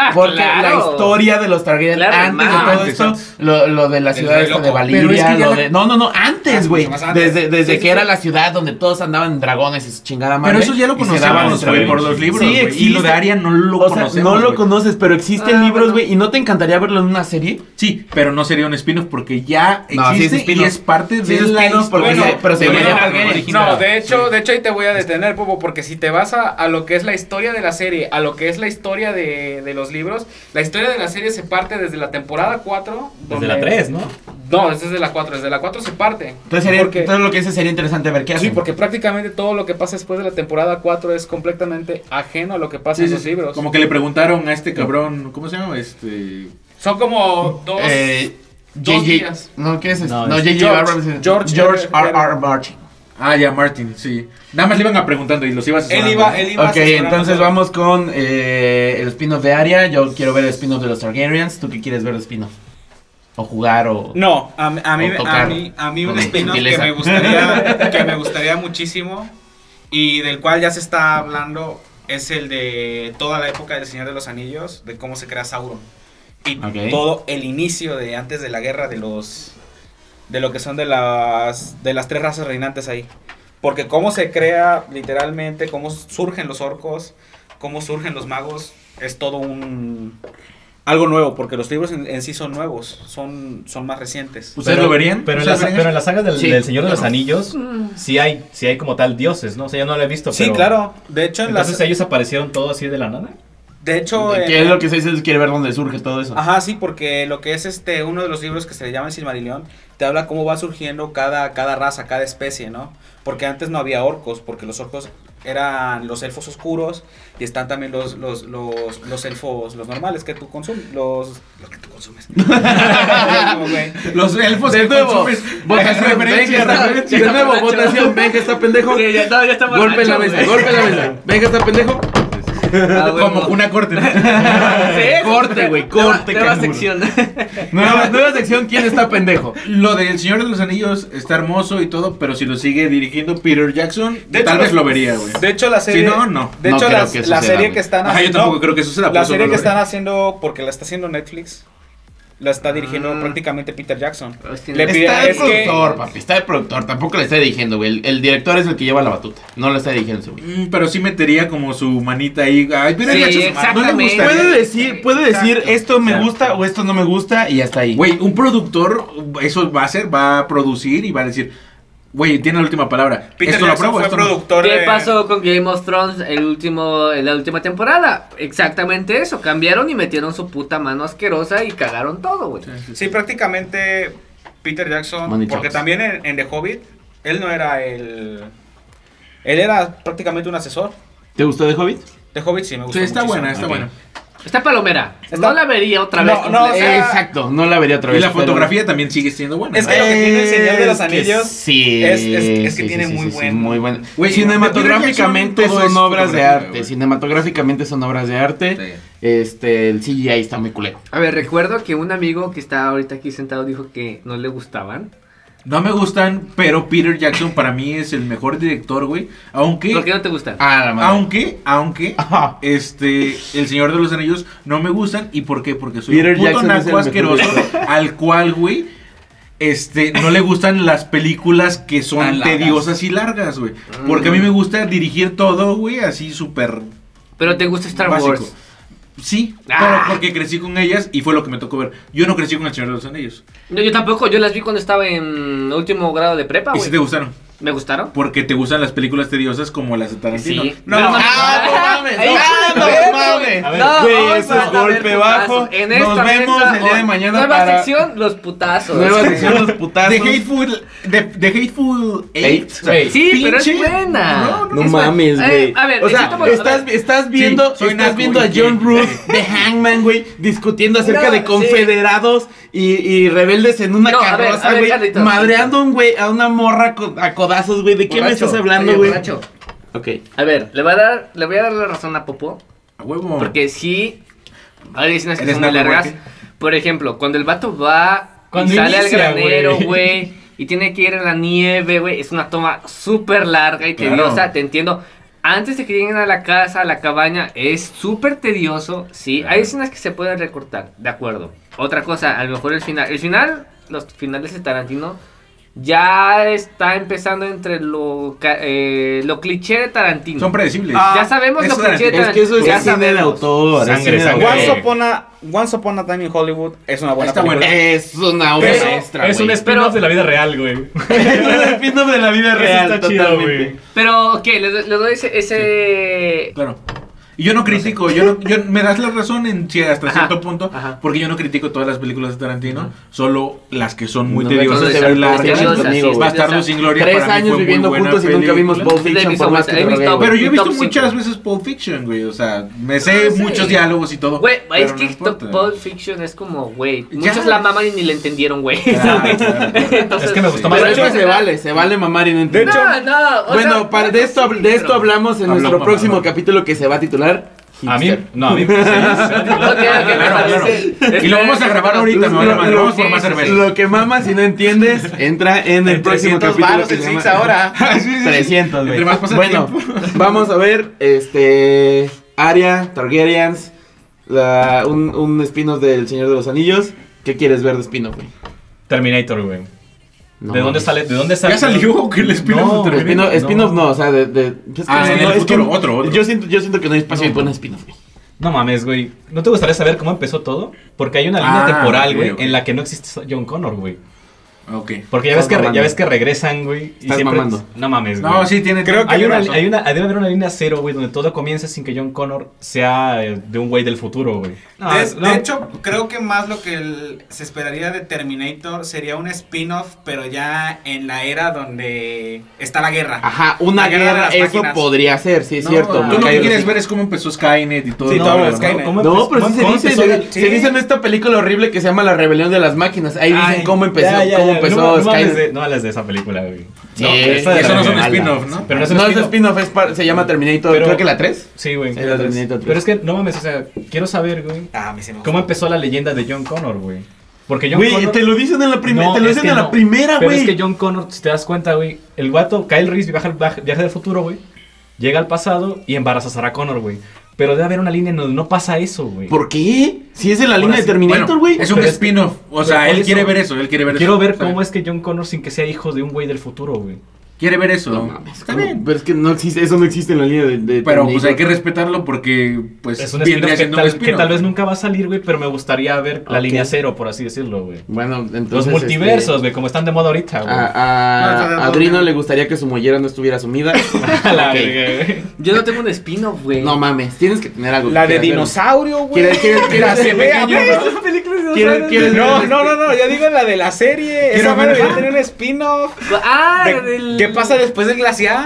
Speaker 1: Ah,
Speaker 2: Porque
Speaker 1: claro.
Speaker 2: la historia de los Targaryen
Speaker 1: Claro,
Speaker 2: antes
Speaker 1: hermano.
Speaker 2: de todo
Speaker 3: Antes,
Speaker 2: esto,
Speaker 3: antes.
Speaker 2: Lo, lo de la
Speaker 4: Del
Speaker 2: ciudad
Speaker 4: Rey
Speaker 2: esta de
Speaker 4: Loco.
Speaker 3: Pero es
Speaker 2: Valiria,
Speaker 3: que ya
Speaker 2: lo
Speaker 3: la-
Speaker 2: de- no, no, no, antes,
Speaker 4: mucho
Speaker 2: güey.
Speaker 4: más antes.
Speaker 2: Desde, desde
Speaker 1: Sí, sí,
Speaker 2: que era
Speaker 1: sí.
Speaker 2: la ciudad donde todos andaban en dragones y su chingada madre.
Speaker 3: eso ya lo
Speaker 2: y se daban
Speaker 3: conocíamos,
Speaker 2: entre
Speaker 3: güey,
Speaker 2: ellos.
Speaker 3: por los libros.
Speaker 2: Sí,
Speaker 3: güey, y
Speaker 2: existe.
Speaker 3: lo de Aria no lo
Speaker 2: O sea,
Speaker 3: conocemos.
Speaker 2: no lo
Speaker 3: güey.
Speaker 2: conoces, pero existen
Speaker 1: Ah,
Speaker 2: libros,
Speaker 1: bueno.
Speaker 2: güey. ¿Y no te encantaría verlo en una serie?
Speaker 3: Sí, pero no sería un spin-off porque ya
Speaker 2: No, sí es
Speaker 3: existe y
Speaker 2: spin-off.
Speaker 3: es parte
Speaker 2: Sí
Speaker 3: de
Speaker 2: es
Speaker 3: la
Speaker 2: spin-off
Speaker 3: historia.
Speaker 2: porque
Speaker 4: Bueno,
Speaker 2: se- pero se
Speaker 4: bueno,
Speaker 2: llama
Speaker 4: no,
Speaker 2: Targaryen.
Speaker 4: No, de hecho, de hecho ahí te voy a detener, Popo, porque si te vas a, a lo que es la historia de la serie, a lo que es la historia de, de los libros, la historia de la serie se parte desde la temporada 4.
Speaker 5: Desde la 3, ¿no?
Speaker 4: No, es desde la 4, desde la 4 se parte.
Speaker 2: Entonces, sería,
Speaker 4: Porque-
Speaker 2: entonces lo que dice sería interesante ver qué
Speaker 4: Sí,
Speaker 2: hacen.
Speaker 4: porque prácticamente todo lo que pasa después de la temporada 4 es completamente ajeno a lo que pasa
Speaker 3: Sí,
Speaker 4: en
Speaker 3: sí,
Speaker 4: esos libros.
Speaker 3: Como que le preguntaron a este cabrón, ¿cómo se llama? Este.
Speaker 4: Son como dos...
Speaker 2: Eh,
Speaker 4: dos
Speaker 2: J.J.
Speaker 4: días.
Speaker 2: No, ¿qué es esto?
Speaker 5: No,
Speaker 2: No,
Speaker 5: es-
Speaker 2: J.J.
Speaker 4: George-
Speaker 2: Abrams. es-
Speaker 4: George
Speaker 2: George
Speaker 4: R.
Speaker 2: R.R. Martin.
Speaker 3: Ah, ya, Martin, sí. Nada más le iban a preguntando y los ibas a
Speaker 4: Él iba, él iba
Speaker 2: Ok,
Speaker 4: asesorando
Speaker 2: entonces
Speaker 4: todo.
Speaker 2: vamos con eh, el spin-off de Aria. Yo quiero ver el spin-off de los Targaryens. ¿Tú qué quieres ver el spin-off? O jugar o...
Speaker 4: No, a, mí- a mí,
Speaker 2: O
Speaker 4: a,
Speaker 2: tocar.
Speaker 4: mí, a mí
Speaker 2: Con
Speaker 4: un spin-off que
Speaker 2: gentileza.
Speaker 4: me, gustaría, que me gustaría muchísimo y del cual ya se está hablando es el de toda la época del Señor de los Anillos, de cómo se crea Sauron. Y
Speaker 2: Ok.
Speaker 4: todo el inicio de antes de la guerra de los... De lo que son de las, de las tres razas reinantes ahí. Porque cómo se crea literalmente, cómo surgen los orcos, cómo surgen los magos, es todo un... Algo nuevo, porque los libros en, en sí son nuevos, son, son más recientes.
Speaker 2: Pues,
Speaker 3: ¿Ustedes
Speaker 5: Pero-
Speaker 3: lo verían?
Speaker 5: Pero en,
Speaker 3: ¿Ustedes
Speaker 5: las,
Speaker 3: verían
Speaker 5: pero en las sagas del,
Speaker 2: Sí.
Speaker 5: del Señor de los Anillos,
Speaker 1: Mm.
Speaker 5: sí hay, sí hay como tal dioses, ¿no? O sea, yo no lo he visto,
Speaker 4: Sí,
Speaker 5: pero-
Speaker 4: claro. De hecho, en
Speaker 5: Entonces
Speaker 4: las-
Speaker 5: ellos aparecieron todos así de la nada.
Speaker 4: de hecho, en-
Speaker 2: ¿Qué es lo que se dice? Quiere ver dónde surge todo eso.
Speaker 4: ajá, sí, porque lo que es este uno de los libros que se le llama el Silmarillion te habla cómo va surgiendo cada cada raza, cada especie, ¿no? Porque antes no había orcos, porque los orcos eran los elfos oscuros y están también los los, los, los elfos los normales que tú consumes, los los que tú consumes. Güey.
Speaker 3: Los elfos
Speaker 2: De
Speaker 3: que
Speaker 2: nuevo,
Speaker 3: consumes-
Speaker 2: votación
Speaker 3: referencia,
Speaker 2: venga, está-
Speaker 3: referencia.
Speaker 2: de nuevo,
Speaker 1: borracho.
Speaker 2: votación venga, está pendejo.
Speaker 1: Sí, ya, no, ya está
Speaker 2: Golpe en la
Speaker 1: borracho,
Speaker 2: mesa,
Speaker 1: güey.
Speaker 2: golpe en la mesa. Venga, está pendejo.
Speaker 1: Ah, bueno.
Speaker 3: Como una corte. ¿no?
Speaker 1: Sí,
Speaker 2: Corte, güey,
Speaker 1: nueva-
Speaker 2: corte,
Speaker 1: Nueva
Speaker 2: canguro.
Speaker 1: sección.
Speaker 2: Nueva, nueva sección, ¿quién está pendejo?
Speaker 3: Lo del Señor de los Anillos está hermoso y todo, pero si lo sigue dirigiendo Peter Jackson,
Speaker 4: De hecho,
Speaker 3: tal vez
Speaker 4: los-
Speaker 3: lo vería, güey.
Speaker 4: De hecho, la serie.
Speaker 3: Si no, no.
Speaker 4: De
Speaker 2: No
Speaker 4: hecho,
Speaker 2: creo
Speaker 4: la,
Speaker 2: que
Speaker 4: la
Speaker 2: suceda,
Speaker 4: serie
Speaker 2: güey.
Speaker 4: que están
Speaker 3: Ajá, yo
Speaker 4: haciendo.
Speaker 3: tampoco creo que suceda, por
Speaker 4: La
Speaker 3: eso no
Speaker 4: serie
Speaker 3: lo veo.
Speaker 4: que están haciendo, porque la está haciendo Netflix, La está dirigiendo
Speaker 3: Ah.
Speaker 1: Mm.
Speaker 4: prácticamente Peter Jackson.
Speaker 1: Austin
Speaker 4: Le
Speaker 1: Lee.
Speaker 4: pide-
Speaker 2: Está de
Speaker 4: es que-
Speaker 2: productor, papi, está de productor. Tampoco le está dirigiendo, güey. El, el director es el que lleva la batuta. No lo está dirigiendo ese güey.
Speaker 3: Mm, pero sí metería como su manita ahí. Ay, mira,
Speaker 1: Sí,
Speaker 3: gacho, su madre, no le
Speaker 1: exactamente.
Speaker 3: gusta.
Speaker 1: Puede
Speaker 2: Puede decir, puede decir esto me gusta o esto no me gusta y hasta ahí.
Speaker 3: Güey, un productor, eso va a hacer, va a producir y va a decir, güey, tiene la última palabra.
Speaker 4: Peter
Speaker 3: esto lo
Speaker 4: Jackson
Speaker 3: apruebo,
Speaker 4: fue
Speaker 3: esto no.
Speaker 4: productor
Speaker 1: ¿Qué
Speaker 4: de-
Speaker 1: pasó con Game of Thrones el último, en la última temporada? Exactamente eso. Cambiaron y metieron su puta mano asquerosa y cagaron todo, güey.
Speaker 4: Sí, prácticamente Peter Jackson,
Speaker 2: Money
Speaker 4: porque
Speaker 2: talks.
Speaker 4: también en, en The Hobbit, él no era el... Él era prácticamente un asesor.
Speaker 2: ¿Te gustó de Hobbit?
Speaker 4: The Hobbit sí me
Speaker 3: Sí,
Speaker 4: gusta
Speaker 3: está
Speaker 4: muchísimo.
Speaker 3: buena, está
Speaker 2: Ok.
Speaker 3: buena.
Speaker 1: Está palomera.
Speaker 4: Está-
Speaker 1: No la vería otra vez.
Speaker 4: No, no,
Speaker 1: completa.
Speaker 4: o sea,
Speaker 2: Eh, exacto, no la vería otra
Speaker 3: Y
Speaker 2: vez.
Speaker 3: la
Speaker 2: pero-
Speaker 3: fotografía también sigue siendo buena.
Speaker 4: Es
Speaker 3: ¿no?
Speaker 4: que lo que tiene el Señor de los
Speaker 2: Es que
Speaker 4: Anillos
Speaker 2: sí,
Speaker 4: es- es- es que
Speaker 2: sí,
Speaker 4: tiene
Speaker 2: sí,
Speaker 4: muy
Speaker 2: sí, sí,
Speaker 4: buen-
Speaker 2: muy buen.
Speaker 3: Güey,
Speaker 2: cinematográficamente
Speaker 3: Peter Jackson,
Speaker 2: son
Speaker 3: todo es
Speaker 2: obras de
Speaker 3: fotografía,
Speaker 2: arte.
Speaker 3: güey.
Speaker 2: Cinematográficamente son obras de arte.
Speaker 3: Sí.
Speaker 2: Este, el CGI está muy culero.
Speaker 1: A ver, recuerdo que un amigo que está ahorita aquí sentado dijo que no le gustaban.
Speaker 3: No me gustan, pero Peter Jackson para mí es el mejor director, güey. Aunque,
Speaker 1: ¿Por qué no te gustan?
Speaker 2: Ah, la madre.
Speaker 3: aunque, aunque,
Speaker 2: Ajá.
Speaker 3: este, El Señor de los Anillos no me gustan. ¿Y por qué? Porque soy
Speaker 2: Peter
Speaker 3: un puto
Speaker 2: Jackson es el
Speaker 3: naco
Speaker 2: mejor
Speaker 3: asqueroso
Speaker 2: director.
Speaker 3: al cual, güey, este, no le gustan las películas que
Speaker 2: Tan
Speaker 3: son
Speaker 2: largas.
Speaker 3: tediosas y largas, güey. Porque a mí me gusta dirigir todo, güey, así súper
Speaker 1: Pero te gusta Star
Speaker 3: básico.
Speaker 1: Wars.
Speaker 3: Sí,
Speaker 1: Ah.
Speaker 3: pero porque crecí con ellas y fue lo que me tocó ver. Yo no crecí con El Señor de los Anillos.
Speaker 1: No, yo tampoco, yo las vi cuando estaba en último grado de prepa,
Speaker 3: ¿Y
Speaker 1: Ah, güey.
Speaker 3: si te gustaron?
Speaker 1: ¿Me gustaron?
Speaker 3: Porque te gustan las películas tediosas como las de Tarantino.
Speaker 1: Sí.
Speaker 4: No,
Speaker 1: Pero
Speaker 2: Ah, no mames,
Speaker 1: Ahí-
Speaker 2: ah, no
Speaker 1: Ay,
Speaker 2: mames.
Speaker 5: A ver,
Speaker 1: No,
Speaker 2: güey,
Speaker 1: hoy
Speaker 2: eso
Speaker 1: van
Speaker 2: es
Speaker 1: a haber
Speaker 2: golpe
Speaker 1: putazos.
Speaker 2: bajo.
Speaker 1: En
Speaker 2: Nos
Speaker 1: esta
Speaker 2: vemos
Speaker 1: mesa,
Speaker 2: el día de
Speaker 1: hoy.
Speaker 2: mañana
Speaker 1: Nueva
Speaker 2: para-
Speaker 1: sección, los putazos.
Speaker 2: Nueva sección, los putazos.
Speaker 3: The Hateful, the, The Hateful Eight.
Speaker 2: Eight.
Speaker 3: O sea,
Speaker 5: Güey,
Speaker 1: Sí, pero es
Speaker 3: pinche-
Speaker 1: buena.
Speaker 3: No,
Speaker 2: No
Speaker 1: Es buena.
Speaker 2: mames,
Speaker 1: Eh,
Speaker 2: güey.
Speaker 1: a ver,
Speaker 2: o sea,
Speaker 1: necesito- a ver.
Speaker 2: estás, estás viendo,
Speaker 3: soy
Speaker 2: estás
Speaker 3: naco,
Speaker 2: viendo a
Speaker 3: güey,
Speaker 2: John
Speaker 3: ¿qué?
Speaker 2: Ruth de Hangman, güey, discutiendo acerca
Speaker 1: No,
Speaker 2: de confederados y, y rebeldes en una
Speaker 1: No, a ver, a
Speaker 2: carroza,
Speaker 1: ver,
Speaker 2: güey,
Speaker 1: Carlitos.
Speaker 2: madreando a un güey a una morra co- a codazos, güey. ¿De qué me
Speaker 1: Borracho,
Speaker 2: estás hablando,
Speaker 1: oye,
Speaker 2: güey?
Speaker 1: borracho.
Speaker 2: Ok.
Speaker 1: A ver, le voy a dar, le voy a dar la razón a Popo,
Speaker 3: A huevo.
Speaker 1: porque sí hay escenas que
Speaker 3: Eres
Speaker 1: son muy
Speaker 3: naco,
Speaker 1: largas.
Speaker 3: güey.
Speaker 1: Por ejemplo, cuando el vato va y
Speaker 5: Cuando
Speaker 1: sale
Speaker 5: inicia,
Speaker 1: al granero,
Speaker 5: güey.
Speaker 1: güey, y tiene que ir a la nieve, güey, es una toma súper larga y
Speaker 3: Claro.
Speaker 1: tediosa, te entiendo. Antes de que lleguen a la casa, a la cabaña, es súper tedioso, sí. Hay escenas que se pueden recortar, de acuerdo. Otra cosa, a lo mejor el final, el final, los finales de Tarantino ya está empezando entre lo, ca- eh, lo cliché de Tarantino.
Speaker 3: Son predecibles.
Speaker 2: Ah,
Speaker 1: Ya sabemos
Speaker 3: es
Speaker 1: lo que
Speaker 3: Tarantino.
Speaker 2: Es que eso es
Speaker 1: ya
Speaker 2: cine de
Speaker 1: sabemos.
Speaker 2: autor. es
Speaker 5: Sangre,
Speaker 2: cine de
Speaker 5: sangre.
Speaker 2: autor.
Speaker 4: Once
Speaker 5: Güey.
Speaker 4: upon, a, Once Upon a Time in Hollywood es una buena
Speaker 3: Está buena.
Speaker 4: película.
Speaker 2: Es una obra
Speaker 1: Pero-
Speaker 2: maestra,
Speaker 5: es un
Speaker 2: güey.
Speaker 5: spin-off de la vida real, güey.
Speaker 2: Es un spin-off de la vida
Speaker 5: Eso
Speaker 2: real,
Speaker 5: está chido,
Speaker 2: totalmente.
Speaker 5: güey.
Speaker 1: Pero, ok, le, do- le doy ese... ese-
Speaker 3: Claro. Y yo no critico, yo, no, yo me das la razón en sí, hasta
Speaker 1: Ajá,
Speaker 3: cierto punto,
Speaker 1: ajá.
Speaker 3: porque yo no critico todas las películas de Tarantino, solo las que son muy
Speaker 2: No me
Speaker 3: tediosas
Speaker 1: conoces,
Speaker 3: y
Speaker 1: pero
Speaker 3: largas.
Speaker 1: tediosas, sí,
Speaker 3: Bastardos
Speaker 1: tediosas.
Speaker 3: sin gloria.
Speaker 2: Tres
Speaker 3: para mí
Speaker 2: años
Speaker 3: fue muy
Speaker 2: viviendo
Speaker 3: buena
Speaker 2: juntos y nunca vimos
Speaker 3: película.
Speaker 2: Pulp
Speaker 1: Sí,
Speaker 2: Fiction
Speaker 1: visto
Speaker 2: por más que
Speaker 1: mucho, he
Speaker 2: te
Speaker 1: visto
Speaker 2: drogué, güey.
Speaker 3: Pero yo he
Speaker 1: Top
Speaker 3: visto muchas
Speaker 1: cinco.
Speaker 3: veces Pulp Fiction, güey. O sea, me sé
Speaker 1: Ah, sí.
Speaker 3: muchos diálogos y todo.
Speaker 1: Güey,
Speaker 3: pero
Speaker 1: es
Speaker 3: no
Speaker 1: que
Speaker 3: importa.
Speaker 1: Pulp Fiction es como, güey,
Speaker 3: Ya.
Speaker 1: muchos la maman y ni le entendieron, güey.
Speaker 3: Ah, Claro, claro, claro.
Speaker 1: Entonces-
Speaker 5: Es que me gustó más
Speaker 2: Pero
Speaker 1: Pero
Speaker 2: eso
Speaker 5: la
Speaker 1: es que
Speaker 2: se vale, se vale mamar y no entender.
Speaker 1: No, no, o
Speaker 2: bueno,
Speaker 1: sea,
Speaker 2: para de esto habl- de esto hablamos en
Speaker 3: Hablamos,
Speaker 2: nuestro próximo
Speaker 3: hablamos.
Speaker 2: capítulo que se va a titular
Speaker 5: A mí,
Speaker 2: Hipster.
Speaker 5: no, a mí.
Speaker 1: Ok, ok, me
Speaker 3: claro.
Speaker 1: parece. Este,
Speaker 3: Y lo vamos a grabar ahorita, me vale madre. Vamos por más
Speaker 1: Sí, sí, sí.
Speaker 3: cerveza.
Speaker 2: Lo que mamas y no entiendes entra en el
Speaker 5: En
Speaker 2: próximo
Speaker 5: 300
Speaker 2: capítulo.
Speaker 4: varos
Speaker 2: que
Speaker 4: en
Speaker 2: se
Speaker 4: Six
Speaker 2: llama-
Speaker 4: ahora.
Speaker 3: Ah, sí, sí, sí.
Speaker 2: 300, güey.
Speaker 3: Entre más pasa el
Speaker 2: Bueno,
Speaker 3: tiempo.
Speaker 2: vamos a ver este Aria, Targaryens, la- un, un spin-off del Señor de los Anillos. ¿Qué quieres ver de spin-off, güey?
Speaker 5: Terminator, güey.
Speaker 2: No
Speaker 5: ¿De dónde
Speaker 2: mames.
Speaker 5: sale? ¿De dónde sale?
Speaker 3: ¿Ya salió que el
Speaker 5: No,
Speaker 3: spin-off de
Speaker 2: Spin-off
Speaker 3: Terminator?
Speaker 5: no.
Speaker 2: spin-off no, o sea, de... de- es
Speaker 3: Ah, en el
Speaker 2: es
Speaker 3: futuro, otro, otro.
Speaker 2: Yo siento, yo siento que no hay espacio
Speaker 5: No.
Speaker 2: para un spin-off, güey.
Speaker 5: No mames, güey. ¿No te gustaría saber cómo empezó todo? Porque hay una línea
Speaker 3: Ah,
Speaker 5: temporal,
Speaker 3: ok,
Speaker 5: güey,
Speaker 3: ok.
Speaker 5: en la que no existe John Connor, güey.
Speaker 3: Ok.
Speaker 5: Porque ya ves,
Speaker 2: Estás
Speaker 5: que re-
Speaker 2: mamando.
Speaker 5: ya ves que regresan, güey. y
Speaker 2: Estás mamando.
Speaker 5: No mames, güey.
Speaker 3: No, sí, tiene.
Speaker 4: Creo que
Speaker 5: Hay una,
Speaker 3: razón.
Speaker 5: hay una, debe haber una línea cero, güey, donde todo comienza sin que John Connor sea eh, de un güey del futuro, güey. No,
Speaker 4: de,
Speaker 5: no.
Speaker 4: de hecho, creo que más lo que el- se esperaría de Terminator sería un spin-off, pero ya en la era donde está la guerra.
Speaker 2: Ajá, una
Speaker 4: La guerra de
Speaker 2: guerra,
Speaker 4: las
Speaker 2: eso
Speaker 4: máquinas.
Speaker 2: podría ser, sí, es
Speaker 3: No,
Speaker 2: cierto.
Speaker 3: Tú
Speaker 2: porque
Speaker 3: lo
Speaker 2: hay-
Speaker 3: que quieres ver es cómo empezó Skynet y todo.
Speaker 4: Sí,
Speaker 3: y
Speaker 4: todo
Speaker 3: todo,
Speaker 4: lo de
Speaker 3: ¿no?
Speaker 4: Skynet.
Speaker 5: ¿Cómo
Speaker 2: No,
Speaker 5: empezó-
Speaker 2: pero sí se
Speaker 5: cómo
Speaker 2: dice,
Speaker 5: empezó
Speaker 2: se,
Speaker 5: el-
Speaker 2: se dice en esta película horrible que se llama La Rebelión de las Máquinas. Ahí dicen
Speaker 5: Ay,
Speaker 2: cómo empezó,
Speaker 5: ya, ya,
Speaker 2: cómo
Speaker 5: ya.
Speaker 2: empezó
Speaker 5: no, no hables
Speaker 2: Skynet.
Speaker 5: de, no hables de esa película, güey.
Speaker 2: Sí,
Speaker 5: No, esa de
Speaker 3: Eso
Speaker 5: la
Speaker 3: no es un
Speaker 5: mala.
Speaker 3: spin-off, ¿no?
Speaker 5: Pero no es un
Speaker 2: No es
Speaker 5: spin-off.
Speaker 2: spin-off, es par- se llama Terminator,
Speaker 5: Pero-
Speaker 2: creo que la 3.
Speaker 5: Sí, güey.
Speaker 2: Sí, la
Speaker 5: Pero es-
Speaker 2: Terminator
Speaker 5: Pero es que, no mames, o sea, quiero saber, güey,
Speaker 4: Ah, a mí sí me gusta.
Speaker 5: cómo empezó la leyenda de John Connor, güey. Porque John
Speaker 2: Güey, este
Speaker 5: Connor...
Speaker 2: te lo dicen en la, primera
Speaker 5: No,
Speaker 2: te lo
Speaker 5: es
Speaker 2: dicen
Speaker 5: que
Speaker 2: en la
Speaker 5: no.
Speaker 2: primera,
Speaker 5: Pero
Speaker 2: güey.
Speaker 5: es que John Connor, si te das cuenta, güey, el guato, Kyle Reese viaja, al- viaja- viaja del futuro, güey. Llega al pasado y embaraza a Sarah Connor, güey. Pero debe haber una línea en donde no pasa eso, güey.
Speaker 2: ¿Por qué? Si es de la
Speaker 5: Ahora
Speaker 2: línea de
Speaker 5: sí.
Speaker 2: Terminator,
Speaker 3: Bueno,
Speaker 2: güey.
Speaker 3: es un
Speaker 5: Pero-
Speaker 3: spin-off. O
Speaker 5: pero
Speaker 3: sea,
Speaker 5: por
Speaker 3: él
Speaker 5: eso-
Speaker 3: quiere ver eso. Él quiere ver
Speaker 5: Quiero
Speaker 3: eso.
Speaker 5: ver
Speaker 3: Está
Speaker 5: cómo
Speaker 3: bien.
Speaker 5: es que John Connor sin que sea hijo de un güey del futuro, güey.
Speaker 3: Quiere ver eso.
Speaker 2: No mames,
Speaker 3: Está
Speaker 2: ¿cómo?
Speaker 3: bien.
Speaker 2: Pero es que no existe, eso no existe en la línea de, de
Speaker 3: Pero pues
Speaker 2: Terminator.
Speaker 3: hay que respetarlo porque pues
Speaker 5: Es un
Speaker 3: viene
Speaker 5: spin-off que,
Speaker 3: haciendo un
Speaker 5: tal- que
Speaker 3: spin-off.
Speaker 5: tal vez nunca va a salir, güey, pero me gustaría ver la
Speaker 2: Ok.
Speaker 5: línea cero, por así decirlo, güey.
Speaker 2: Bueno, entonces.
Speaker 5: Los
Speaker 2: este, Ah,
Speaker 5: multiversos, güey, como están de moda ahorita, güey.
Speaker 2: A,
Speaker 3: No, está de
Speaker 2: a,
Speaker 3: acuerdo.
Speaker 2: a Adrino le gustaría que su mollera no estuviera sumida.
Speaker 5: A la
Speaker 2: Ok.
Speaker 5: verga, güey.
Speaker 1: este. Yo no tengo un spin-off, güey.
Speaker 2: No mames, tienes que tener algo.
Speaker 4: La de
Speaker 2: dinos
Speaker 4: dinosaurio, güey.
Speaker 2: ¿Quieres- quieres- quieres
Speaker 4: La
Speaker 2: hacer
Speaker 4: se ve,
Speaker 2: pequeño,
Speaker 4: güey.
Speaker 2: no?
Speaker 5: ¿Quieres- quieres-
Speaker 4: No, no, no, no, yo digo la de la serie.
Speaker 3: Quiero
Speaker 4: Esa
Speaker 3: ver-
Speaker 4: madre debería tener un spin-off.
Speaker 1: Ah,
Speaker 4: De-
Speaker 1: del-
Speaker 4: ¿Qué pasa después del glaciar?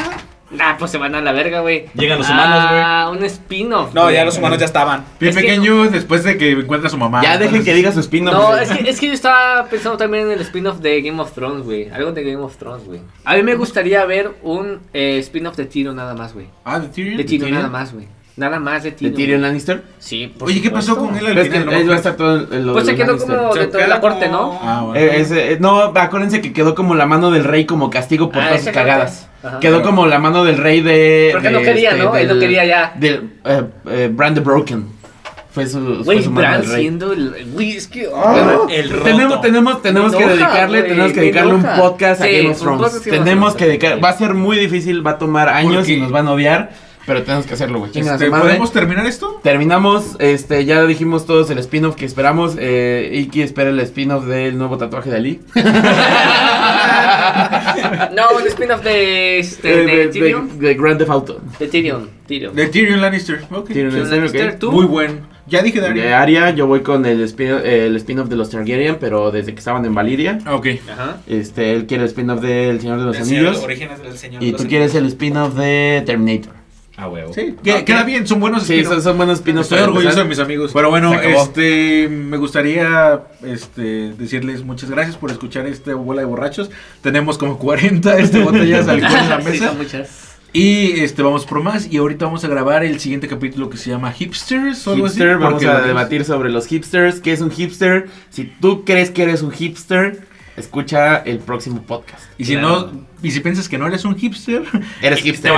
Speaker 1: Ah, pues se van a la verga, güey.
Speaker 5: Llegan los
Speaker 1: Ah, un spin-off.
Speaker 4: No,
Speaker 1: güey.
Speaker 4: ya los humanos ya estaban.
Speaker 3: Bien
Speaker 1: Es que-
Speaker 3: pequeño después de que encuentra a su mamá.
Speaker 2: Ya dejen que diga su spin
Speaker 1: No, es que, es que yo estaba pensando también en el spin-off de Game of Thrones, güey. Algo de Game of Thrones, güey. A mí me gustaría ver un eh, spin-off de tiro nada más, güey.
Speaker 3: Ah, de Tyrion.
Speaker 1: De tiro
Speaker 3: Tyrion.
Speaker 1: nada más, güey. Nada más de
Speaker 2: ¿De
Speaker 1: tiro.
Speaker 2: Tyrion Lannister?
Speaker 1: Sí, por
Speaker 3: Oye, ¿qué pasó
Speaker 1: supuesto.
Speaker 3: con él al
Speaker 2: Pero es que
Speaker 3: final? No me
Speaker 2: él va a
Speaker 3: acuerdo.
Speaker 2: estar todo el- el- lo
Speaker 1: Pues
Speaker 2: de
Speaker 1: se quedó
Speaker 2: Lannister.
Speaker 1: como dentro de la corte, ¿no?
Speaker 3: Ah, bueno.
Speaker 2: Eh, ese- eh, no, acuérdense que quedó como la mano del rey como castigo por
Speaker 1: Ah,
Speaker 2: todas
Speaker 1: esa
Speaker 2: sus
Speaker 1: carta.
Speaker 2: cagadas.
Speaker 1: Ajá.
Speaker 2: Quedó como la mano del rey de...
Speaker 1: Porque
Speaker 2: de, este,
Speaker 1: no quería, ¿no? Él no quería ya.
Speaker 2: Del eh, eh, Brand the Broken. Fue su, fue
Speaker 1: Güey,
Speaker 2: su mano
Speaker 1: Bran
Speaker 2: del rey. Ah.
Speaker 1: siendo el. Güey, es que.
Speaker 2: Bueno,
Speaker 4: el roto.
Speaker 2: tenemos tenemos, tenemos
Speaker 1: Me
Speaker 2: que
Speaker 1: enoja,
Speaker 2: dedicarle,
Speaker 1: güey,
Speaker 2: tenemos que
Speaker 1: me
Speaker 2: dedicarle un
Speaker 1: enoja.
Speaker 2: podcast a
Speaker 1: Sí,
Speaker 2: Game of
Speaker 1: un
Speaker 2: Thrones.
Speaker 1: podcast a Game of Thrones.
Speaker 2: Tenemos que dedicar, va a ser muy difícil, va a tomar años
Speaker 3: qué?
Speaker 2: y nos va a odiar, pero tenemos que hacerlo, güey. Chinga
Speaker 3: Este,
Speaker 2: su madre.
Speaker 3: ¿Podemos terminar esto?
Speaker 2: Terminamos, este, ya dijimos todos el spin-off que esperamos. Eh, Iki espera el spin-off del nuevo tatuaje de Ali.
Speaker 1: No, un spin-off de. Este,
Speaker 2: Eh,
Speaker 1: de,
Speaker 2: de,
Speaker 1: Tyrion.
Speaker 2: de- de Grand Theft Auto.
Speaker 1: De Tyrion. Tyrion.
Speaker 3: De Tyrion Lannister. Ok.
Speaker 2: Tyrion
Speaker 1: Tyrion
Speaker 2: Lannister,
Speaker 1: Lannister,
Speaker 2: ok.
Speaker 1: ¿Tú?
Speaker 3: Muy buen. Ya dije Darío.
Speaker 2: De Aria, yo voy con el spin-off el spin-off de los Targaryen, pero desde que estaban en Valiria.
Speaker 3: Ah, Ok.
Speaker 4: Ajá.
Speaker 2: Este, él quiere el spin-off del Señor de los
Speaker 4: El Señor-
Speaker 2: Anillos.
Speaker 4: Orígenes del Señor.
Speaker 2: Y
Speaker 4: Los
Speaker 2: tú quieres el spin-off de Terminator.
Speaker 5: Ah, huevo.
Speaker 3: Sí. que- Queda bien, son buenos
Speaker 2: Sí,
Speaker 3: spin-offs.
Speaker 2: son, son buenos spin-offs.
Speaker 3: Estoy
Speaker 2: para
Speaker 3: orgulloso de
Speaker 2: empezar.
Speaker 3: mis amigos. Pero bueno,
Speaker 2: Se acabó.
Speaker 3: este me gustaría este decirles muchas gracias por escuchar este bola de borrachos. Tenemos como 40 este botellas de alcohol en la
Speaker 1: Sí,
Speaker 3: mesa
Speaker 1: son muchas.
Speaker 3: y este vamos por más y ahorita vamos a grabar el siguiente capítulo que se llama Hipsters o algo así,
Speaker 2: Hipster, vamos
Speaker 3: porque
Speaker 2: a
Speaker 3: lo-
Speaker 2: debatir sobre los hipsters. ¿Qué es un hipster? Si tú crees que eres un hipster, escucha el próximo podcast.
Speaker 3: Y si
Speaker 1: Claro.
Speaker 3: no y si piensas que no eres un hipster,
Speaker 2: Eres hipster.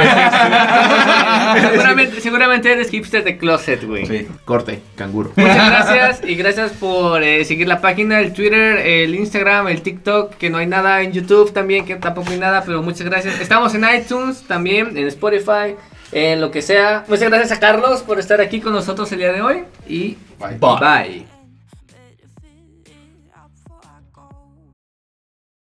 Speaker 1: seguramente, seguramente eres hipster de closet, güey.
Speaker 3: sí.
Speaker 2: Corte, canguro.
Speaker 1: Muchas gracias y gracias por eh, seguir la página, el Twitter, el Instagram, el TikTok, que no hay nada en YouTube también, que tampoco hay nada, pero muchas gracias. Estamos en iTunes también, en Spotify, en lo que sea. Muchas gracias a Carlos por estar aquí con nosotros el día de hoy y
Speaker 5: Bye.
Speaker 1: bye.